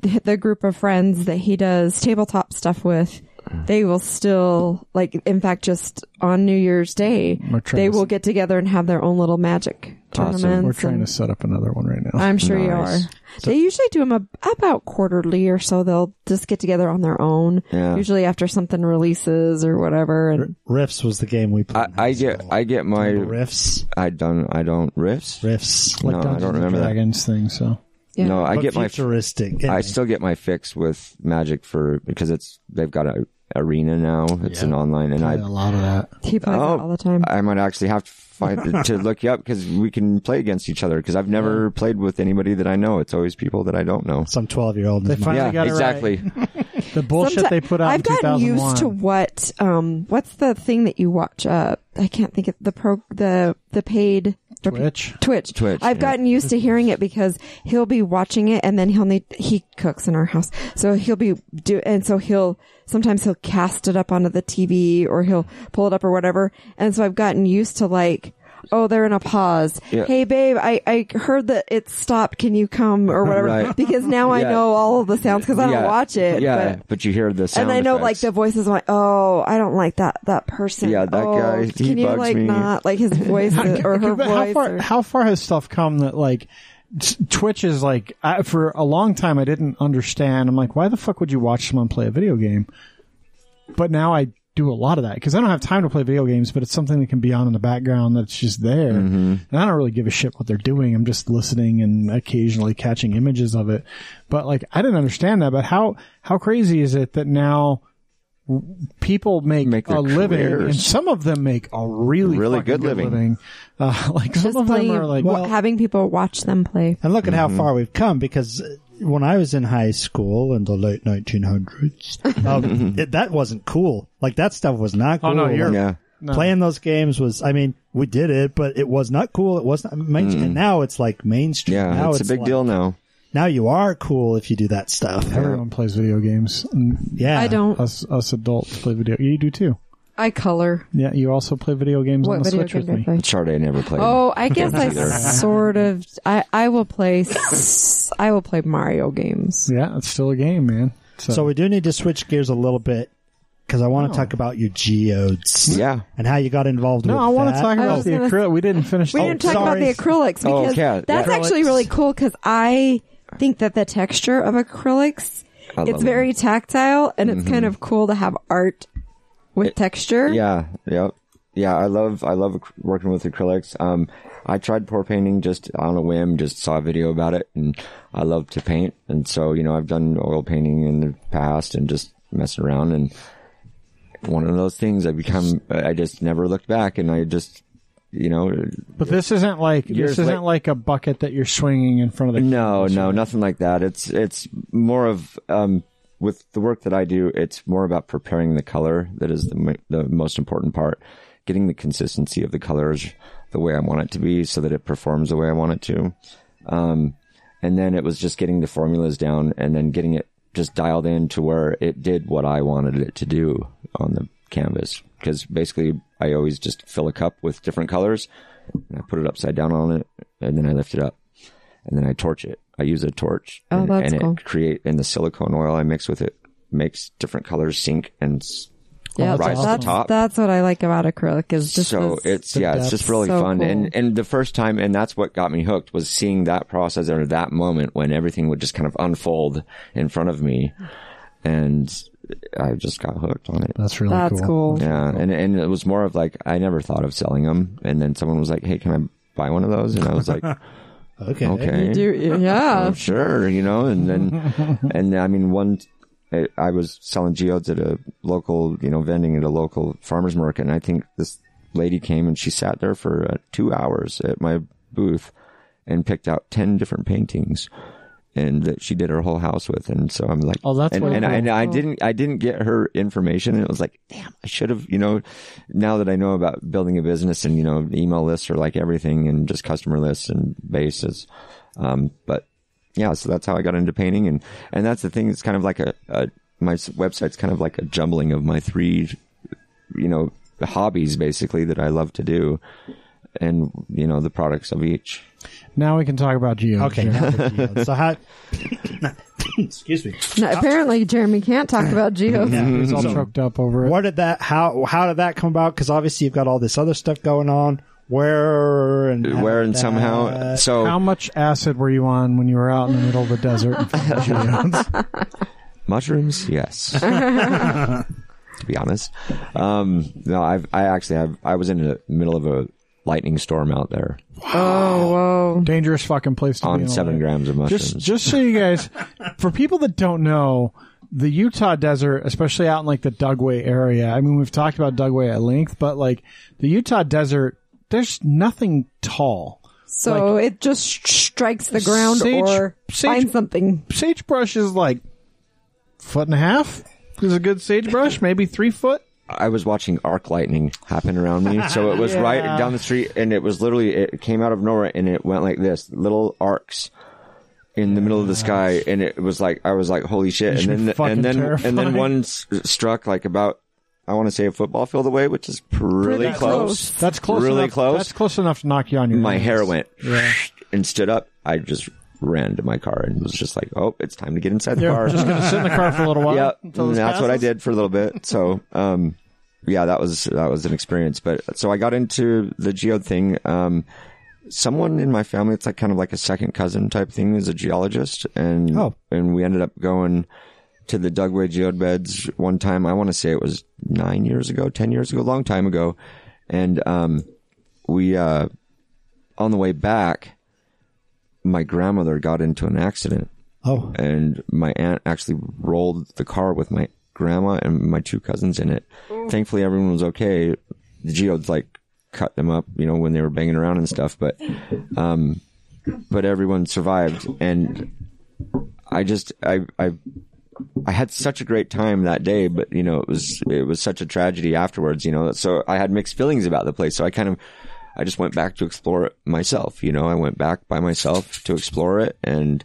Speaker 2: eh, the group of friends that he does tabletop stuff with, they will still like. In fact, just on New Year's Day,
Speaker 3: We're trying
Speaker 2: they
Speaker 3: to-
Speaker 2: will get together and have their own little magic
Speaker 6: Awesome.
Speaker 2: tournaments.
Speaker 3: we're trying
Speaker 2: and-
Speaker 3: to set up another one right now.
Speaker 2: I'm sure
Speaker 6: Nice.
Speaker 2: you are. they usually do them a, about quarterly or so. They'll just get together on their own,
Speaker 6: Yeah.
Speaker 2: usually after something releases or whatever. And
Speaker 4: Riffs was the game we
Speaker 6: I,
Speaker 4: played. in
Speaker 6: I
Speaker 4: high
Speaker 6: get,
Speaker 4: school.
Speaker 6: I get my,
Speaker 4: Riffs.
Speaker 6: I don't, I don't riffs.
Speaker 4: Riffs.
Speaker 3: like
Speaker 6: no, I
Speaker 3: Dungeons
Speaker 6: don't
Speaker 3: and
Speaker 6: remember that.
Speaker 3: Dragons thing. So
Speaker 2: yeah.
Speaker 6: No, I
Speaker 4: But
Speaker 6: get my,
Speaker 4: futuristic. anyway.
Speaker 6: I still get my fix with Magic for because it's they've got a arena now. It's an online, and I
Speaker 3: a lot of that.
Speaker 2: he plays
Speaker 6: Oh,
Speaker 2: it all the time.
Speaker 6: I might actually have to find to look you up because we can play against each other because I've never played with anybody that I know. It's always people that I don't know.
Speaker 4: some twelve-year-old.
Speaker 3: They finally
Speaker 6: yeah,
Speaker 3: got it
Speaker 6: exactly.
Speaker 3: right. The bullshit
Speaker 2: Someti-
Speaker 3: they put out
Speaker 2: I've
Speaker 3: in
Speaker 2: gotten
Speaker 3: 2001.
Speaker 2: used to what um what's the thing that you watch uh I can't think of the pro the the paid
Speaker 3: Twitch.
Speaker 2: Twitch.
Speaker 6: Twitch,
Speaker 2: I've
Speaker 6: yeah.
Speaker 2: gotten used to hearing it because he'll be watching it and then he'll need he cooks in our house. So he'll be do and so he'll sometimes he'll cast it up onto the TV or he'll pull it up or whatever. And so I've gotten used to like Oh, they're in a pause.
Speaker 6: Yeah.
Speaker 2: Hey, babe, I, I heard that it stopped. Can you come or whatever?
Speaker 6: Right.
Speaker 2: Because now I
Speaker 6: Yeah.
Speaker 2: know all of the sounds because I don't
Speaker 6: Yeah.
Speaker 2: watch it.
Speaker 6: Yeah,
Speaker 2: but-
Speaker 6: but, you hear the sound.
Speaker 2: and I know like the
Speaker 6: effects.
Speaker 2: voices like, oh, I don't like that that person.
Speaker 6: Yeah, that
Speaker 2: Oh,
Speaker 6: guy, he
Speaker 2: can you
Speaker 6: bugs
Speaker 2: like
Speaker 6: me."
Speaker 2: not like his voice or her
Speaker 3: But
Speaker 2: voice?
Speaker 3: how far
Speaker 2: or-
Speaker 3: how far has stuff come that like t- Twitch is like I, for a long time I didn't understand. I'm like, why the fuck would you watch someone play a video game? But now I do a lot of that because I don't have time to play video games, but it's something that can be on in the background that's just there,
Speaker 6: Mm-hmm.
Speaker 3: and I don't really give a shit what they're doing. I'm just listening and occasionally catching images of it. But like, I didn't understand that. But how how crazy is it that now? w- People make,
Speaker 6: Make their
Speaker 3: a living, and
Speaker 6: careers.
Speaker 3: some of them make a really,
Speaker 6: Really
Speaker 3: fucking
Speaker 6: good living.
Speaker 3: living. Uh, like some
Speaker 2: just
Speaker 3: of them
Speaker 2: playing,
Speaker 3: are like,
Speaker 2: wa-
Speaker 3: well,
Speaker 2: having people watch them play.
Speaker 4: And look at
Speaker 6: Mm-hmm.
Speaker 4: how far we've come because uh, when I was in high school in the late 1900s, um, it, that wasn't cool. Like that stuff was not cool.
Speaker 3: Oh, no, you're-
Speaker 4: Like,
Speaker 6: Mm-hmm. yeah.
Speaker 4: Playing those games was, I mean, we did it, but it was not cool. It wasn't mainstream. And now it's like mainstream.
Speaker 6: Mm. Yeah,
Speaker 4: now
Speaker 6: it's, a big
Speaker 4: like-
Speaker 6: deal now.
Speaker 4: Now you are cool if you do that stuff.
Speaker 3: everyone plays video games. And
Speaker 4: Yeah.
Speaker 2: I don't.
Speaker 3: us us adults play video. You do too.
Speaker 2: I color.
Speaker 3: Yeah, you also play video games on
Speaker 2: What
Speaker 3: the
Speaker 2: video
Speaker 3: Switch
Speaker 2: game
Speaker 3: with
Speaker 2: do I
Speaker 3: me.
Speaker 2: play?
Speaker 6: Charday never played.
Speaker 2: Oh, I guess I
Speaker 6: either.
Speaker 2: sort of. I I will play. s- I will play Mario games.
Speaker 3: Yeah, it's still a game, man. So,
Speaker 4: So we do need to switch gears a little bit because I
Speaker 2: Oh.
Speaker 4: want to talk about your geodes.
Speaker 6: Yeah.
Speaker 4: And how you got involved
Speaker 3: no,
Speaker 4: with
Speaker 3: I want
Speaker 4: that.
Speaker 3: to talk
Speaker 2: I
Speaker 3: about
Speaker 2: was
Speaker 3: the
Speaker 2: gonna-
Speaker 3: acrylic. We didn't finish.
Speaker 2: We
Speaker 3: the-
Speaker 2: didn't talk
Speaker 4: sorry.
Speaker 2: about the acrylics because
Speaker 6: Oh, yeah,
Speaker 2: that's
Speaker 6: yeah.
Speaker 2: actually
Speaker 4: Acrylics.
Speaker 2: really cool because I think that the texture of acrylics
Speaker 6: I love Mm-hmm.
Speaker 2: it's very tactile and it's kind of cool to have art with texture.
Speaker 6: Yeah, yep. Yeah, I love I love ac- working with acrylics. Um, I tried pour painting just on a whim, just saw a video about it, and I love to paint. And so, you know, I've done oil painting in the past and just messing around. And one of those things, I become, I just never looked back, and I just, you know,
Speaker 3: but this isn't like
Speaker 6: Years
Speaker 3: this isn't
Speaker 6: late-
Speaker 3: like a bucket that you're swinging in front of the.
Speaker 6: no, no, nothing like that. It's it's more of um, with the work that I do, it's more about preparing the color that is the mo- the most important part. Getting the consistency of the colors the way I want it to be, so that it performs the way I want it to. Um, and then it was just getting the formulas down, and then getting it just dialed in to where it did what I wanted it to do on the canvas. Because basically, I always just fill a cup with different colors, and I put it upside down on it, and then I lift it up and then I torch it. I use a torch.
Speaker 2: Oh,
Speaker 6: and,
Speaker 2: that's
Speaker 6: and
Speaker 2: cool.
Speaker 6: it create and the silicone oil I mix with it makes different colors sync and s-
Speaker 2: Yeah,
Speaker 6: rise to the
Speaker 2: that's,
Speaker 6: top.
Speaker 2: that's what I like about acrylic is just
Speaker 6: so
Speaker 2: this-
Speaker 6: it's yeah, it's just really
Speaker 2: So
Speaker 6: fun.
Speaker 2: cool.
Speaker 6: And and the first time and that's what got me hooked was seeing that process or that moment when everything would just kind of unfold in front of me and I just got hooked on it.
Speaker 3: That's really
Speaker 2: that's cool.
Speaker 6: Yeah, and and it was more of like I never thought of selling them, and then someone was like, "Hey, can I buy one of those?" And I was like,
Speaker 4: Okay.
Speaker 6: "Okay."
Speaker 2: You do- yeah.
Speaker 6: I'm sure, you know, and then, and I mean, one, I- I was selling geodes at a local, you know, vending at a local farmer's market. And I think this lady came and she sat there for uh, two hours at my booth and picked out 10 different paintings and that she did her whole house with. And so I'm like,
Speaker 3: Oh, that's
Speaker 6: and,
Speaker 3: what-
Speaker 6: and, I, and I
Speaker 2: Oh.
Speaker 6: didn't, I didn't get her information. And it was like, damn, I should have, you know, now that I know about building a business and, you know, email lists are like everything and just customer lists and bases. Um, but yeah, so that's how I got into painting. And, and that's the thing. It's kind of like a, a my s- website's kind of like a jumbling of my three, you know, hobbies basically that I love to do and, you know, the products of each.
Speaker 3: Now we can talk about Geo.
Speaker 4: Okay. now that you know. so how? excuse me.
Speaker 2: Now, apparently, Jeremy can't talk about geos.
Speaker 3: He's Mm-hmm. all choked up over it.
Speaker 4: What did that? How how did that come about? Because obviously you've got all this other stuff going on. Where and how
Speaker 6: where
Speaker 4: did
Speaker 6: and
Speaker 4: that-
Speaker 6: somehow so
Speaker 3: How much acid were you on when you were out in the middle of the desert? in front of Geodes?
Speaker 6: mushrooms yes to be honest um no i've i actually have i was in the middle of a lightning storm out there
Speaker 2: Oh, whoa.
Speaker 3: Dangerous fucking place to be.
Speaker 6: on
Speaker 3: in
Speaker 6: seven
Speaker 3: Alaska.
Speaker 6: grams of mushrooms
Speaker 3: Just, just so you guys, for people that don't know, the Utah desert, especially out in like the Dugway area. I mean, we've talked about Dugway at length, but like the Utah desert, there's nothing tall.
Speaker 2: So it just sh- strikes the ground
Speaker 3: Sage-
Speaker 2: or
Speaker 3: sage-
Speaker 2: finds something.
Speaker 3: Sagebrush is like foot and a half. Is a good sagebrush, maybe three foot.
Speaker 6: I was watching arc lightning happen around me. So it was right down the street and it was literally, it came out of nowhere and it went like this little arcs in the middle of the sky. And it was like, I was like, holy shit.
Speaker 3: should
Speaker 6: And
Speaker 3: be
Speaker 6: then,
Speaker 3: fucking
Speaker 6: and then,
Speaker 3: terrified.
Speaker 6: and then one s- struck like about, I want to say a football field away, which is pretty
Speaker 2: Pretty
Speaker 6: close.
Speaker 2: close.
Speaker 3: That's close.
Speaker 6: Really
Speaker 3: enough-
Speaker 6: close.
Speaker 3: That's close enough to knock you on your.
Speaker 6: My
Speaker 3: ass.
Speaker 6: hair went and stood up. I just ran to my car and was just like, oh, it's time to get inside the
Speaker 3: Yeah,
Speaker 6: car.
Speaker 3: we're just gonna sit in the car for a little while.
Speaker 6: Yeah,
Speaker 3: until
Speaker 6: and
Speaker 3: this
Speaker 6: that's what I
Speaker 3: passes.
Speaker 6: did for a little bit. So, um, yeah, that was that was an experience. But so I got into the geode thing. Um, someone in my family, it's like kind of like a second cousin type thing, is a geologist, and
Speaker 4: Oh.
Speaker 6: and we ended up going to the Dugway geode beds one time. I want to say it was nine years ago, ten years ago, a long time ago, and um, we uh, on the way back, my grandmother got into an accident
Speaker 4: Oh,
Speaker 6: and my aunt actually rolled the car with my grandma and my two cousins in it. Thankfully, everyone was okay. The geodes like cut them up, you know, when they were banging around and stuff, but, um, but everyone survived. And I just, I, I, I had such a great time that day, but you know, it was, it was such a tragedy afterwards, you know, so I had mixed feelings about the place. So I kind of, I just went back to explore it myself, you know, I went back by myself to explore it and,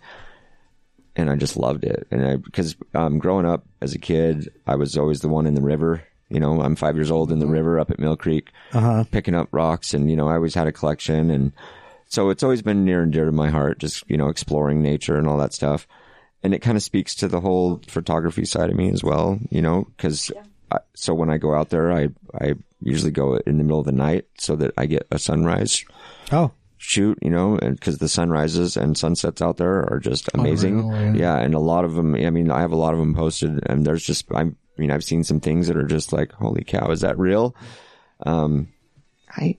Speaker 6: and I just loved it. And I, because um, growing up as a kid, I was always the one in the river. You know, I'm five years old in the river up at Mill Creek, picking up rocks, and you know, I always had a collection, and so it's always been near and dear to my heart. Just you know, exploring nature and all that stuff, and it kind of speaks to the whole photography side of me as well. You know, because so when I go out there, I I usually go in the middle of the night so that I get a sunrise
Speaker 4: oh,
Speaker 6: shoot, you know, because the sunrises and sunsets out there are just amazing. yeah. and a lot of them. I mean, I have a lot of them posted, and there's just I'm, I mean, I've seen some things that are just like, holy cow, is that real? Um, I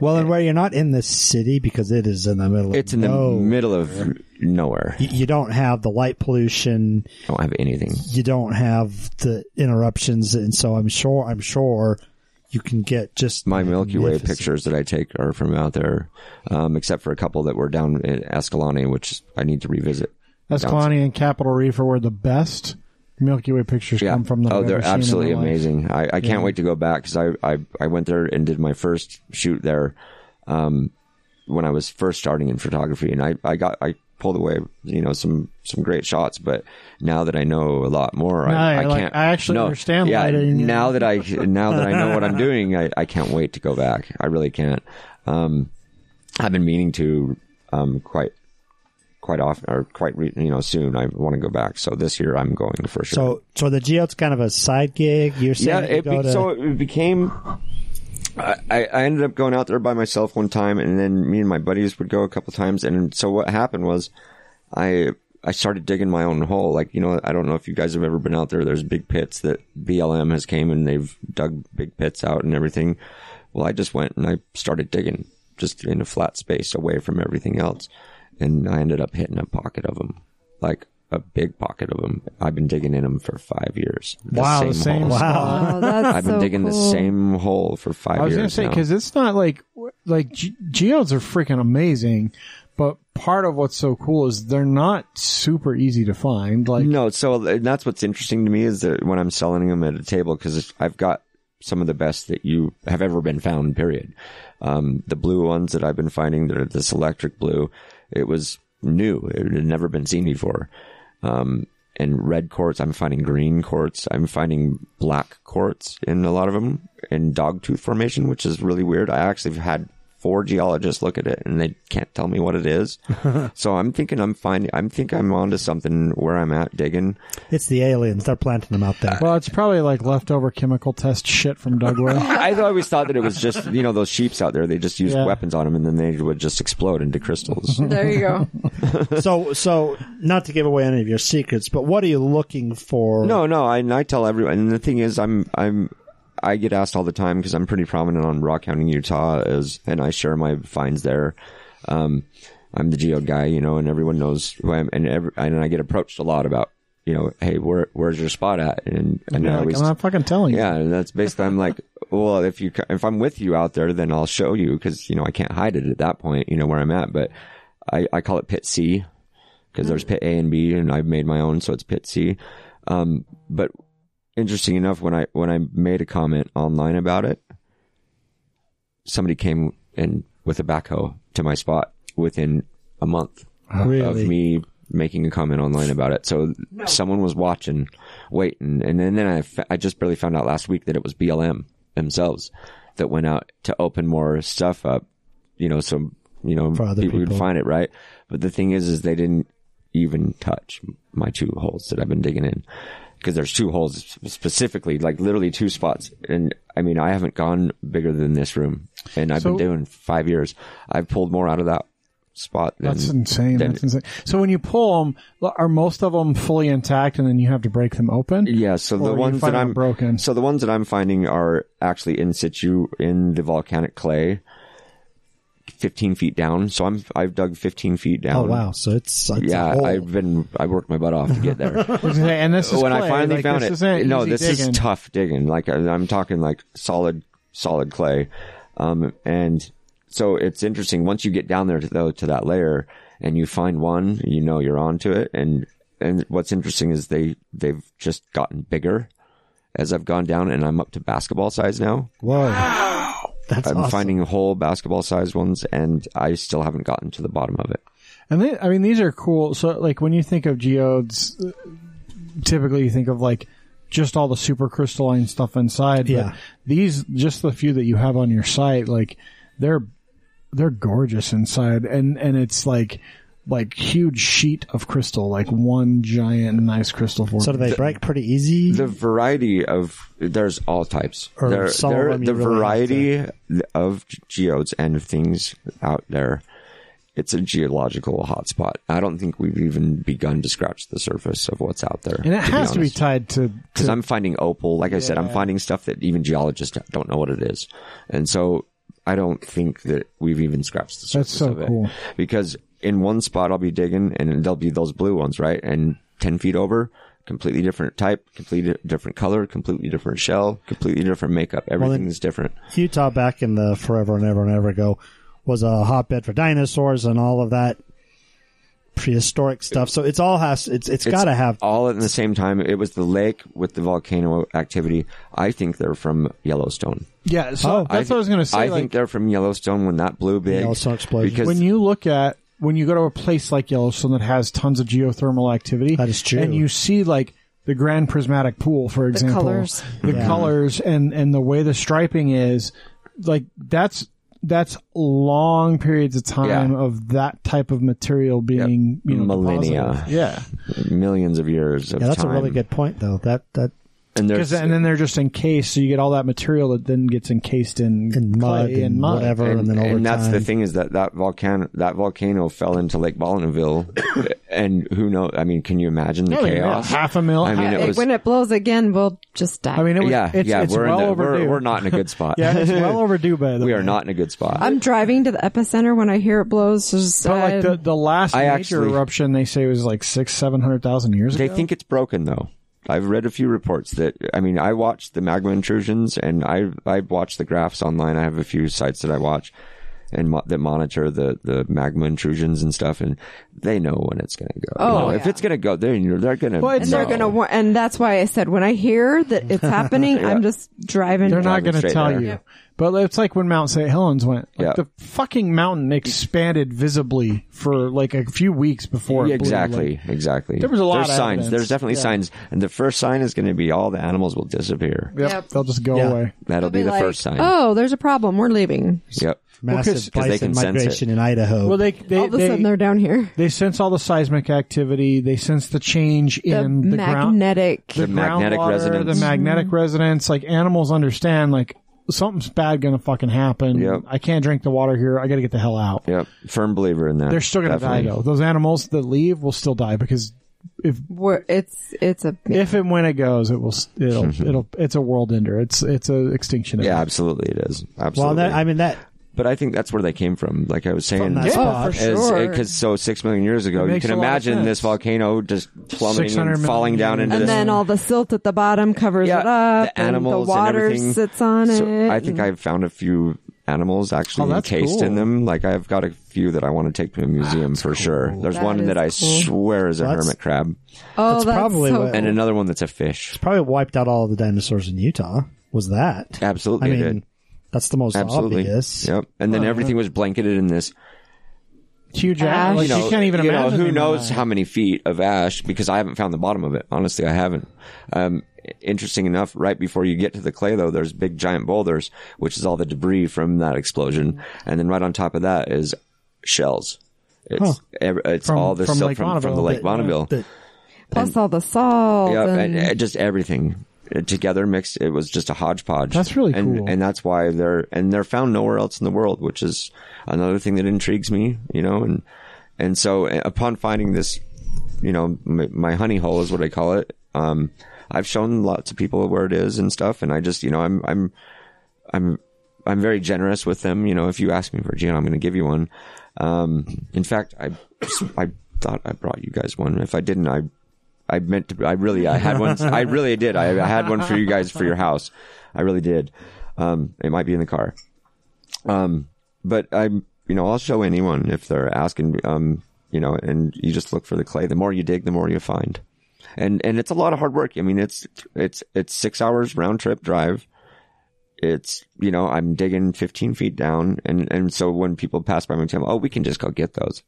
Speaker 4: well, and where you're not in the city because it is in the middle. of
Speaker 6: it's in the
Speaker 4: no-
Speaker 6: middle of nowhere.
Speaker 4: You- You don't have the light pollution.
Speaker 6: I don't have anything.
Speaker 4: You don't have the interruptions, and so I'm sure. I'm sure you can get just
Speaker 6: My Milky Way
Speaker 4: magnificent-
Speaker 6: pictures that I take are from out there, um, except for a couple that were down in Ascalon, which I need to revisit.
Speaker 3: That's
Speaker 6: Down-
Speaker 3: Kalani and Capital Reef are where the best Milky Way pictures come from. That
Speaker 6: oh,
Speaker 3: I've ever
Speaker 6: they're
Speaker 3: seen in my
Speaker 6: absolutely
Speaker 3: life.
Speaker 6: amazing. I, I can't wait to go back because I, I I went there and did my first shoot there, um, when I was first starting in photography, and I, I got I pulled away you know some some great shots, but now that I know a lot more,
Speaker 3: No,
Speaker 6: I, I
Speaker 3: like,
Speaker 6: can't.
Speaker 3: I actually
Speaker 6: no,
Speaker 3: understand
Speaker 6: Yeah,
Speaker 3: lighting.
Speaker 6: now that I now that I know what I'm doing, I, I can't wait to go back. I really can't. Um, I've been meaning to um quite. Quite often, or quite re- you know, soon. I want to go back. So this year, I'm going for sure.
Speaker 4: So, so the geode's kind of a side gig. You're
Speaker 6: Yeah,
Speaker 4: saying you
Speaker 6: it
Speaker 4: go
Speaker 6: be-
Speaker 4: to,
Speaker 6: so it became. I, I I ended up going out there by myself one time, and then me and my buddies would go a couple times. And so what happened was, I I started digging my own hole. Like you know, I don't know if you guys have ever been out there. There's big pits that BLM has came and they've dug big pits out and everything. Well, I just went and I started digging just in a flat space away from everything else, and I ended up hitting a pocket of them, like a big pocket of them. I've been digging in them for five years. The
Speaker 3: Wow, the same
Speaker 6: hole.
Speaker 3: spot.
Speaker 2: Wow, Oh, that's
Speaker 6: I've been
Speaker 2: so
Speaker 6: digging
Speaker 2: cool.
Speaker 6: the same hole for five
Speaker 3: I was
Speaker 6: years.
Speaker 3: gonna say
Speaker 6: now.
Speaker 3: because it's not like like ge- geodes are freaking amazing, But part of what's so cool is they're not super easy to find. Like,
Speaker 6: no, so and that's what's interesting to me is that when I'm selling them at a table because I've got some of the best that you have ever been found. Period. Um, the blue ones that I've been finding that are this electric blue, it was new. It had never been seen before. Um, and red quartz. I'm finding green quartz. I'm finding black quartz in a lot of them in dog tooth formation, which is really weird. I actually have had four geologists look at it and they can't tell me what it is. so I'm thinking I'm finding. I'm think I'm onto something where I'm at digging.
Speaker 4: It's the aliens. They're planting them out there.
Speaker 3: well, it's probably like leftover chemical test shit from Dugway.
Speaker 6: I always thought that it was just you know those sheeps out there. They just used
Speaker 3: Yeah.
Speaker 6: weapons on them and then they would just explode into crystals.
Speaker 2: There you go.
Speaker 4: so, so not to give away any of your secrets, but what are you looking for?
Speaker 6: No, no, I, and I tell everyone. And the thing is, I'm, I'm, I get asked all the time because I'm pretty prominent on Rock Hounding Utah, as and I share my finds there. Um, I'm the geo guy, you know, and everyone knows who I am, and every, and I get approached a lot about, you know, hey, where, where's your spot at? And and
Speaker 3: Yeah,
Speaker 6: I
Speaker 3: like,
Speaker 6: always,
Speaker 3: I'm not fucking telling you.
Speaker 6: yeah, and that's basically I'm like, well, if you if I'm with you out there, then I'll show you because you know I can't hide it at that point, you know where I'm at. But I I call it pit C because
Speaker 3: Mm.
Speaker 6: there's pit A and B, and I've made my own, so it's pit C. Um, but interesting enough, when I when I made a comment online about it, somebody came and with a backhoe to my spot within a month
Speaker 4: Really?
Speaker 6: of me making a comment online about it. So someone was watching, waiting, and then, then I, fa- I just barely found out last week that it was BLM themselves that went out to open more stuff up, you know, so, you know,
Speaker 4: For other
Speaker 6: people, could
Speaker 4: people.
Speaker 6: find it, right? But the thing is, is they didn't even touch my two holes that I've been digging in. Cause there's two holes specifically, like literally two spots. And I mean, I haven't gone bigger than this room and I've
Speaker 3: So-
Speaker 6: been doing five years. I've pulled more out of that spot than
Speaker 3: That's insane.
Speaker 6: then-
Speaker 3: That's insane. So when you pull them, are most of them fully intact, and then you have to break them open?
Speaker 6: Yeah, so
Speaker 3: Or
Speaker 6: the
Speaker 3: you
Speaker 6: ones
Speaker 3: find
Speaker 6: that
Speaker 3: them
Speaker 6: I'm
Speaker 3: broken.
Speaker 6: So the ones that I'm finding are actually in situ in the volcanic clay, fifteen feet down. So I'm I've dug fifteen feet
Speaker 4: Oh
Speaker 6: down.
Speaker 4: wow! So it's, it's a
Speaker 6: Yeah,
Speaker 4: hole.
Speaker 6: I've been I worked my butt off to get there.
Speaker 3: I was gonna say, And this is
Speaker 6: when I
Speaker 3: clay,
Speaker 6: finally
Speaker 3: like,
Speaker 6: found
Speaker 3: this
Speaker 6: it,
Speaker 3: isn't
Speaker 6: no,
Speaker 3: easy
Speaker 6: this
Speaker 3: digging.
Speaker 6: is tough digging. Like I- I'm talking like solid, solid clay, um, and so it's interesting. Once you get down there to, though to that layer, and you find one, you know you're onto it. And and what's interesting is they they've just gotten bigger as I've gone down, and I'm up to basketball size now.
Speaker 4: Whoa! That's
Speaker 6: I'm
Speaker 4: awesome.
Speaker 6: finding whole basketball size ones, and I still haven't gotten to the bottom of it.
Speaker 3: And they, I mean, these are cool. So, like, when you think of geodes, uh, typically you think of like just all the super crystalline stuff inside. but
Speaker 4: Yeah.
Speaker 3: these, just the few that you have on your site, like they're they're gorgeous inside, and and it's like like huge sheet of crystal, like one giant nice crystal form.
Speaker 4: So do they break pretty easy?
Speaker 6: the variety of there's all types.
Speaker 4: Mm-hmm. Or
Speaker 6: there,
Speaker 4: some of
Speaker 6: there-
Speaker 4: them you
Speaker 6: the
Speaker 4: really
Speaker 6: variety of geodes and things out there. It's a geological hotspot. I don't think we've even begun to scratch the surface of what's out there.
Speaker 3: and it has to be tied to.
Speaker 6: because
Speaker 3: to
Speaker 6: I'm finding opal. Like I said, I'm finding stuff that even geologists don't know what it is, and so I don't think that we've even scratched the surface
Speaker 3: That's so
Speaker 6: of it.
Speaker 3: cool.
Speaker 6: Because in one spot I'll be digging, and there'll be those blue ones, right? And ten feet over, completely different type, completely different color, completely different shell, completely different makeup. Everything is different.
Speaker 4: Utah back in the forever and ever and ever ago was a hotbed for dinosaurs and all of that prehistoric stuff. So it's all has it's it's
Speaker 6: It's
Speaker 4: got to have
Speaker 6: all at the same time. It was the lake with the volcano activity. I think they're from Yellowstone.
Speaker 3: yeah, so
Speaker 4: Oh,
Speaker 3: that's what I was gonna say.
Speaker 6: I
Speaker 3: like,
Speaker 6: think they're from Yellowstone when that blew big.
Speaker 4: Yellowstone explosion.
Speaker 6: Because
Speaker 3: when you look at when you go to a place like Yellowstone that has tons of geothermal activity,
Speaker 4: That is true.
Speaker 3: and you see like the Grand Prismatic Pool, for example,
Speaker 2: colors.
Speaker 3: the
Speaker 4: Yeah.
Speaker 3: colors and and the way the striping is, like that's that's long periods of time
Speaker 6: Yeah.
Speaker 3: of that type of material being you know
Speaker 6: Millennia.
Speaker 3: deposited. yeah,
Speaker 6: millions of years of
Speaker 4: yeah, that's
Speaker 6: time.
Speaker 4: a really good point though. That that
Speaker 6: And there's
Speaker 3: 'Cause then- and then they're just encased, so you get all that material that then gets encased in,
Speaker 4: in mud
Speaker 3: clay
Speaker 4: and,
Speaker 3: and mud.
Speaker 4: whatever and, then over
Speaker 6: and that's
Speaker 4: time
Speaker 6: the thing is that that volcano that volcano fell into Lake Ballinaville, and who knows? I mean, can you imagine the
Speaker 3: I mean,
Speaker 6: chaos?
Speaker 3: half a mil.
Speaker 6: I mean, it was.
Speaker 2: when it blows again, we'll just die.
Speaker 3: I mean, it was,
Speaker 6: yeah,
Speaker 3: it's,
Speaker 6: yeah,
Speaker 3: it's
Speaker 6: we're
Speaker 3: well
Speaker 6: in the,
Speaker 3: overdue.
Speaker 6: we're, we're not in a good spot.
Speaker 3: yeah, it's well overdue. By the
Speaker 6: we
Speaker 3: way.
Speaker 6: are not in a good spot.
Speaker 2: I'm driving to the epicenter when I hear it blows. Just,
Speaker 3: But like the,
Speaker 2: uh,
Speaker 3: the last
Speaker 6: I
Speaker 3: major
Speaker 6: actually-
Speaker 3: eruption, they say was like six, seven hundred thousand years
Speaker 6: they
Speaker 3: ago.
Speaker 6: think it's broken though. I've read a few reports that I mean, I watched the magma intrusions, and I I watched the graphs online. I have a few sites that I watch, and mo- that monitor the, the magma intrusions and stuff, and they know when it's going to go.
Speaker 2: Oh,
Speaker 6: You know, if
Speaker 2: yeah.
Speaker 6: it's going to go, they're they're going to.
Speaker 3: Well,
Speaker 2: And
Speaker 3: it's-
Speaker 2: they're gonna, wa- and that's why I said when I hear that it's happening, I'm just driving.
Speaker 3: They're not
Speaker 6: Driving
Speaker 3: going to
Speaker 6: straight
Speaker 3: tell
Speaker 6: there.
Speaker 3: you.
Speaker 2: Yep.
Speaker 3: But it's like when Mount St. Helens went. Like
Speaker 6: Yeah.
Speaker 3: The fucking mountain expanded visibly for like a few weeks before. it
Speaker 6: Yeah,
Speaker 3: blew,
Speaker 6: exactly,
Speaker 3: like-
Speaker 6: exactly.
Speaker 3: There was a lot
Speaker 6: There's
Speaker 3: of
Speaker 6: signs.
Speaker 3: evidence.
Speaker 6: There's definitely
Speaker 3: Yeah.
Speaker 6: signs, and the first sign is going to be all the animals will disappear.
Speaker 3: yep,
Speaker 2: Yep.
Speaker 3: They'll just go
Speaker 4: Yeah.
Speaker 3: away.
Speaker 6: That'll be,
Speaker 2: They'll
Speaker 6: the
Speaker 2: like,
Speaker 6: first sign.
Speaker 2: Oh, there's a problem. We're leaving.
Speaker 6: Yep.
Speaker 4: Massive
Speaker 3: 'cause- 'cause
Speaker 6: they
Speaker 4: bison
Speaker 6: can sense it.
Speaker 4: migration in Idaho.
Speaker 3: Well, they they
Speaker 2: All of a
Speaker 3: they,
Speaker 2: sudden, they're down here.
Speaker 3: they sense all the seismic activity. They sense the change
Speaker 2: The
Speaker 3: in the ground,
Speaker 2: magnetic.
Speaker 3: the,
Speaker 6: magnetic
Speaker 3: groundwater,
Speaker 6: resonance.
Speaker 3: the magnetic resonance. Like animals understand, like something's bad going to fucking happen.
Speaker 6: Yep.
Speaker 3: I can't drink the water here. I got to get the hell out.
Speaker 6: Yep. Firm believer in that.
Speaker 3: They're still going to die
Speaker 6: Definitely.
Speaker 3: though. Those animals that leave will still die because if
Speaker 2: where it's it's a
Speaker 3: if and when it goes, it will. It'll. it'll. It's a world ender. It's. It's a extinction.
Speaker 6: Yeah,
Speaker 3: event.
Speaker 6: absolutely, it is.
Speaker 4: well,
Speaker 6: Absolutely.
Speaker 4: that, I mean that
Speaker 6: but I think that's where they came from. Like I was saying,
Speaker 4: from that
Speaker 3: Yeah,
Speaker 4: spot.
Speaker 2: for
Speaker 6: As-
Speaker 2: Sure.
Speaker 6: uh, Cause so six million years ago,
Speaker 3: It
Speaker 6: you
Speaker 3: makes
Speaker 6: can
Speaker 3: a lot of
Speaker 6: imagine
Speaker 3: sense.
Speaker 6: this volcano just plummeting
Speaker 3: 600
Speaker 6: and
Speaker 3: million
Speaker 6: falling down
Speaker 3: years.
Speaker 6: into
Speaker 2: and
Speaker 6: this.
Speaker 2: then all the silt at the bottom covers
Speaker 6: Yeah,
Speaker 2: it up
Speaker 6: the
Speaker 2: and
Speaker 6: animals and
Speaker 2: the water
Speaker 6: everything.
Speaker 2: sits on
Speaker 6: so
Speaker 2: it
Speaker 6: I think
Speaker 2: and-
Speaker 6: I've found a few animals
Speaker 3: Oh,
Speaker 6: actually
Speaker 3: that's
Speaker 6: encased
Speaker 3: cool.
Speaker 6: in them. Like I've got a few that I want to take to a museum for sure. There's
Speaker 2: That
Speaker 6: one
Speaker 2: is
Speaker 6: that I
Speaker 2: cool.
Speaker 6: swear is a
Speaker 4: That's-
Speaker 6: hermit crab,
Speaker 2: oh
Speaker 4: that's
Speaker 2: that's,
Speaker 4: probably
Speaker 2: so
Speaker 4: what-
Speaker 6: and
Speaker 2: cool.
Speaker 6: another one that's a fish.
Speaker 4: probably wiped out all the dinosaurs in Utah. Was that?
Speaker 6: Absolutely,
Speaker 4: I
Speaker 6: it
Speaker 4: mean,
Speaker 6: did.
Speaker 4: that's the most
Speaker 6: Absolutely.
Speaker 4: obvious.
Speaker 6: Yep. And then everything was blanketed in this.
Speaker 3: Huge.
Speaker 2: Ash.
Speaker 3: ash. Like,
Speaker 6: You,
Speaker 3: you,
Speaker 6: know,
Speaker 3: can't even
Speaker 6: you know,
Speaker 3: imagine.
Speaker 6: who
Speaker 3: them
Speaker 6: knows
Speaker 3: alive.
Speaker 6: how many feet of ash because I haven't found the bottom of it. Honestly, I haven't. Um, interesting enough, right before you get to the clay though, there's big giant boulders, which is all the debris from that explosion. And then right on top of that is shells. It's, ev- it's
Speaker 3: From-
Speaker 6: all this
Speaker 3: from
Speaker 6: stuff
Speaker 3: Lake
Speaker 6: from, from
Speaker 3: Bonneville.
Speaker 6: the Lake
Speaker 3: That-
Speaker 6: Bonneville.
Speaker 4: that-
Speaker 2: plus all the salt
Speaker 6: Yeah,
Speaker 2: and,
Speaker 6: and, uh, and just everything uh, together mixed. It was just a hodgepodge.
Speaker 3: That's really
Speaker 6: and,
Speaker 3: cool.
Speaker 6: and that's why they're and they're found nowhere else in the world, which is another thing that intrigues me. You know, and and so uh, upon finding this, you know, my, my honey hole is what I call it. Um, I've shown lots of people where it is and stuff, and I just you know I'm I'm I'm I'm very generous with them. You know, if you ask me for a gin, I'm going to give you one. Um, in fact, I I thought I brought you guys one. If I didn't, I I meant to. I really I had one. I really did. I, I had one for you guys for your house. I really did. Um, it might be in the car. Um, but I'm you know I'll show anyone if they're asking. Um, you know, and you just look for the clay. The more you dig, the more you find. And and it's a lot of hard work. I mean, it's it's it's six hours round trip drive it's you know I'm digging 15 feet down, and and so when people pass by my table, oh, we can just go get those.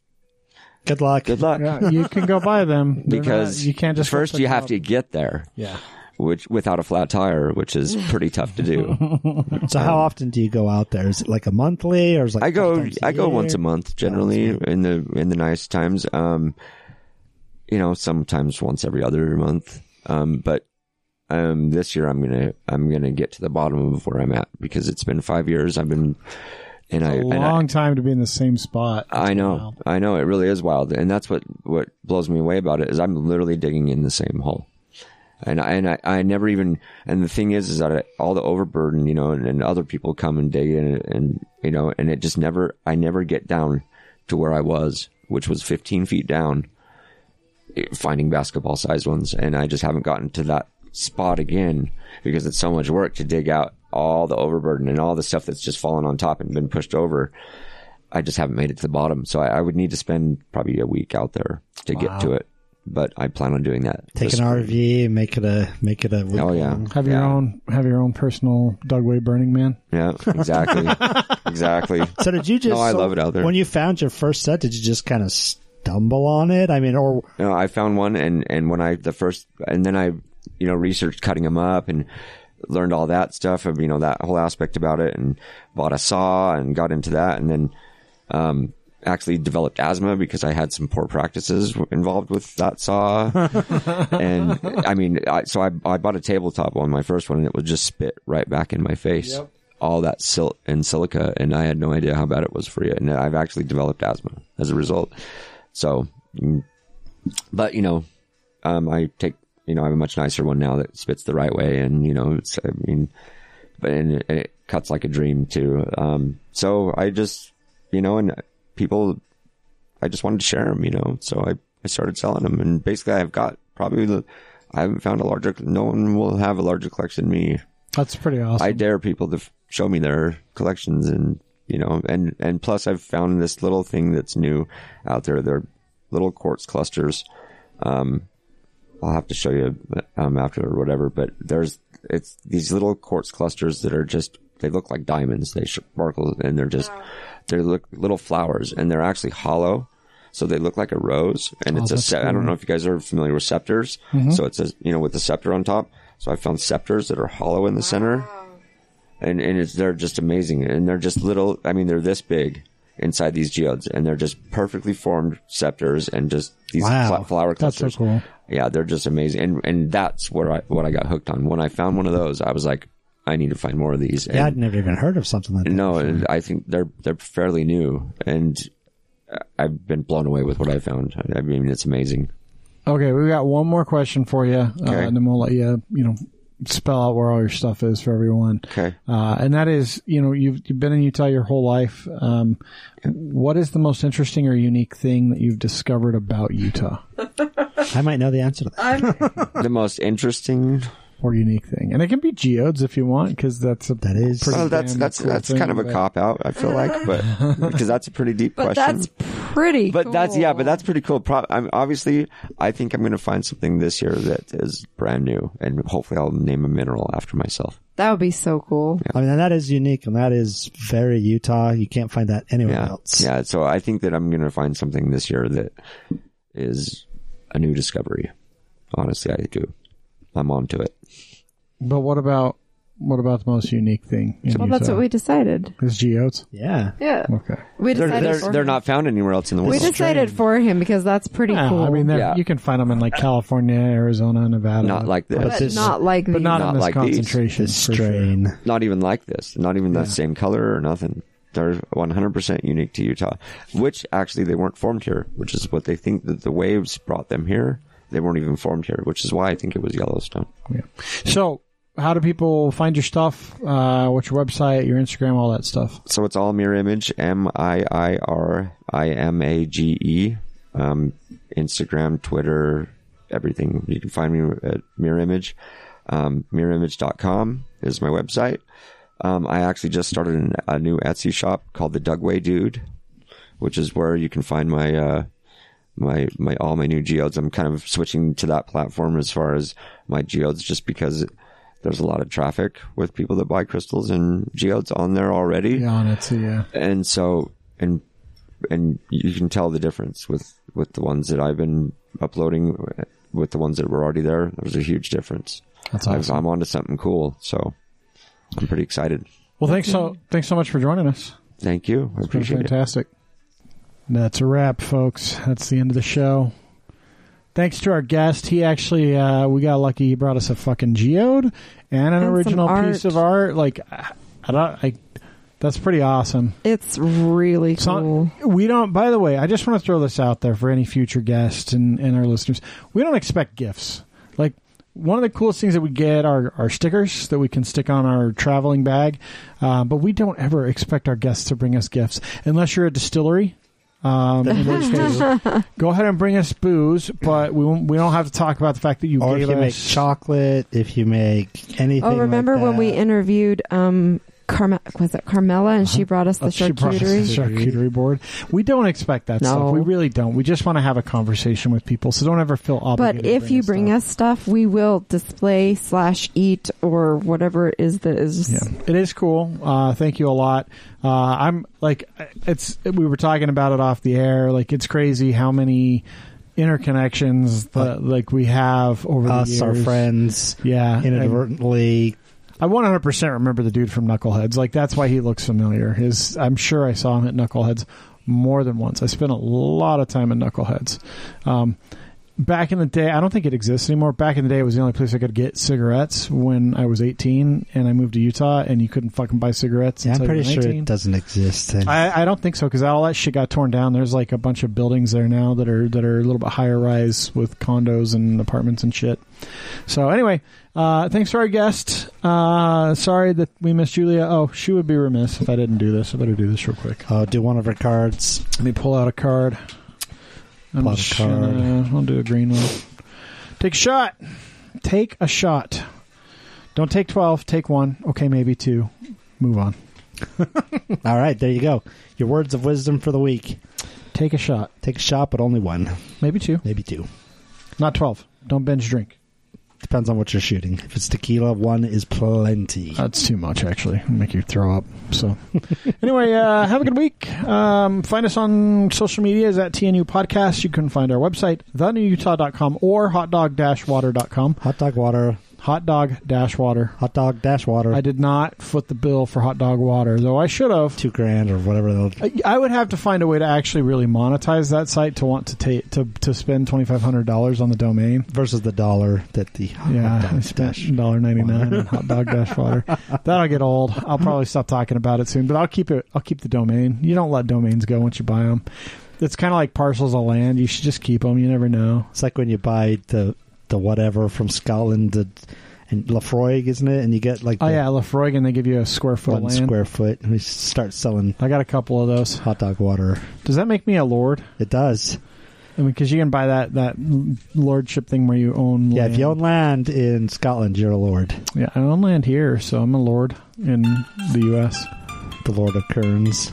Speaker 4: Good luck.
Speaker 6: Good luck,
Speaker 3: Yeah, you can go buy them They're
Speaker 6: because
Speaker 3: not- you can't just go
Speaker 6: first
Speaker 3: pick
Speaker 6: you
Speaker 3: them
Speaker 6: have
Speaker 3: up.
Speaker 6: to get there,
Speaker 3: Yeah.
Speaker 6: which without a flat tire, which is pretty tough to do.
Speaker 4: So how often do you go out there? Is it like a monthly or is it like
Speaker 6: I go
Speaker 4: sometimes
Speaker 6: I go
Speaker 4: year?
Speaker 6: once a month generally in the in the nice times. Um, you know sometimes once every other month. Um, but um this year I'm gonna I'm gonna get to the bottom of where I'm at because it's been five years I've been and I
Speaker 3: A
Speaker 6: and I- Uh,
Speaker 3: long time to be in the same spot.
Speaker 6: I know,
Speaker 3: wild.
Speaker 6: I know. It really is wild, and that's what what blows me away about it is I'm literally digging in the same hole, and I and I, I never even. And the thing is, is that I, all the overburden, you know, and, and other people come and dig in, and you know, and it just never. I never get down to where I was, which was 15 feet down, eh, finding basketball sized ones, and I just haven't gotten to that spot again because it's so much work to dig out all the overburden and all the stuff that's just fallen on top and been pushed over. I just haven't made it to the bottom. So I, I would need to spend probably a week out there to get to it. But I plan on doing that.
Speaker 4: Take
Speaker 6: this
Speaker 4: an
Speaker 6: spring.
Speaker 4: RV, and make it a make it a.
Speaker 6: Oh yeah,
Speaker 3: Have your
Speaker 6: Yeah.
Speaker 3: own. Have your own personal Dugway Burning Man.
Speaker 6: Yeah, exactly, exactly.
Speaker 4: So did you just?
Speaker 6: No, I
Speaker 4: so
Speaker 6: love it out there.
Speaker 4: When you found your first set, did you just kind of stumble on it? I mean, or
Speaker 6: No, I found one, and and when I the first, and then I, you know, researched cutting them up and learned all that stuff of you know that whole aspect about it, and bought a saw and got into that, and then um, actually developed asthma because I had some poor practices w- involved with that saw. and I mean, I, so I, I bought a tabletop on my first one and it would just spit right back in my face. All that silt and silica, and I had no idea how bad it was for you. And I've actually developed asthma as a result. So, mm, but you know, um, I take, you know, I have a much nicer one now that spits the right way. And, you know, it's, I mean, but and it, and it cuts like a dream too. Um, so I just, you know, and people, I just wanted to share them, you know, so I, I started selling them and basically I've got probably the, I haven't found a larger, no one will have a larger collection than me.
Speaker 3: That's pretty awesome.
Speaker 6: I dare people to f- show me their collections and you know, and, and plus I've found this little thing that's new out there. They're little quartz clusters. Um, I'll have to show you um, after or whatever, but there's, it's these little quartz clusters that are just, they look like diamonds. They sparkle and they're just, they look little flowers and they're actually hollow. So they look like a rose and
Speaker 4: Oh,
Speaker 6: it's a,
Speaker 4: that's
Speaker 6: se- I don't
Speaker 4: cool. Mm-hmm.
Speaker 6: know if you guys are familiar with scepters. So it's a, you know, with the scepter on top. So I found scepters that are hollow in the center and and it's they're just amazing and they're just little i mean they're this big inside these geodes and they're just perfectly formed scepters and just these
Speaker 4: Wow.
Speaker 6: fla- flower
Speaker 3: That's so
Speaker 6: clusters
Speaker 3: cool.
Speaker 6: yeah they're just amazing and and that's where i what i got hooked on when i found one of those i was like i need to find more of these
Speaker 4: Yeah, I'd
Speaker 6: and
Speaker 4: never even heard of something like that.
Speaker 6: no and i think they're they're fairly new and i've been blown away with what i found i mean it's amazing
Speaker 3: Okay, we got one more question for you, uh,
Speaker 6: Okay.
Speaker 3: and then we'll let you, you know, spell out where all your stuff is for everyone.
Speaker 6: okay
Speaker 3: Uh, and that is, you know, you've, you've been in Utah your whole life. Um, what is the most interesting or unique thing that you've discovered about Utah
Speaker 4: I might know the answer to that.
Speaker 6: the most interesting
Speaker 3: or unique thing? And it can be geodes if you want, because that's a
Speaker 4: That is-
Speaker 3: pretty
Speaker 6: well that's
Speaker 3: damn
Speaker 6: that's
Speaker 3: cool
Speaker 6: that's
Speaker 3: thing,
Speaker 6: kind of a
Speaker 3: but-
Speaker 6: cop out i feel like but because that's a pretty deep
Speaker 2: But
Speaker 6: question
Speaker 2: that's pretty.
Speaker 6: But that's yeah, but
Speaker 2: cool.
Speaker 6: that's pretty cool. Pro- I'm obviously I think I'm going to find something this year that is brand new, and hopefully I'll name a mineral after myself.
Speaker 2: that would be so cool.
Speaker 4: I mean, and that is unique, and that is very Utah. You can't find that anywhere
Speaker 6: Yeah,
Speaker 4: else.
Speaker 6: yeah. So I think that I'm going to find something this year that is a new discovery. Honestly, I do. I'm on to it.
Speaker 3: But what about what about the most unique thing? In
Speaker 2: Well, that's
Speaker 3: Utah?
Speaker 2: what we decided.
Speaker 3: is geodes.
Speaker 4: Yeah.
Speaker 2: Yeah,
Speaker 3: Okay.
Speaker 2: we
Speaker 6: They're
Speaker 2: decided.
Speaker 6: they're,
Speaker 2: for
Speaker 6: they're
Speaker 2: him.
Speaker 6: not found anywhere else in the
Speaker 2: We
Speaker 6: world.
Speaker 2: decided for him because that's pretty
Speaker 3: Yeah,
Speaker 2: cool.
Speaker 3: I mean, they're-
Speaker 6: Yeah.
Speaker 3: you can find them in like California, Arizona, Nevada.
Speaker 6: not like
Speaker 2: but
Speaker 6: this.
Speaker 2: not like
Speaker 3: but
Speaker 2: these.
Speaker 3: not, in
Speaker 6: Not
Speaker 3: this
Speaker 6: like these.
Speaker 3: concentration.
Speaker 4: This
Speaker 3: for sure.
Speaker 4: strain.
Speaker 6: not even like this, not even the same color or nothing. They're 100% unique to Utah, which actually they weren't formed here, which is what they think that the waves brought them here. They weren't even formed here, which is why I think it was Yellowstone.
Speaker 3: So, how do people find your stuff? Uh, what's your website, your Instagram, all that stuff?
Speaker 6: So it's all mirror image, M I I R I M A G E. Um, Instagram, Twitter, everything. You can find me at mirror image. Um, mirrorimage.com is my website. Um, I actually just started an, a new Etsy shop called the Dugway Dude, which is where you can find my, uh, my my all my new geodes. I'm kind of switching to that platform as far as my geodes, just because there's a lot of traffic with people that buy crystals and geodes on there already,
Speaker 3: Yeah, on Etsy. Yeah.
Speaker 6: and so and and you can tell the difference with with the ones that I've been uploading with the ones that were already there. There's a huge difference.
Speaker 3: That's
Speaker 6: I've-
Speaker 3: awesome.
Speaker 6: I'm onto something cool, so I'm pretty excited.
Speaker 3: Well, thanks so thanks so much for joining us.
Speaker 6: Thank you. I
Speaker 3: It's been
Speaker 6: appreciate it.
Speaker 3: fantastic. That's a wrap, folks. That's the end of the show. Thanks to our guest. He actually, uh, we got lucky. He brought us a fucking geode and an
Speaker 2: And some
Speaker 3: original piece
Speaker 2: art.
Speaker 3: of art. Like, I I don't, I, that's pretty awesome.
Speaker 2: It's really
Speaker 3: So-
Speaker 2: cool.
Speaker 3: we don't. By the way, I just want to throw this out there for any future guests and, and our listeners. We don't expect gifts. Like one of the coolest things that we get are, are stickers that we can stick on our traveling bag, uh, but we don't ever expect our guests to bring us gifts unless you're a distillery. Um, in which case, go ahead and bring us booze, but we won't, we don't have to talk about the fact that you
Speaker 4: Or if
Speaker 3: gave
Speaker 4: you make
Speaker 3: us-
Speaker 4: chocolate, if you make anything.
Speaker 2: Oh, remember
Speaker 4: like
Speaker 2: when we
Speaker 4: that.
Speaker 2: interviewed um Carme- was it Carmela and she brought us the
Speaker 3: Uh-huh. Oh, She brought us the
Speaker 2: charcuterie?
Speaker 3: charcuterie board. We don't expect that
Speaker 2: No.
Speaker 3: stuff. We really don't. We just want to have a conversation with people, so don't ever feel obligated.
Speaker 2: But
Speaker 3: to
Speaker 2: if you bring
Speaker 3: stuff.
Speaker 2: us stuff, we will display slash eat or whatever it is that is.
Speaker 3: Yeah, it is cool. Uh, thank you a lot. Uh, I'm like, it's we were talking about it off the air. Like, it's crazy how many interconnections that like we have over the
Speaker 4: Uh, us,
Speaker 3: years.
Speaker 4: our friends,
Speaker 3: Yeah, and
Speaker 4: inadvertently.
Speaker 3: I 100% remember the dude from Knuckleheads. Like that's why he looks familiar. His, I'm sure I saw him at Knuckleheads more than once. I spent a lot of time at Knuckleheads. Um, back in the day, I don't think it exists anymore. Back in the day, it was the only place I could get cigarettes when I was 18 and I moved to Utah and you couldn't fucking buy cigarettes.
Speaker 4: Yeah, I'm
Speaker 3: until
Speaker 4: pretty
Speaker 3: you were
Speaker 4: sure
Speaker 3: 19.
Speaker 4: it doesn't exist. And
Speaker 3: I, I don't think so because all that shit got torn down. There's like a bunch of buildings there now that are that are a little bit higher rise with condos and apartments and shit. So anyway, uh, thanks for our guest. Uh, sorry that we missed Julia. Oh, she would be remiss if I didn't do this. I better do this real quick.
Speaker 4: oh, do one of our cards.
Speaker 3: Let me pull out a card. I'm
Speaker 4: Pull out a
Speaker 3: just
Speaker 4: card.
Speaker 3: gonna- I'll do a green one. Take a shot. Take a shot. Don't take twelve. Take one. Okay, maybe two. Move on.
Speaker 4: All right, there you go. Your words of wisdom for the week.
Speaker 3: Take a shot,
Speaker 4: Take a shot, but only one,
Speaker 3: maybe two,
Speaker 4: maybe two.
Speaker 3: not twelve. Don't binge drink.
Speaker 4: Depends on what you're shooting. If it's tequila, one is plenty.
Speaker 3: That's too much, actually. It'll make you throw up. So, anyway, uh, have a good week. Um, find us on social media is at TNU Podcast. You can find our website, thenewutah.com or hotdog-water.com.
Speaker 4: hot dog water,
Speaker 3: Hotdog-water.
Speaker 4: hot dog dash water,
Speaker 3: I did not foot the bill for hot dog water, though I should have.
Speaker 4: two grand or whatever. They'll,
Speaker 3: I- I would have to find a way to actually really monetize that site to want to ta- to to spend twenty five hundred dollars on the domain.
Speaker 4: versus the dollar that the
Speaker 3: Yeah, I
Speaker 4: hot dog dash.
Speaker 3: spent dollar ninety nine on hot dog dash water. That'll get old. I'll probably stop talking about it soon, but I'll keep it. I'll keep the domain. You don't let domains go once you buy them. It's kind of like parcels of land. You should just keep them. You never know.
Speaker 4: It's like when you buy the the whatever from Scotland the, and Lafroy, isn't it? And you get like
Speaker 3: Oh
Speaker 4: the
Speaker 3: yeah, Lafroig, and they give you a square foot
Speaker 4: one
Speaker 3: land.
Speaker 4: square foot. And we start selling
Speaker 3: I got a couple of those.
Speaker 4: hot dog water.
Speaker 3: Does that make me a lord?
Speaker 4: It does.
Speaker 3: I mean, because you can buy that that lordship thing where you own.
Speaker 4: Yeah,
Speaker 3: land.
Speaker 4: if you own land in Scotland, you're a lord,
Speaker 3: Yeah, I own land here, so I'm a lord in the U.S.
Speaker 4: the Lord of Kerns.